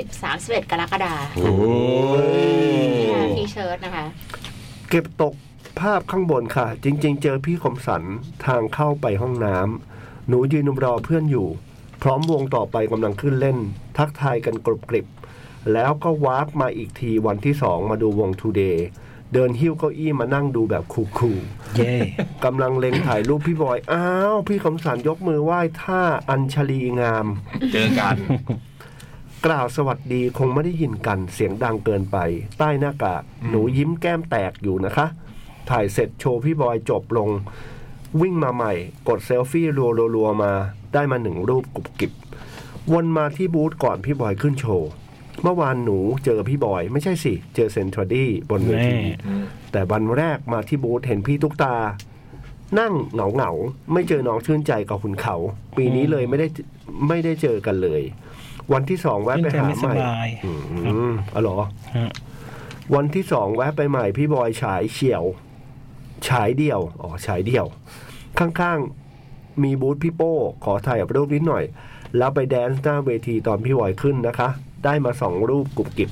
30 31 กรกฎา
โอ้
ทีเชิร์ตนะคะ
เก็บตกภาพข้างบนค่ะ จริง ๆ เจอพี่คมสันทางเข้าไปห้องน้ำหนูยืนรอเพื่อนอยู่ พร้อมวงต่อไปกำลังขึ้นเล่น ทักทายกันกรุบกริบ แล้วก็วาร์ปมาอีกทีวันที่สองมาดูวง Today เดินหิ้วเก้าอี้มานั่งดูแบบคูล
เย่
ๆกำลังเล็งถ่ายรูปพี่บอย อ้าว พี่คมสันยกมือไหว้ท่าอัญชลีงาม
เจอกัน
กล่าวสวัสดีคงไม่ได้ยินกันเสียงดังเกินไป ใต้หน้ากากหนูยิ้มแก้มแตกอยู่นะคะ ถ่ายเสร็จโชว์พี่บอยจบลง วิ่งมาใหม่ กดเซลฟี่รัวๆๆมา ได้มาหนึ่งรูปกรุบกริบ วนมาที่บูธก่อนพี่บอยขึ้นโชว์ เมื่อวานหนูเจอพี่บอย ไม่ใช่สิ เจอเซนทรัลดี้บนเว
แม่
ที แต่วันแรกมาที่บูธเห็นพี่ตุ๊กตา นั่งเหงาเหงาๆไม่เจอน้องชื่นใจกับคุณเขา ปีนี้เลยไม่ได้ไม่ได้เจอกันเลย วันที่สองแวะ
เรื่อง
ไป
ใจ
หา
ไม่
ให
ส
ม่
บาย
อืมอ๋อเหรอ
ฮะ
วันที่สองแวะไปใหม่พี่บอยฉายเฉียว ฉายเดียว อ๋อฉายเดียว ข้างๆ มีบูธพี่โป้ขอถ่ายรูปนิดหน่อย แล้วไปแดนซ์หน้าเวทีตอนพี่บอยขึ้นนะคะ ได้มาสองรูปกรุบกริบ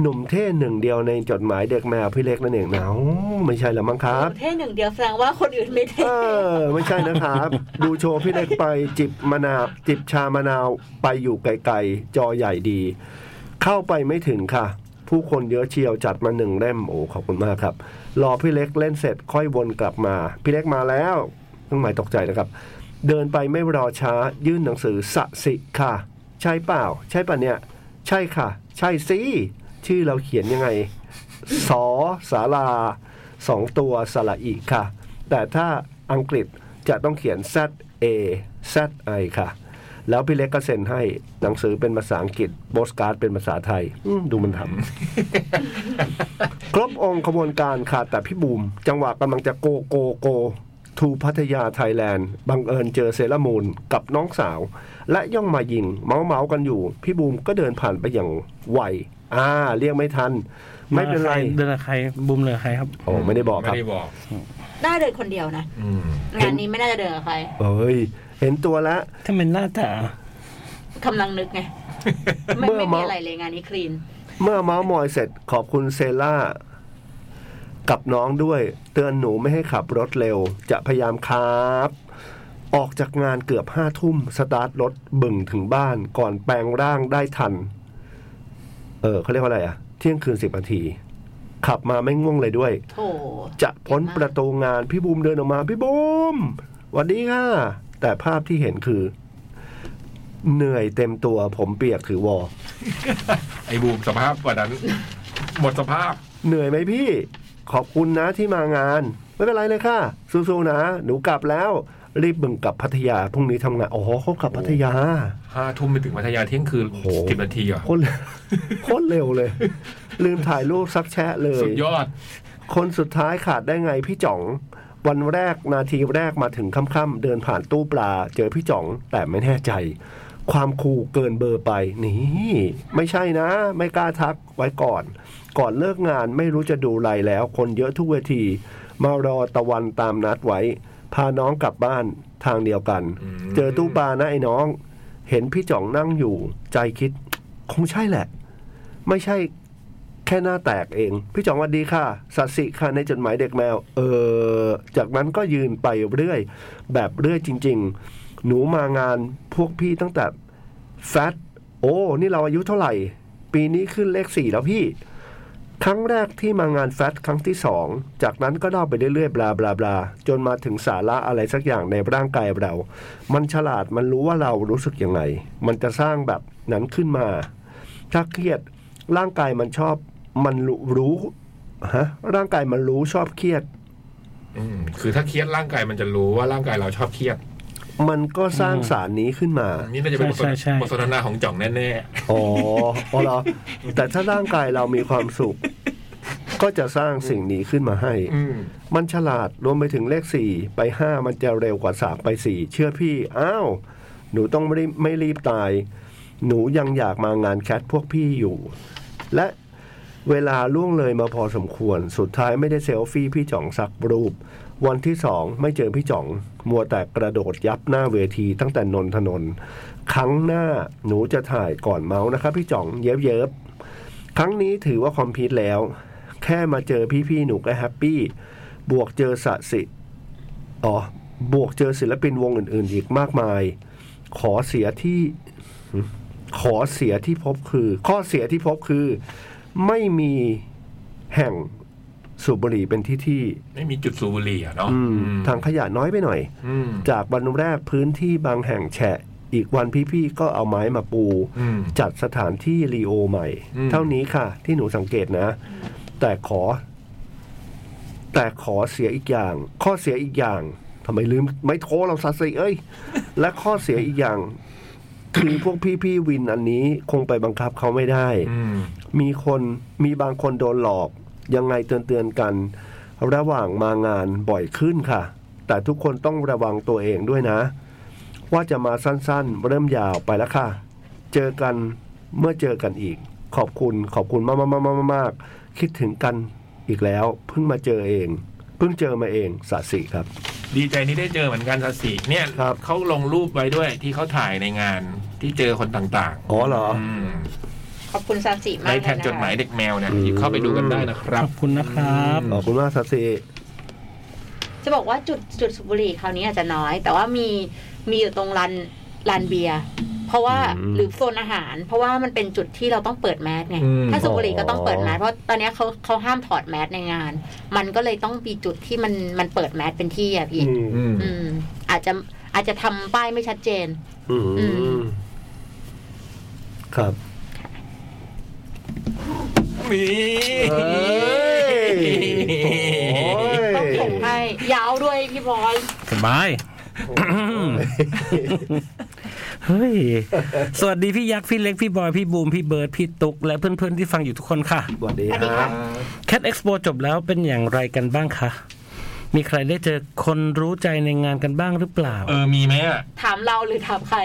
หนุ่มเท่หนึ่งเดียวในจดหมายเด็กแมวพี่เล็กนั่นเองนะโอ้ไม่ใช่แล้วมั้งครับ
เท่หนึ่งเดียวแสดงว่าคนอื่นไม่
เอ
เท่
อ ไม่ใช่นะครับ ดูโชว์พี่เล็กไปจิบมะนาว จิบชามะนาวไปอยู่ไกลๆ จอใหญ่ดี เข้าไปไม่ถึงค่ะ ผู้คนเยอะเชียวจัดมาหนึ่งเล่มโอ้ขอบคุณมากครับ รอพี่เล็กเล่นเสร็จค่อยวนกลับมา พี่เล็กมาแล้วต้องหมายตกใจนะครับ เดินไปไม่รอช้ายื่นหนังสือสะสิค่ะ ใช่เปล่า ใช่ปะเนี่ย ใช่ค่ะ ใช่สิชื่อเราเขียนยังไง สอสาราสองตัวสระอีค่ะ แต่ถ้าอังกฤษจะต้องเขียน Z A Z I ค่ะ แล้วพี่เล็กก็เซ็นให้หนังสือเป็นภาษาอังกฤษโบสการ์ดเป็นภาษาไทยอืมดูมันทำ ครบองค์ขบวนการขาดแต่พี่บูม จังหวะกำลังจะโกโกโก ทูพัทยาไทยแลนด์บังเอิญเจอเซรามูนกับน้องสาว และย่องมายิง เมาเมาๆกันอยู่ พี่บูมก็เดินผ่านไปอย่างไวอ่า เรียกไม่ทัน ไม่เป็นไร
เดินกับใครบุมเดินกับใครครับ
โอ้ไม่ได้บอก
ไม่
ครับ
ได้บอก
น่าเดินคนเดียวนะ
อืม
งานนี้ไม่น่าจะเดินกับใคร
เอ้ย เห็นตัวแล้ว
ถ้ามันหน้าตาก
ำลังนึกไงไม่ไม่มีอะไรเลยงานนี้คลีน
เมื่อเมาส์มอยเสร็จขอบคุณเซล่ากับน้องด้วย เตือนหนูไม่ให้ขับรถเร็ว จะพยายามครับ ออกจากงานเกือบห้าทุ่ม สตาร์ทรถบึ่งถึงบ้านก่อนแปลงร่างได้ทัน เออเขาเรียกว่าอะไรอะเที่ยงคืนสิบนาที ขับมาไม่ง่วงเลยด้วย
โถ
จะพ้นประตูงานพี่บูมเดินออกมาพี่บูมหวันดีค่ะ แต่ภาพที่เห็นคือ เหนื่อยเต็มตัวผมเปียกถือวอ
ไอ้บูมสภาพกว่านั้น หมดสภาพ
เหนื่อยไหมพี่ ขอบคุณนะที่มางาน ไม่เป็นไรเลยค่ะสู้ๆนะ หนูกลับแล้ว รีบบึงกลับพัทยาพรุ่งนี้ทำงานโอ้โหเขากลับพัทยา
ห้าทุ่มไปถึงพัทยาเที่ยงคืน
โอ้โห
สิบนาทีอ่ะ
โคตรโคตรเร็วเลย ลืมถ่ายรูปซักแชะเลย
สุดยอด
คนสุดท้ายขาดได้ไงพี่จ๋อง วันแรกนาทีแรกมาถึงค่ำๆเดินผ่านตู้ปลา เจอพี่จ๋องแต่ไม่แน่ใจ ความคูลเกินเบอร์ไป นี่ ไม่ใช่นะ ไม่กล้าทักไว้ก่อน ก่อนเลิกงานไม่รู้จะดูไรแล้ว คนเยอะทุกเวที มารอตะวันตามนัดไว้ พาน้องกลับบ้านทางเดียวกัน
อืม
เจอตู้ปลานะไอ้น้อง เห็นพี่จ๋องนั่งอยู่ ใจคิด คงใช่แหละ ไม่ใช่ แค่หน้าแตกเอง พี่จ่องหวันดีค่ะ สัตย์สิค่ะในจดหมายเด็กแมว เออ จากนั้นก็ยืนไปเรื่อย แบบเรื่อยจริง ๆ หนูมางานพวกพี่ตั้งแต่แฟตโอ้ นี่เราอายุเท่าไหร่ ปีนี้ขึ้นเลขสี่แล้วพี่ ครั้งแรกที่มางานแฟตครั้งที่สอง จากนั้นก็เล่าไปเรื่อยๆบลาบลาบลาจนมาถึงสาระอะไรสักอย่างในร่างกายเรา มันฉลาดมันรู้ว่าเรารู้สึกยังไง มันจะสร้างแบบนั้นขึ้นมา ถ้าเครียดร่างกายมันชอบมันรู้รู้ฮะร่างกายมันรู้ชอบเครียด
อืมคือถ้าเครียดร่างกายมันจะรู้ว่าร่างกายเราชอบเครียด
มันก็สร้างสารนี้ขึ้นมา
นี่น่าจะเป็นบทสน
ใช่ใช่
บทสนทนาของจ่องแน่
อ๋ออ๋อเหรอแต่ถ้าร่างกายเรามีความสุข ก็จะสร้างสิ่งนี้ขึ้นมาให้
ๆอืม
มันฉลาดรวมไปถึงเลขสี่ไปห้ามันจะเร็วกว่าสามไปสี่เชื่อพี่ อ้าว หนูต้องไม่รีบไม่รีบตาย หนูยังอยากมางานแคทพวกพี่อยู่ และเวลาล่วงเลยมาพอสมควร สุดท้ายไม่ได้เซลฟี่พี่จ่องสักรูป วันที่สองไม่เจอพี่จ่อง มัวแต่กระโดดยับหน้าเวทีตั้งแต่นนทนนท์ครั้งหน้าหนูจะถ่ายก่อนเมาส์นะครับพี่จ่องเย็บเย็บๆครั้งนี้ถือว่าคอมพลีทแล้ว แค่มาเจอพี่ๆหนูก็แฮปปี้ บวกเจอสะสิอ๋อ บวกเจอศิลปินวงอื่น ๆ อีกมากมาย ขอเสียที่ ขอเสียที่พบคือ ข้อเสียที่พบคือ ไม่มีแห่งสูบบุหรี่เป็นที่ที่
ไม่มีจุดสูบบุหรี่อ่ะเนาะ
อืม
อืม
ทางขยะน้อยไปหน่อย
อืม
จากวันแรกพื้นที่บางแห่งแฉะ อีกวันพี่ ๆ ก็เอาไม้มาปู
อืม
จัดสถานที่รีโอใหม่
อืม
เท่านี้ค่ะ ที่หนูสังเกตนะ แต่ขอ แต่ขอเสียอีกอย่าง ข้อเสียอีกอย่างทำไมลืม ไม่โทรเราสัตว์สิเอ้ย และข้อเสียอีกอย่าง คือพวกพี่พี่ๆวินอันนี้คงไปบังคับเขาไม่ได้
อืม
มีคนมีบางคนโดนหลอก ยังไงเตือนเตือนๆกัน ระหว่างมางานบ่อยขึ้นค่ะ แต่ทุกคนต้องระวังตัวเองด้วยนะ ว่าจะมาสั้นๆ เริ่มยาวไปแล้วค่ะ เจอกันเมื่อเจอกันอีก ขอบคุณขอบคุณมากๆๆๆๆคิดถึงกันอีกแล้ว เพิ่งมาเจอเอง เพิ่งเจอมาเองสาสีครับ
ดีใจนี่ได้เจอเหมือนกันสัตว์สีเนี่ย
ครับ
เขาลงรูปไว้ด้วยที่เขาถ่ายในงานที่เจอคนต่าง
อ๋อเหรอ
ๆอืม
ขอบคุณซาสิ
ใน
มากเลย
แท็ก
นะ
จดหมายเด็กแมวเนี่ย
อืม
หยิบเข้าไปดูกันได้นะครั
ข
บ
อบคุณนะครับ
ขอบคุณมากสาสี
จะบอกว่าจุดจุดสูบบุหรี่คราวนี้อาจจะน้อย แต่ว่ามีมีอยู่ตรงลานลานเบียร์เพราะว่าหรือโซนอาหาร เพราะว่ามันเป็นจุดที่เราต้องเปิดแมสไง
อืม
ถ้าสูบบุหรี่ก็ต้องเปิดแมสเพราะตอนนี้เขาเขาห้ามถอดแมสในงาน มันก็เลยต้องมีจุดที่มันมันเปิดแมสเป็นที่อ่ะพี่
อืม
อืม
อืมอาจจะอาจจะทำป้ายไม่ชัดเจน
อื
อื
ม
ม
ครับ
นี่
เฮ้ย โอ้ย
ต้องส่งให้ยาวด้วยพี่บอล
สบาย เฮ้ย สวัสดีพี่ยักษ์พี่เล็กพี่บอยพี่บูมพี่เบิร์ดพี่ตุ๊กและเพื่อนๆที่ฟังอยู่ทุกคนค่ะ
สวัสดี
อัน
ค
นี้
รั
ค่ะ
บ
แคดเอ็กซ์โปจบแล้วเป็นอย่างไรกันบ้างคะ มีใครได้เจอคนรู้ใจในงานกันบ้างหรือเปล่า
เออมีไหมอ่ะ
ถามเราหรือถามใคร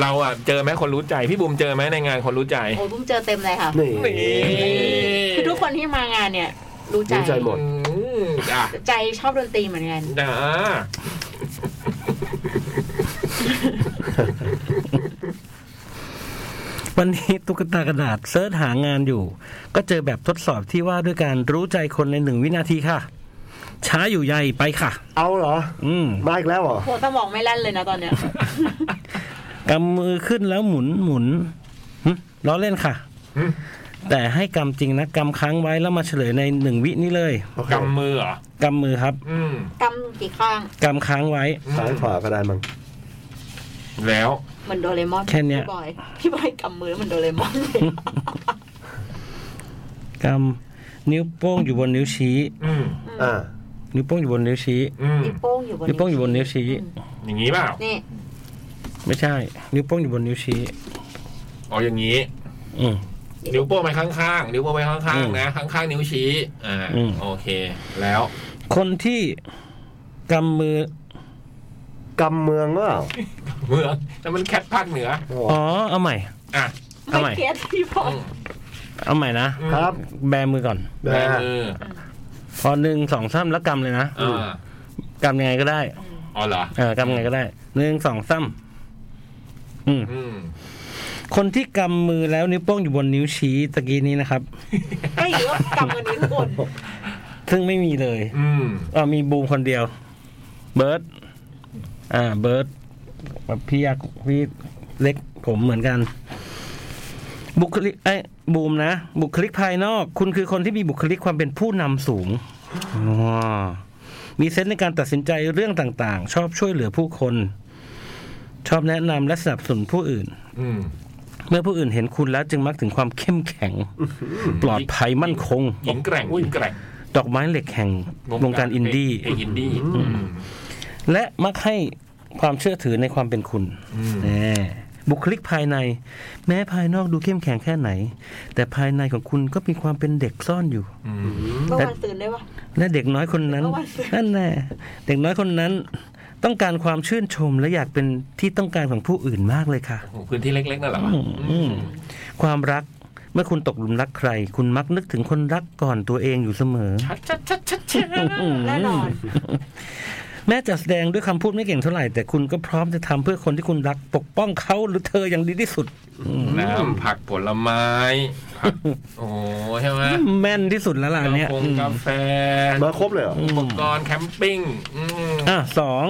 เราอ่ะเจอไหมคนรู้ใจ พี่บุมเจอไหมในงานคนรู้ใจ
โอ้ยพุ่มเจอเต็มเลยค่ะ
นี่
นี่
คือทุกคนที่มางานเนี่ย รู้ใจ
รู้ใจหมด
อืมอ่ะ
ใจชอบดนตรีเหมือนกัน
นะ
วันนี้ <laughs> ตุ๊กตากระดาษเสิร์ชหางานอยู่ ก็เจอแบบทดสอบที่ว่าด้วยการรู้ใจคนในหนึ่งวินาทีค่ะ ช้าอยู่ใยไปค่ะ
เอาเหรอ
อืม
มาอีกแล้วเหรอ
โหสมองไม่แล่นเลยนะตอนเนี้ย <laughs>
กำมือขึ้นแล้วหมุนหมุนหึล้อเล่นค่ะ
หึ
แต่ให้กำจริงนะกำค้างไว้แล้วมาเฉลยในหนึ่งวินี้เลย
โอเค
กำมือเหรอก
ำมือครับ
อืม
กำกี่ข้าง
กำค้างไว้
อืม
ซ้ายขวาก็ได้มั้ง
แล้ว
เหมือนโดเรมอน
แค่เนี้ย
พี่บอยพี่บอยกำมือแล้วเหมือนโดเรมอนเลย
กำนิ้วโป้งอยู่บนนิ้วชี้
อืม
อ่า
นิ้วโป้งอยู่บนนิ้วชี้
อืม
นิ้วโป้งอยู่บน
นิ้วโป้งอยู่บนนิ้วชี้
อย่างนี้เปล่า
นี่
ไม่ใช่ นิ้วโป้งอยู่บนนิ้วชี้
อ๋ออย่างนี้
อืม
นิ้วโป้งไปข้างๆ นิ้วโป้งไปข้างๆนะ ข้างๆ นิ้วชี้ อ่า
อืม
โอเค แล้ว <laughs>
คนที่กำมือ
กำเมืองก็เปล่า
เมืองแต่มันแคทภาคเหนือ
โอ้
อ๋อ เอาใหม่
อ่ะ
เอาใหม่
ไม่เก็ตพี่บอย
เอาใหม่นะ
อืม
ครับ
แบมือก่อน
แบมือ
พอหนึ่งสองสามแล้วกำเลยนะ
อ่าก
ำยังไงก็ได้
อ๋อเหรอ
เออกำยังไงก็ได้หนึ่งสองสามอืม
อืม
คนที่กำมือแล้วนิ้วโป้งอยู่บนนิ้วชี้ตะกี้นี้นะครับ
ไม่หรือว่ากำมือนิ้วบน
ซึ่งไม่มีเลย
อืม
เออมีบูมคนเดียว เบิร์ตอ่า เบิร์ตแบบพี่ยักษ์พี่เล็กผมเหมือนกัน บุคลิกไอ้ยบูมนะ บุคลิกภายนอก คุณคือคนที่มีบุคลิกความเป็นผู้นำสูงอ๋อมีเซนส์ในการตัดสินใจเรื่องต่าง ๆ ชอบช่วยเหลือผู้คน ชอบแนะนำและสนับสนุนผู้อื่น
อืม
เมื่อผู้อื่นเห็นคุณแล้วจึงมักถึงความเข้มแข็ง ปลอดภัยมั่นคง
หญิงแกร่งหญิงแกร่ง
ดอกไม้เหล็กแห่งวงการอินดี้
เพลงอินดี้อืม
และมักให้ความเชื่อถือในความเป็นคุณ
อืม
แน่บุคลิกภายใน แม้ภายนอกดูเข้มแข็งแค่ไหน แต่ภายในของคุณก็มีความเป็นเด็กซ่อนอยู่
อืม
เมื่อวันซืนได้ปะ
และเด็กน้อยคนนั้น
เออว่าสิ
นั่นแน่เด็กน้อยคนนั้น ต้องการความชื่นชมและอยากเป็นที่ต้องการของผู้อื่นมากเลยค่ะ
โอ้โหพื้นที่เล็กๆนั่นเหรอ
อืมอืมความรักเมื่อคุณตกหลุมรักใคร คุณมักนึกถึงคนรักก่อนตัวเองอยู่เสมอ
ชัดชัดชัดชัดชัด
แน่นอน
แม้จะแสดงด้วยคำพูดไม่เก่งเท่าไหร่ แต่คุณก็พร้อมจะทำเพื่อคนที่คุณรักปกป้องเขาหรือเธออย่างดีที่สุด
น้ำผักผลไม้ผักโอ้โหใช่ไหม
แม่นที่สุดแล้วล่ะอันเนี้ย
กา
อืม
กาแฟ
มาครบเลยเหรอ
อื
อุป
ม
กรณ์แคมปิ้งอืม
อ่ะสอง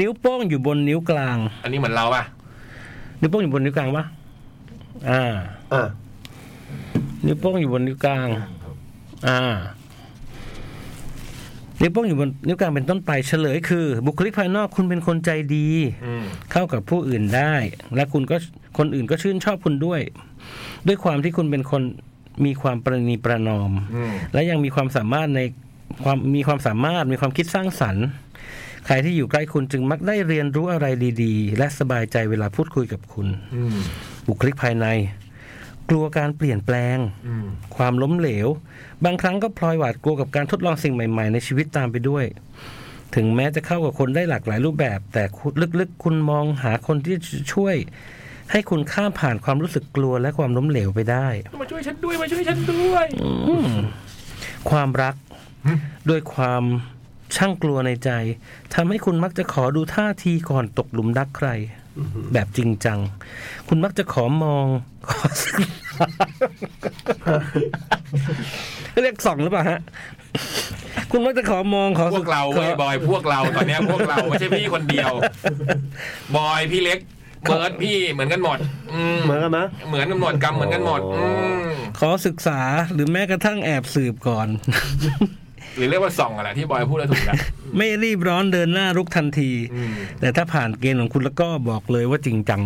นิ้วโป้งอยู่บนนิ้วกลาง
อันนี้เหมือนเราป่ะ
นิ้วโป้งอยู่บนนิ้วกลางปะอ่า
อ่า
นิ้วโป้งอยู่บนนิ้วกลาง อ่า นิ้วโป้งอยู่บนนิ้วกลางเป็นต้นไปเฉลยคือ บุคลิกภายนอกคุณเป็นคนใจดี
อืม
เข้ากับผู้อื่นได้ และคุณก็คนอื่นก็ชื่นชอบคุณด้วย ด้วยความที่คุณเป็นคนมีความประนีประนอม
อืม
และยังมีความสามารถในความมีความสามารถมีความคิดสร้างสรรค์ ใครที่อยู่ใกล้คุณจึงมักได้เรียนรู้อะไรดี ๆ และสบายใจเวลาพูดคุยกับคุณ
อืม
บุคลิกภายใน กลัวการเปลี่ยนแปลง
อืม
ความล้มเหลว บางครั้งก็พลอยหวาดกลัวกับการทดลองสิ่งใหม่ ๆ ในชีวิตตามไปด้วย ถึงแม้จะเข้ากับคนได้หลากหลายรูปแบบ แต่คุณลึกๆ คุณมองหาคนที่จะช่วย ให้คุณข้ามผ่านความรู้สึกกลัวและความล้มเหลวไปได้
มาช่วยฉันด้วย มาช่วยฉันด้วย
อืมความรัก
หึ
ด้วยความช่างกลัวในใจทำให้คุณมักจะขอดูท่าทีก่อนตกหลุมรักใคร แบบจริงจัง คุณมักจะขอมอง <laughs> ขอสกเรียกส่องหรือเปล่าฮะ คุณมักจะขอมองขอ
พ
ส
วกเราเว้ย
ข
บ
อ
อยพวกเราตอนเนี้ยพวกเราไม่ใช่พี่คนเดียว บอยพี่เล็กเบิร์ดพี่เหมือนกันหมด อืม
เหมือนกันไหมย
เหมือนกันหมดกรรมเหมือนกันหมด
โอ้
อืม
ขอศึกษาหรือแม้กระทั่งแอบสืบก่อน <laughs>
หรือเรียกว่าส่องอะไรที่บอยพูดแล้วถูกแล้ว
ไม่รีบร้อนเดินหน้ารุกทันที
อืม
แต่ถ้าผ่านเกณฑ์ของคุณแล้วก็บอกเลยว่าจริงจัง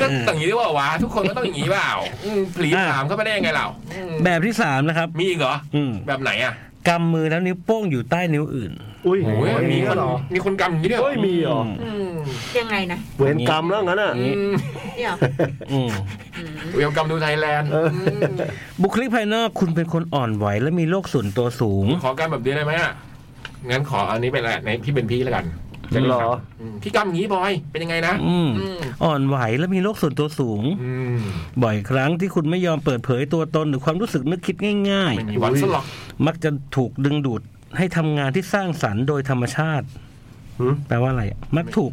ก็ต่างนี้ที่ว่าวะทุกคนก็ต้องอย่างนี้เปล่าอืมผีถามเข้าไปได้ยังไงเราอืม
แบบที่สามนะครับ
มีอีกเหรอ
อืม
แบบไหนอ่ะ
กำมือแล้วนิ้วโป้งอยู่ใต้นิ้วอื่น
อุ้ย
โอ้ย
อย่าง
มี
นี้
คน
เหรอ
มีคนกรรมอย่างนี้ด้วยเหร
เฮ้
อย
มีเหรอ
อืม
ยังไงนะ
เวรกรรมแล้วงั้นอ่ะ
อืม
เนี่ยเหรอ
อืม
อืม
เวลกรรมดูไทยแลนด์
เอออื
ม
บุคลิกภายนอกคุณเป็นคนอ่อนไหวและมีโรคส่วนตัวสูง
ขอกรรมแบบนี้ได้ไหมอ่ะงั้นขออันนี้เป็นอะไรในพี่เป็นพี่แล้วกัน
จะหรอ
อืมพี่กำอย่างนี้บอย เป็นยังไงนะ
อืม
อืม
อ่อนไหวและมีโรคส่วนตัวสูง
อืม
บ่อยครั้งที่คุณไม่ยอมเปิดเผยตัวตนหรือความรู้สึกนึกคิดง่าย
ไม่มีวันสลอก
ๆ มักจะถูกดึงดูด ให้ทำงานที่สร้างสรรค์โดยธรรมชาติ
หืม
แปลว่าอะไรอะมักถูก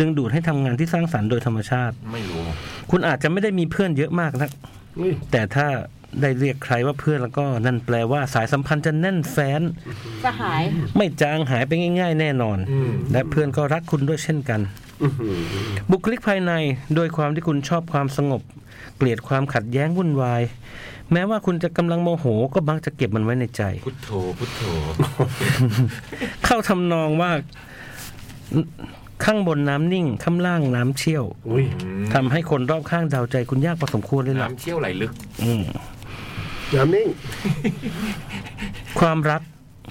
ดึงดูดให้ทำงานที่สร้างสรรค์โดยธรรมชาติ
ไม่รู้
คุณอาจจะไม่ได้มีเพื่อนเยอะมากนะ
นี่
แต่ถ้าได้เรียกใครว่าเพื่อนแล้วก็นั่นแปลว่าสายสัมพันธ์จะแน่นแฟ้น
สหาย
ไม่จางหายไปง่าย ๆ แน่นอน
อืม
และเพื่อนก็รักคุณด้วยเช่นกัน
อื้อหือ
บุคลิกภายในโดยความที่คุณชอบความสงบ เกลียดความขัดแย้งวุ่นวาย แม้ว่าคุณจะกำลังโมโหก็มักจะเก็บมันไว้ในใจ
พุทโธพุทโธ
เข้าทำนองว่าข้างบนน้ำนิ่ง ข้างล่างน้ำเชี่ยว
อุ้ย
ทำให้คนรอบข้างเดาใจคุณยากพอสมควรเลยล่ะ
น้ำเชี่ยวไหลลึก
อืม
น้ำนิ่ง
ความรัก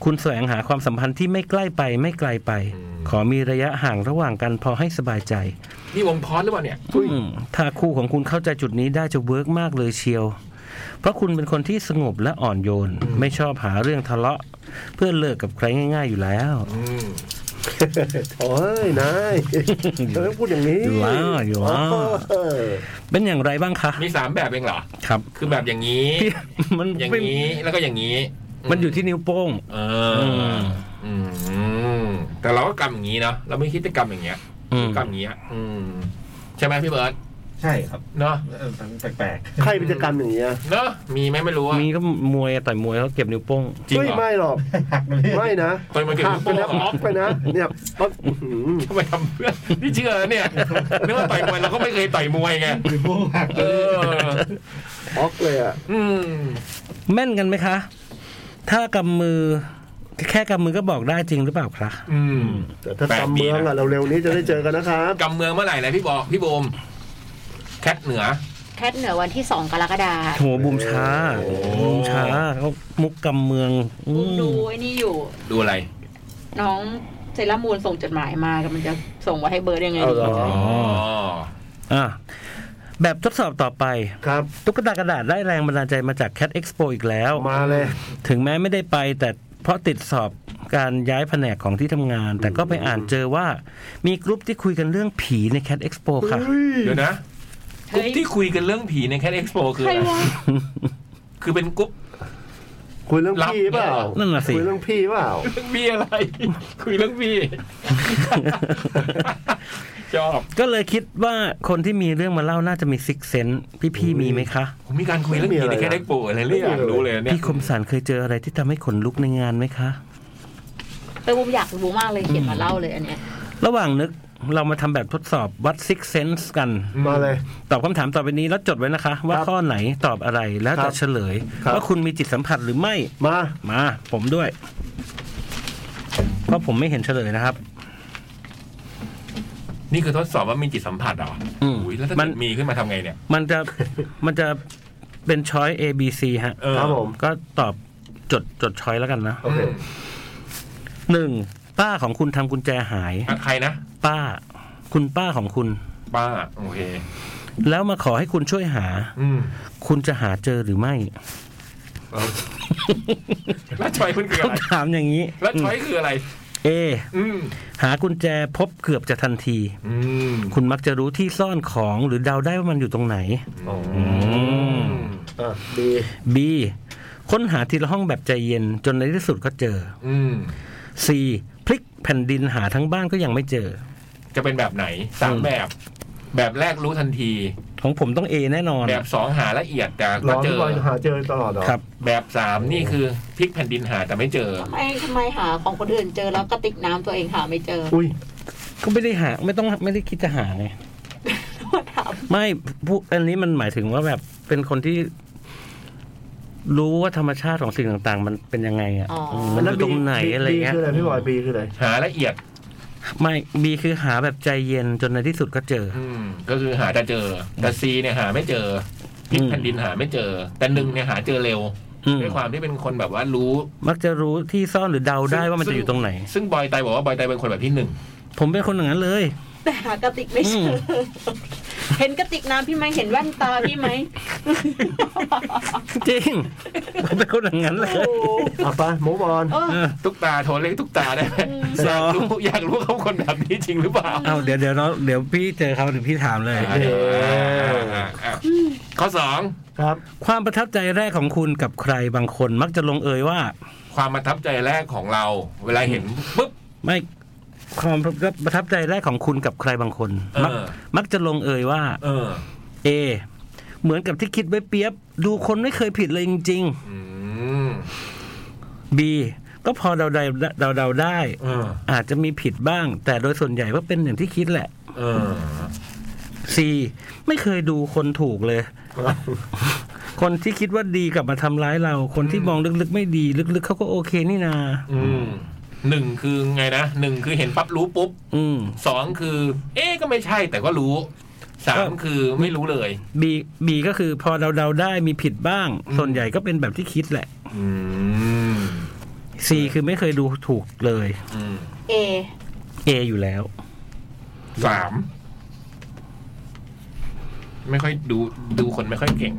คุณแสวงหาความสัมพันธ์ที่ไม่ใกล้ไปไม่ไกลไป
อืม
ขอมีระยะห่างระหว่างกันพอให้สบายใจ
นี่วงพอดหรือเปล่าเนี่ย
อืมถ้าคู่ของคุณเข้าใจจุดนี้ได้จะเวิร์กมากเลยเชียว เพราะคุณเป็นคนที่สงบและอ่อนโยน ไม่ชอบหาเรื่องทะเลาะ เพื่อเลิกกับใครง่าย ๆ อยู่แล้ว
อืม
โอ้ยนายเธอต้องพูดอย่างนี้
อยู่ว่าอยู่ว่า
เออ
เป็นอย่างไรบ้างคะ
มีสามแบบเองเหรอ
ครับ
คือแบบอย่างนี้
พี่มัน
อย่าง
ไม่
นี้แล้วก็อย่างนี้
มันอยู่ที่นิ้วโป้ง
เอ
อื
อ
ม
อืมแต่เราก็กำอย่างนี้เนาะเราไม่คิดจะกำอย่างเงี้ย
อืม
กำอย่างเงี้ยอืมใช่ไหมพี่เบิร์ต
ใช่ครับ
เนาะ
เออแปลก
ใครพิจกรรมอย่างเงี้ย
เนาะมีไหมไม่รู้อะ
มีก็มวยอะต่อยมวยเขาเก็บนิ้วโป้ง
จริง
เฮ้ย
เหรอ
ไม่หรอก
ๆหักเลย
ไม่นะ
ตอนมาเก็บ
หัก
นิ้ว
ไป
โป้ง
นะ
เห
บล็อกไปนะ
รอ
เนี่ยปั๊บอื้อหือ
ทำไมทำเพื่อนนี่เชื่อเนี่ยนึกว่าต่อยมวยเราก็ไม่เคยต่อยมวยไง
หรือพวกหัก
เอ
เลย
อบ
ล็อกเลยอ่ะ
อืม
แม่นกันไหมคะ ถ้ากำมือ แค่กำมือก็บอกได้จริงหรือเปล่าคะ
อืม
แต่ถ้า
แปด
ตำเมือง
ปี
อ่ะ
นะ
เร็วๆนี้จะได้เจอกันนะครับ
กำเมืองเมื่อไหร่เลยพี่บอกพี่โบมแคทเหนือ
แคทเหนือวันที่สองกรกฎา
โหบูมช้า
โอ้
บูมช้าเขามุกกำเมืองอื
บู
ม
มดูไอ้นี่อยู่
ดูอะไร
น้องเซรามูลส่งจดหมายมากับมันจะส่งไว้ให้เบิร์ดยังไง
เอา
ดี
เหรอ
อ๋อ
อ่ะแบบทดสอบต่อไป
ครับ
ตุ๊กตากระดาษได้แรงบันดาลใจมาจาก Cat Expo อีกแล้ว
มาเลย
ถึงแม้ไม่ได้ไปแต่เพราะติดสอบการย้ายแผนกของที่ทำงาน แต่ก็ไปอ่านเจอว่ามีกลุ่มที่คุยกันเรื่องผีใน Cat Expo ค่ะ
เดี๋ยวนะกรุ๊ป
เฮ้ย
ที่คุยกันเรื่องผีในแคทเอ็กซ์โปคือ
ใคร
อะไร
วะ
คือเป็นกรุ๊ป
คุยเรื่อง
รับ
พี่เปล่า
เนี่ยเหรอนั่นน่ะสิ
คุยเรื่องพี่เปล่า
เรื่องบีอะไร คุยเรื่องบี ชอบ
ก็เลยคิดว่าคนที่มีเรื่องมาเล่าน่าจะมีซิกเซนพี่ๆมีไหมคะ
ผมมีการคุยเรื่องผีในแคทเอ็กซ์โปอะไรเรื่อยอยากรู้เลยเนี่ย
พี่คมสันเคยเจออะไรที่ทำให้ขนลุกในงานไหมคะ
ไปบูมอยากรู้มากเลยเขียนมาเล่าเลยอันเนี้ย
ระหว่างนึกเรามาทำแบบทดสอบวัด Six Sense กัน
มาเลย
ตอบคำถามต่อไปนี้แล้วจดไว้นะคะ ว่าข้อไหนตอบอะไรแล้ว
ครั
จะ
บ
เฉลย
ครับ
ว่าคุณมีจิตสัมผัสหรือไม่
มา
มา ผมด้วย เพราะผมไม่เห็นเฉลยนะครับ
นี่คือทดสอบว่ามีจิตสัมผัสเหรอ
อืม
อุ้ยแล้วถ้า
มั
เกิ
น
ดมีขึ้นมาทำไงเนี่ย
มันจะมันจะเป็นช้อย A B C ฮะ
เออ
ครับผม
ก็ตอบจดจดช้อยแล้วกันนะ
โอเค
อืม
หนึ่งป้าของคุณทำกุญแจหาย
อ่ะใครนะ
ป้า คุณป้าของคุณ
ป้าโอเค
แล้วมาขอให้คุณช่วยหา
อืม
คุณจะหาเจอหรือไม่
แล้วชอยคุณคืออะไร
คำถามอย่างนี้
แล้วชอยคืออะไร
เอ
อืม
หากุญแจพบเกือบจะทันที
อืม
คุณมักจะรู้ที่ซ่อนของหรือเดาได้ว่ามันอยู่ตรงไหน
อ๋อ
อืม
อ่ะดี
B ค้นหาทีละห้องแบบใจเย็นจนในที่สุดก็เจอ
อืม
C พลิกแผ่นดินหาทั้งบ้านก็ยังไม่เจอ
จะเป็นแบบไหนสาม
อืม
แบบ แบบแรกรู้ทันที
ของผมต้อง A แน่นอน
แบบสองหาละเอียดแต่
ร
ก็
อ
เจ
พี่
อ
บอลหาเจอตลอดเหรอ
ครับ
แบบสามนี่คือพลิกแผ่นดินหาแต่ไม่เจอ
ทำไมทำไมหาของคนอื่นเจอแล้วกระติกน้ำตัวเองหาไม่เจอ
อุ้ย
ก็ไม่ได้หาไม่ต้องไม่ได้คิดจะหาไง
ถาม
ไม่ผู้อันนี้มันหมายถึงว่าแบบเป็นคนที่ รู้ว่าธรรมชาติของสิ่งต่าง ๆ มันเป็นยังไงอ่ะ
อ๋ออื
มมันอยู่ตรงไหน
B-
อะไร
B
เงี้ย
คืออะไรพี่บอยบีคืออะไร
หาละเอียด
ไม่บีคือหาแบบใจเย็นจนในที่สุดก็เจอ
อืม ก็คือหาแต่เจอ แต่ซีเนี่ยหาไม่เจอพลิกแผ่นดินหาไม่เจอ แต่หนึ่งเนี่ยหาเจอเร็ว
อืม
ด้วยความที่เป็นคนแบบว่ารู้
มักจะรู้ที่ซ่อนหรือเดาได้ว่ามันจะอยู่ตรงไหน
ซึ่งบอยไตบอกว่าบอยไตเป็นคนแบบที่หนึ่ง
ผมเป็นคนอย่างนั้นเลย
แต่หากระติกไม่เจอ เห็นกระติกน้ำพี่ไหมเห็นแว่นตาพี่ไหม
จริงผมเป็นคนอย่างนั้นเลย
โอ้โห
เอาไปมูฟออน
เออ
ตุ๊กตาโทรเรียกตุ๊กตาได้ไหม
ส
อ
อย
าก
ง
รู้อยากรู้เขาคนแบบนี้จริงหรือเปล่า
เอาเดี๋ยวเดี๋ยวเราเดี๋ยวพี่เจอเขาเดี๋ยวพี่ถามเลย
อ่าเดี๋ยวอ่าอ่าข้อสอง
ครับ
ความประทับใจแรกของคุณกับใครบางคนมักจะลงเอยว่า
ความประทับใจแรกของเรา เวลาเห็นปุ๊บ
ไม่ความประทับใจแรกของคุณกับใครบางคนมัก
เออ
มักจะลงเอยว่า
เออ
เอ เหมือนกับที่คิดไว้เปียบ ดูคนไม่เคยผิดเลยจริง
อืม
ๆ B ก็พอเดาได้เดาเดาได้
เออ
อาจจะมีผิดบ้าง แต่โดยส่วนใหญ่ก็เป็นอย่างที่คิดแหละ
เออ
C ไม่เคยดูคนถูกเลย คนที่คิดว่าดีกลับมาทำร้ายเรา คนที่
อืม
มองลึกๆไม่ดี ลึกๆเขาก็โอเคนี่นา
อืมหนึ่งคือไงนะหนึ่งคือเห็นปั๊บรู้ปุ๊บ
อืม
สองคือ เอ๊ะก็ไม่ใช่แต่ก็รู้สามคือไม่รู้เลย
B B ก็คือพอเดาเดาได้มีผิดบ้าง
อืม
ส่วนใหญ่ก็เป็นแบบที่คิดแหละ
อืม
C คือไม่เคยดูถูกเลย
อืม
เอ
A อยู่แล้ว
สามไม่ค่อยดูดูคนไม่ค่อยเก่ง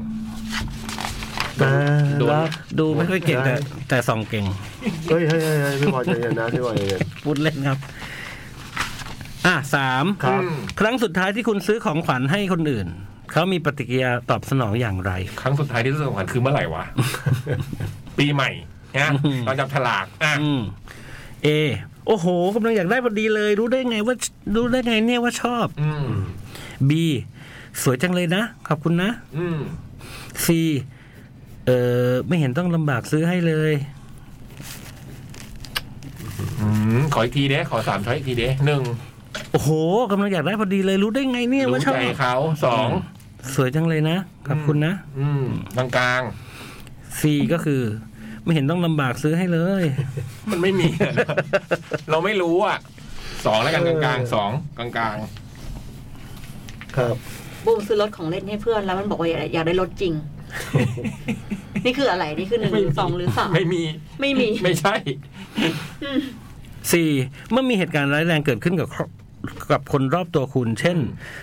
แต่
โดน
รัก
ดูไม่ค่อยเก่งแต่แต่ส่องเก่ง
เฮ้ยเฮ้ยเฮ้ยเฮ้ยพี่บอยใจเย็นนะพี่บอยใจเย็น
พูดเล่นครับ อ่ะสาม
ครับ
อืม
ครั้งสุดท้ายที่คุณซื้อของขวัญให้คนอื่น เขามีปฏิกิริยาตอบสนองอย่างไร
ครั้งสุดท้ายที่รู้สึกสำคัญคือเมื่อไหร่
<laughs>
วะ ปีใหม่นะ
อืม
ตอนจับฉลากอ่ะ
อืม เอ โอ้โหกำลังอยากได้พอดีเลย รู้ได้ไงว่ารู้ได้ไงเนี่ยว่าชอบ
อืม
B สวยจังเลยนะ ขอบคุณนะ
อืม
C เออไม่เห็นต้องลำบากซื้อให้เลย
อืมขออีกทีเด้ขอสามช้อยอีกทีเด้หนึ่ง
โอ้โหกำลังอยากได้พอดีเลย รู้ได้ไงเนี่ย
รู้
ว่าชอ
ใจ
บ
เขาสอง
สวยจังเลยนะ ขอบคุณนะ
อืมกลางกลาง
C ก็คือ ไม่เห็นต้องลำบากซื้อให้เลย
ๆ มันไม่มี <laughs> อะนะเราไม่รู้อ่ะสองแล้วกันกลางๆสองกลาง
ครับ
บูมซื้อรถของเล่นให้เพื่อนแล้วมันบอกว่าอยากอยากได้รถจริง นี่คืออะไรนี่คือหนึ่งหรือสองหรือสาม
ๆไม่มี
ไม่มี
ไม่ใช่
สี่เมื่อมีเหตุการณ์ร้ายแรงเกิดขึ้นกับครอบกับคนรอบตัวคุณ เช่น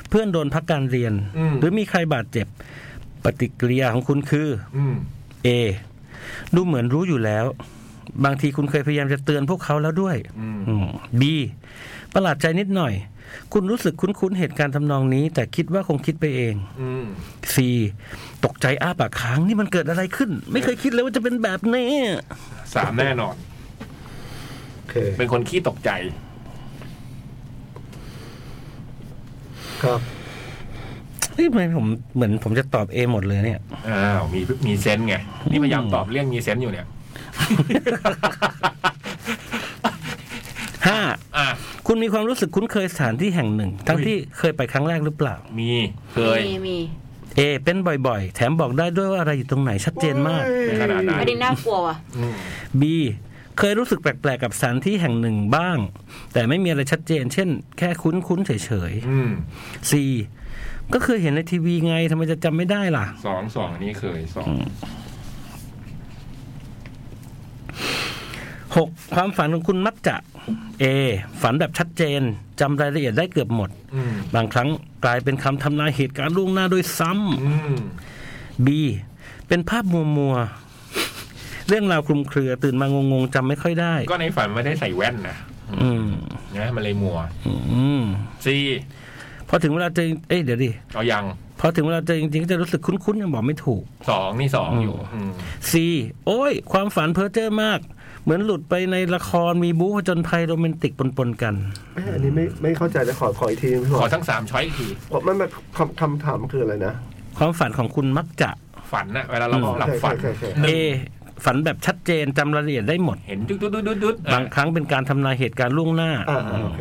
เพื่อนโดนพักการเรียน
อืม
หรือมีใครบาดเจ็บ ปฏิกิริยาของคุณคือ
อืม
A ดูเหมือนรู้อยู่แล้ว บางทีคุณเคยพยายามจะเตือนพวกเขาแล้วด้วย
อืม
อืม B ประหลาดใจนิดหน่อย คุณรู้สึกคุ้นๆเหตุการณ์ทำนองนี้ แต่คิดว่าคงคิดไปเอง
อืม
C ตกใจอ้าปากค้างนี่มันเกิดอะไรขึ้น ไม่เคยคิดเลยว่าจะเป็นแบบนี้
สามแน่นอน
โอเค
เป็นคนขี้ตกใจ
ครับ
เฮ้ยทำไมผมเหมือนผมจะตอบ A หมดเลยเนี่ย
อ้าวมีมีเซนส์ไง นี่พยายามตอบเรื่องมีเซนส์อยู่เนี่ย
ห้า
อ่ะ
คุณมีความรู้สึกคุ้นเคยสถานที่แห่งหนึ่ง ทั้งที่เคยไปครั้งแรกหรือเปล่า
มีเคย
มีมี
A เป็นบ่อยๆ แถมบอกได้ด้วยว่าอะไรอยู่ตรงไหนชัดเจนมาก
ในขณะนั้
อันนี้น่ากลัวว่ะ
อืม
B เคยรู้สึกแปลกๆกับสถานที่แห่งหนึ่งบ้าง แต่ไม่มีอะไรชัดเจน เช่น แค่คุ้นๆเฉย
อืม
ๆ C ก็เคยเห็นในทีวีไงทำไมจะจำไม่ได้ล่ะ
สองสองอันนี้เคยสอง
6. ความฝันของคุณมักจะ A ฝันแบบชัดเจนจำรายละเอียดได้เกือบหมด
อืม
บางครั้งกลายเป็นคำทำนายเหตุการณ์ล่วงหน้าโดวยซ้ำ
อืม
B เป็นภาพมัวมัวๆเรื่องราวคลุมเครือตื่นมางงๆจำไม่ค่อยได้
ก็ในฝันไม่ได้ใส่แว่นนะ
อืม
นะมันเลยมัว
อืม
ซี
พอถึงเวลาเจอเอ้ยเดี๋ยวดิ
เอายัง
พอถึงเวลาเจอจริงๆก็จะรู้สึกคุ้นๆยังบอกไม่ถูก
สองนี่สองอยู่ อืม
C โอ้ย ความฝันเพ้อเจ้อมาก เหมือนหลุดไปในละครมีบู๊ผจญภัยโรแมนติกปนๆกัน
เอ้ยอันนี้ไม่ไม่เข้าใจจะขอขออีกทีพี่บ
ข
อ
อย ทั้งสามช้อยอีกที
ผมไม่ไม่คำคำถามคืออะไรนะ
ความฝันของคุณมักจะ
ฝันนะเวลาเรา
อืม
หลับฝัน
ใช่ใช่ใช่
ห
A
นึ่ง
ฝันแบบชัดเจนจำรายละเอียดได้หมด
เห็นดุดดุดดุดดุด
บางครั้งเป็นการทำนายเหตุการณ์ล่วงหน้า
อ่าอ่าโอเค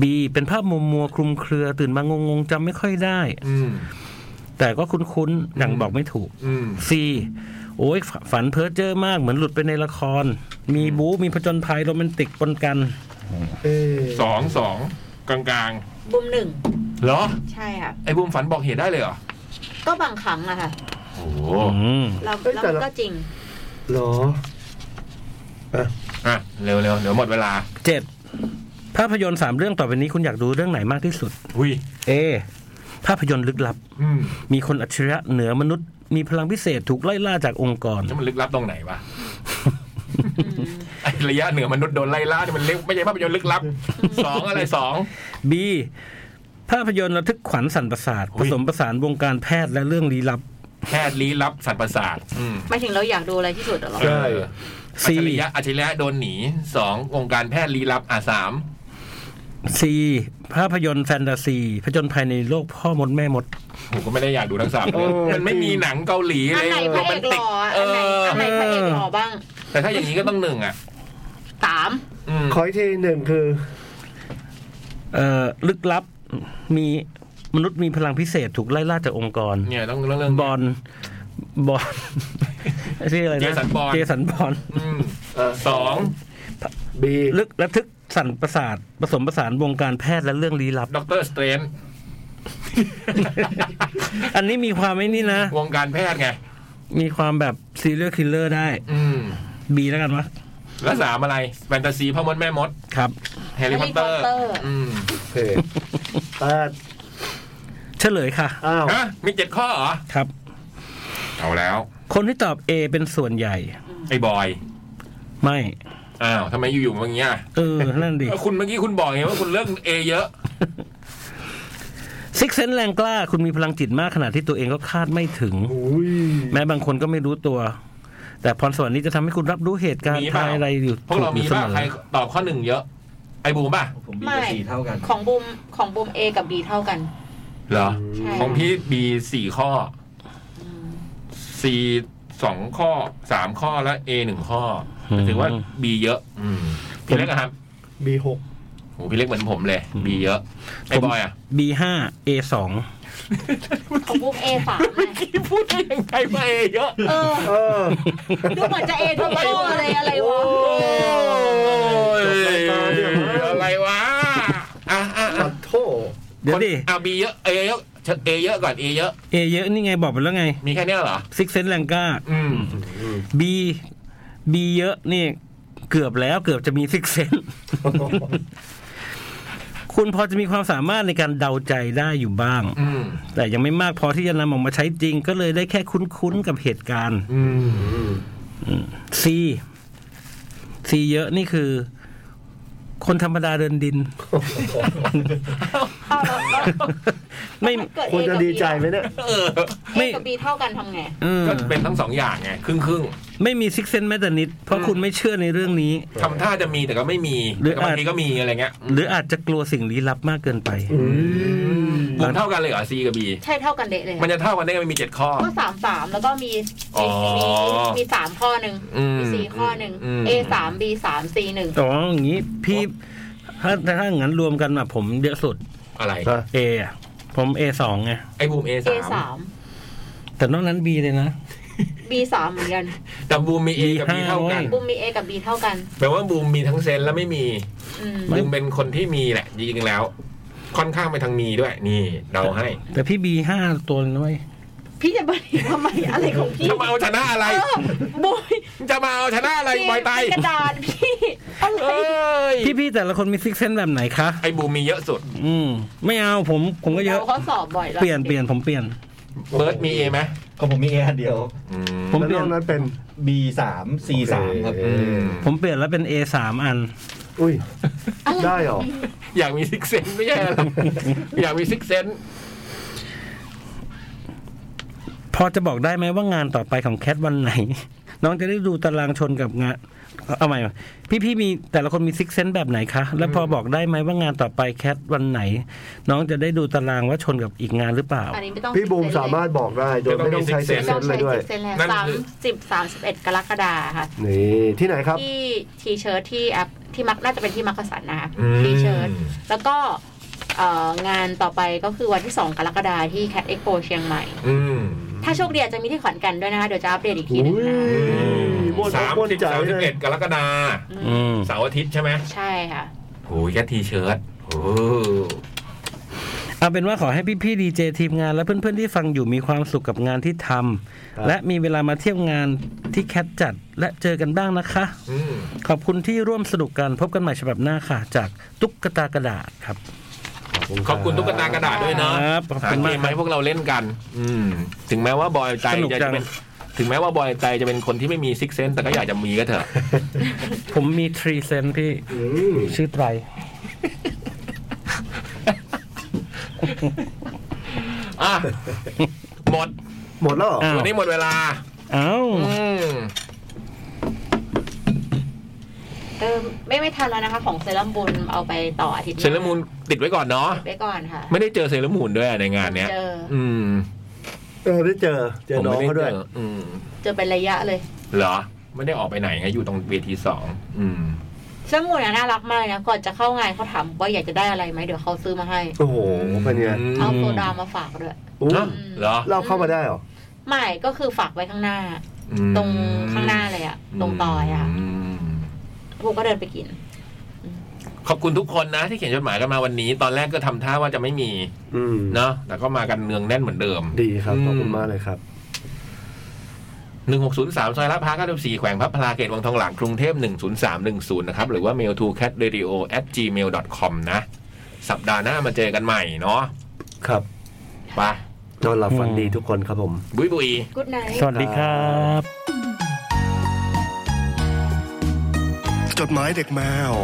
B เป็นภาพมัวมัวๆคลุมเครือ ตื่นมางงๆจำไม่ค่อยได้
อืม
แต่ก็คุ้นๆยังบอกไม่ถูก
อืม
C โอ้ยฝฝันเพ้อเจ้อมากเหมือนหลุดไปในละคร มีบู๊มีผจญภัยโรแมนติกปนกัน
เอ้ย
สองสองกลางกลาง
บุมหนึ่ง
ๆเหรอ
ใช่ค่ะ
ไอ้บูมฝันบอกเหตุได้เลยเหรอ
ก็บางครั้งอะค่ะ
โอ้โห
อืม
เราแล้วมันก็จริง
เหรออ่ะ
อ่ะเร็วเร็วๆเดี๋ยวหมดเวลา
เจ็ดภาพยนตร์สามเรื่องต่อไปนี้คุณอยากดูเรื่องไหนมากที่สุด
อุ้ย
A ภาพยนตร์ลึกลับ
อืม
มีคนอัจฉริยะเหนือมนุษย์ มีพลังพิเศษถูกไล่ล่าจากองค์กร
แล้วมันลึกลับตรงไหนวะไอ้ระยะเหนือมนุษย์โดนไล่ล่าเนี่ยมันเล็กไม่ใช่ภาพยนตร์ลึกลับสองอะไรสอง
B ภาพยนตร์ระทึกขวัญสันประสาท
อุ๊
ผ
ย
สมประสานวงการแพทย์และเรื่องลี้ลับ
แพทย์ลี้ลับสัตว์ประสาทอืม
หมายถึงเราอยากดูอะไรที่สุดเหรอ
ใช่
เออ
C
อัจฉริยะอัจฉริยะโดนหนีสององค์การแพทย์ลี้ลับอ่ะสาม
C ภาพยนตร์แฟนตาซีผจญภัยในโลกพ่อมดแม่มด
ผมก็ไม่ได้อยากดูทั้งสามเรื่อง
เออ
มันไม่มีหนังเกาหลี
อั
เล
น
ย
ไหนพระเอกหล่อ
เอ
อันไหน
อ
อันไหนพระเอกหล่อบ้าง
แต่ถ้าอย่างนี้ก็ต้องหนึ่งอ่ะ
สาม
อืม
ขออีกทีหนึ่งคือ
เอ่อลึกลับมีมนุษย์มีพลังพิเศษถูกไล่ล่าจากองค์กร
เนี่ยต้องเรื่องเรื่อง
บอลบ <laughs> อล ชื่ออะไรนะ
เจสันบอล
เจสันบอล
อืม
เ
สอง
บี
ลึกระทึกสั่นประสาทผสมประสานวงการแพทย์และเรื่องลี้ลับ
ด็อกเตอร์สเตรน
อันนี้มีความไอ้นี่นะ
วงการแพทย์ไง
มีความแบบซีเรียลคิลเลอร์ได้
อืม
บีแล้วกันวะ
แล้วสามอะไร แฟนตาซีพ่อมดแม่มด
ครับ
แฮร์รี่พอตเตอร์ อืม
โอเคแปด
เฉลยค่ะ
อ้าว
ฮะมีเจ็ดข้อเหรอ
ครับ
เอาแล้ว
คนที่ตอบ A เป็นส่วนใหญ่
ไอ้บอย
ไม่
อ้าวทำไมอยู่ๆมันอย่างเงี้ย
เออ นั่นดิ
เออคุณเมื่อกี้คุณบอกไงว่าคุณเลือกเอเยอะ
ซิกเซนแรงกล้า คุณมีพลังจิตมากขนาดที่ตัวเองก็คาดไม่ถึง
อุ้ย
แม้บางคนก็ไม่รู้ตัว แต่พรสวรรค์นี้จะทำให้คุณรับรู้เหตุการณ์
มีเป
ภา
ล่า
ยอะไรอยู่
พวกเรามี
อยู่เส
บ้าม ง
อ
ใครตอบข้อหนึ่งเยอะ ไอ้บูมป่ะ
ผมบีกับสีเท่ากัน
ของบูมของบูม A กับ B เท่ากัน
เหรอ
ใช่
ของพี่บีสี่ข้อซีสองข้อสามข้อและเอหนึ่งข้อแต่ถือว่าบีเยอะ อืมพี่เล็กอะครับ
บีหก
โหพี่เล็กเหมือนผมเลยบีเยอะไอ้บอยอะ
บีห้าเอสอง
ของบูม A สามนะ
ที่พูดได้ยังไงมาเอเยอะ
เออ
เออ
ดูเหมือนจะ A ทุกข้อเลยอะไรวะ
อะไรวะอ่ะอ่ะ
ตั
อ่ะ
ดโทษ
เดี๋ยวดิ
อ่ะบีเยอะเอเยอะเอเยอะก่อนเอเยอะ
เอเยอะนี่ไงบอกไปแล้วไง
มีแค่เนี้ยเหรอ
ซิกเซนแรงกล้า
อืม
บีบีเยอะนี่เกือบแล้วเกือบจะมีซิกเซน คุณพอจะมีความสามารถในการเดาใจได้อยู่บ้าง
อืม
แต่ยังไม่มากพอที่จะนำออกมาใช้จริง ก็เลยได้แค่คุ้นๆกับเหตุการณ์
อืม
ซีซีเยอะนี่คือ คนธรรมดาเดินดิน <laughs>
เอาแล้วแล้ว
ไม่
ถ้าเกิ A
ควรจะดีใจไหมเนี่ย
เออ
กับ B
ไม่
A กับ B เท่ากันทำไง
เออ
ก็เป็นทั้งสองอย่างไง ครึ่งครึ่ง
ไม่มีซิกเซนแม้แต่นิด เพราะคุณไม่เชื่อในเรื่องนี้
ๆทำท่าจะมีแต่ก็ไม่มี
หรืออาจ
แต่บางทีก็มีอะไรเงี้ย
หรืออาจจะกลัวสิ่งลี้ลับมากเกินไป
มันเท่ากันเลยเหรอซีกับบี
ใช่เท่ากันเดะเลย
มันจะเท่ากันได้ไงมันมีเจ็ดข้อ
ก็สามสามแล้วก็มี
อ๋อ
มีมีสามข้อหนึ่ง
อืม
มีสี่ข้อหนึ่ง
ม
A สาม B สาม C หนึ่ง
อ๋ออย่างนี้พี่ถ้าถ้าอย่างนั้นรวมกันอะผมเยอะสุด
อะไร
เออะผมเอสองไง
ไอ้บูมเอ
เอ
สาม
สาม
แต่นอกนั้นบีเลยนะ
B สามเหมือนกัน
แต่บูมมีเอกับบีเท่ากัน
ห้าเว้ย
บุมมี A กับ B เท่ากัน
แปลว่าบูมมีทั้งเซนส์และไม่มี
อืม
ไม่
บูมเป็นคนที่มีแหละจริงๆแล้ว ค่อนข้างไปทางมีด้วย นี่เดาให้
แต่พี่บีห้าตัวเลยนะเว้ย
พี่จะบริทำไมอะไรของพี่
จะมาเอาชนะอะไร
เออบุย
จะมาเอาชนะอะไรบอยไต
กระดาษพี่อะไร
เอ้ย
พี่พี่แต่ละคนมีซิกเซนแบบไหนคะ
ไอ้บูมมีเยอะสุด
อืม ไม่เอาผมผมก็เยอะ
ราข้อสอบบ่อยแล้ว
เปลี่ยนเปลี่ยนผมเปลี่ยน
เบิร์ดมีเอไหม
ก็ผมมีเออันเดียว
อืม
ผม
แล้ว
เปลี่
นอ
ย
น กนั้นเป็น
B สามซสามครับ
โอเค
อืม
ผมเปลี่ยนแล้วเป็น A สามอัน
อุ้ย
อะไร
ได้เหรอ
อยากมีซิกเซนไม่ใช่หรออยากมีซิกเซน
พอจะบอกได้ไหมว่างานต่อไปของแคทวัน <laughs> ไหน น้องจะได้ดูตารางชนกับงาน เอาใหม่พี่พี่ๆมีแต่ละคนมีซิกเซนแบบไหนคะ แล้วพอบอกได้ไหมว่างานต่อไปแคทวันไหน น้องจะได้ดูตารางว่าชนกับอีกงานหรือเปล่า
อันนี้ไม่ต้อง
พี่บูมสามารถบอกได้ โดยไม่ต้องใช้เซ็น
ไม่
เซ
ต้อง
นเล
ใช้
ยด้วย
เซนแล้วสามสิบสามสิบเอ็ดกรกฎาค่ะ
นี่ ที่ไหนครับ
ที่ทีเชิร์ตที่แอปที่มักน่าจะเป็นที่มักกะสันนะคะ
อืม
ทีเชิร์ตแล้วก็เอ่องานต่อไปก็คือวันที่ 2 กรกฎาคมที่ Cat Expo เชียงใหม่
อืม
ถ้าโชคดีอาจจะมีที่ขอนแก่นด้วยนะคะเดี๋ยวจะอัปเดตอีกทีหนึง
อุ้ยบน
นะคะ
สาม
บน
สิบ
ใจ
สามสิบ
เล
เอ็
ย
ดกรกฎา
อืม
เสาร์อาทิตย์ใช่ไหม
ใช่ค่ะ
โอ้ยแค่ทีเชิ้ตโอ้
เอาเป็นว่าขอให้พี่พี่ดีเจทีมงานและเพื่อนๆที่ฟังอยู่มีความสุขกับงานที่ทำและมีเวลามาเที่ยวงานที่แคทจัด และเจอกันบ้างนะคะ
อืม
ขอบคุณที่ร่วมสนุกกันพบกันใหม่ฉบับหน้าค่ะ จากตุ๊กตากระดาษครับ
อ ขอบคุณตุ๊กตากระดาษด้วยเนาะ
ครับขอบ
หา
คุณ
เก
มาก
ม
ค
มา
รับ
ให้พวกเราเล่นกัน อืม ถึงแม้ว่าบอยใจ
สนุก
จะ
จัง
เป็น ถึงแม้ว่าบอยใจจะเป็นคนที่ไม่มีซิกเซนแต่ก็อยากจะมีก็เถอะ
ผมมีทรีเซนพี่ชื่อไตร
อ่ะ
<laughs>
หมด
หมดแล้วเหรอ
อ้าว
วันนี้หมดเวลา
เอ้า
อืม
เออไม่ไม่ทันแล้วนะคะ ของเซรั่มบุญเอาไปต่ออาทิตย์ห
เซ
น้า
เลอร์มูนติดไว้ก่อนเนาะ
ไว้ก่อนค่ะ
ไม่ได้เจอเซเลอร์มูนด้วยในงานเนี้ย
เจอ
อืม
เออได้เจอ เจอ
ผม
น้อง
ไม่
เขา
ได้
ด้วย
เจออืม
เจอเป็นระยะเลย
เหรอ ไม่ได้ออกไปไหนไงอยู่ตรงเวทีสอง อืม
เซรั่มบุญอะน่ารักมากนะก่อนจะเข้างานเขาถามว่าอยากจะได้อะไรไหมเดี๋ยวเขาซื้อมาให้
โอ้โหเป็นไง
อืม
เอาโซดามาฝากด้วย
อู้
เนอะเหรอ
เราเข้ามาได้เหรอ
ไม่ก็คือฝากไว้ข้างหน้า
อืม
ตรงข้างหน้าเลยอะตรงตอยอะ
ม
พวกก็เดินไปกิน
ขอบคุณทุกคนนะ ที่เขียนจดหมายกันมาวันนี้ ตอนแรกก็ทำท่าว่าจะไม่มี
อืม
เนาะแต่ก็มากันเนืองแน่นเหมือนเดิม
ดีครับขอบคุ
อื
ณ
ม
มากเลยครับ
หนึ่งหกศูนย์สามซอยลาดพร้าวเก้าสิบสี่แขวงพระพลาเขตวังทองหลางกรุงเทพหนึ่งศูนย์สามหนึ่งศูนย์นะครับ หรือว่า mail to cat radio at gmail com นะ สัปดาห์หน้ามาเจอกันใหม่เนาะ
ครับ
ไป
นอนหลับฝันดีทุกคนครับผม
บุยบุย
g ุ o d ไน g h t
สวัสดีครับ
จดหมายเด็กแมว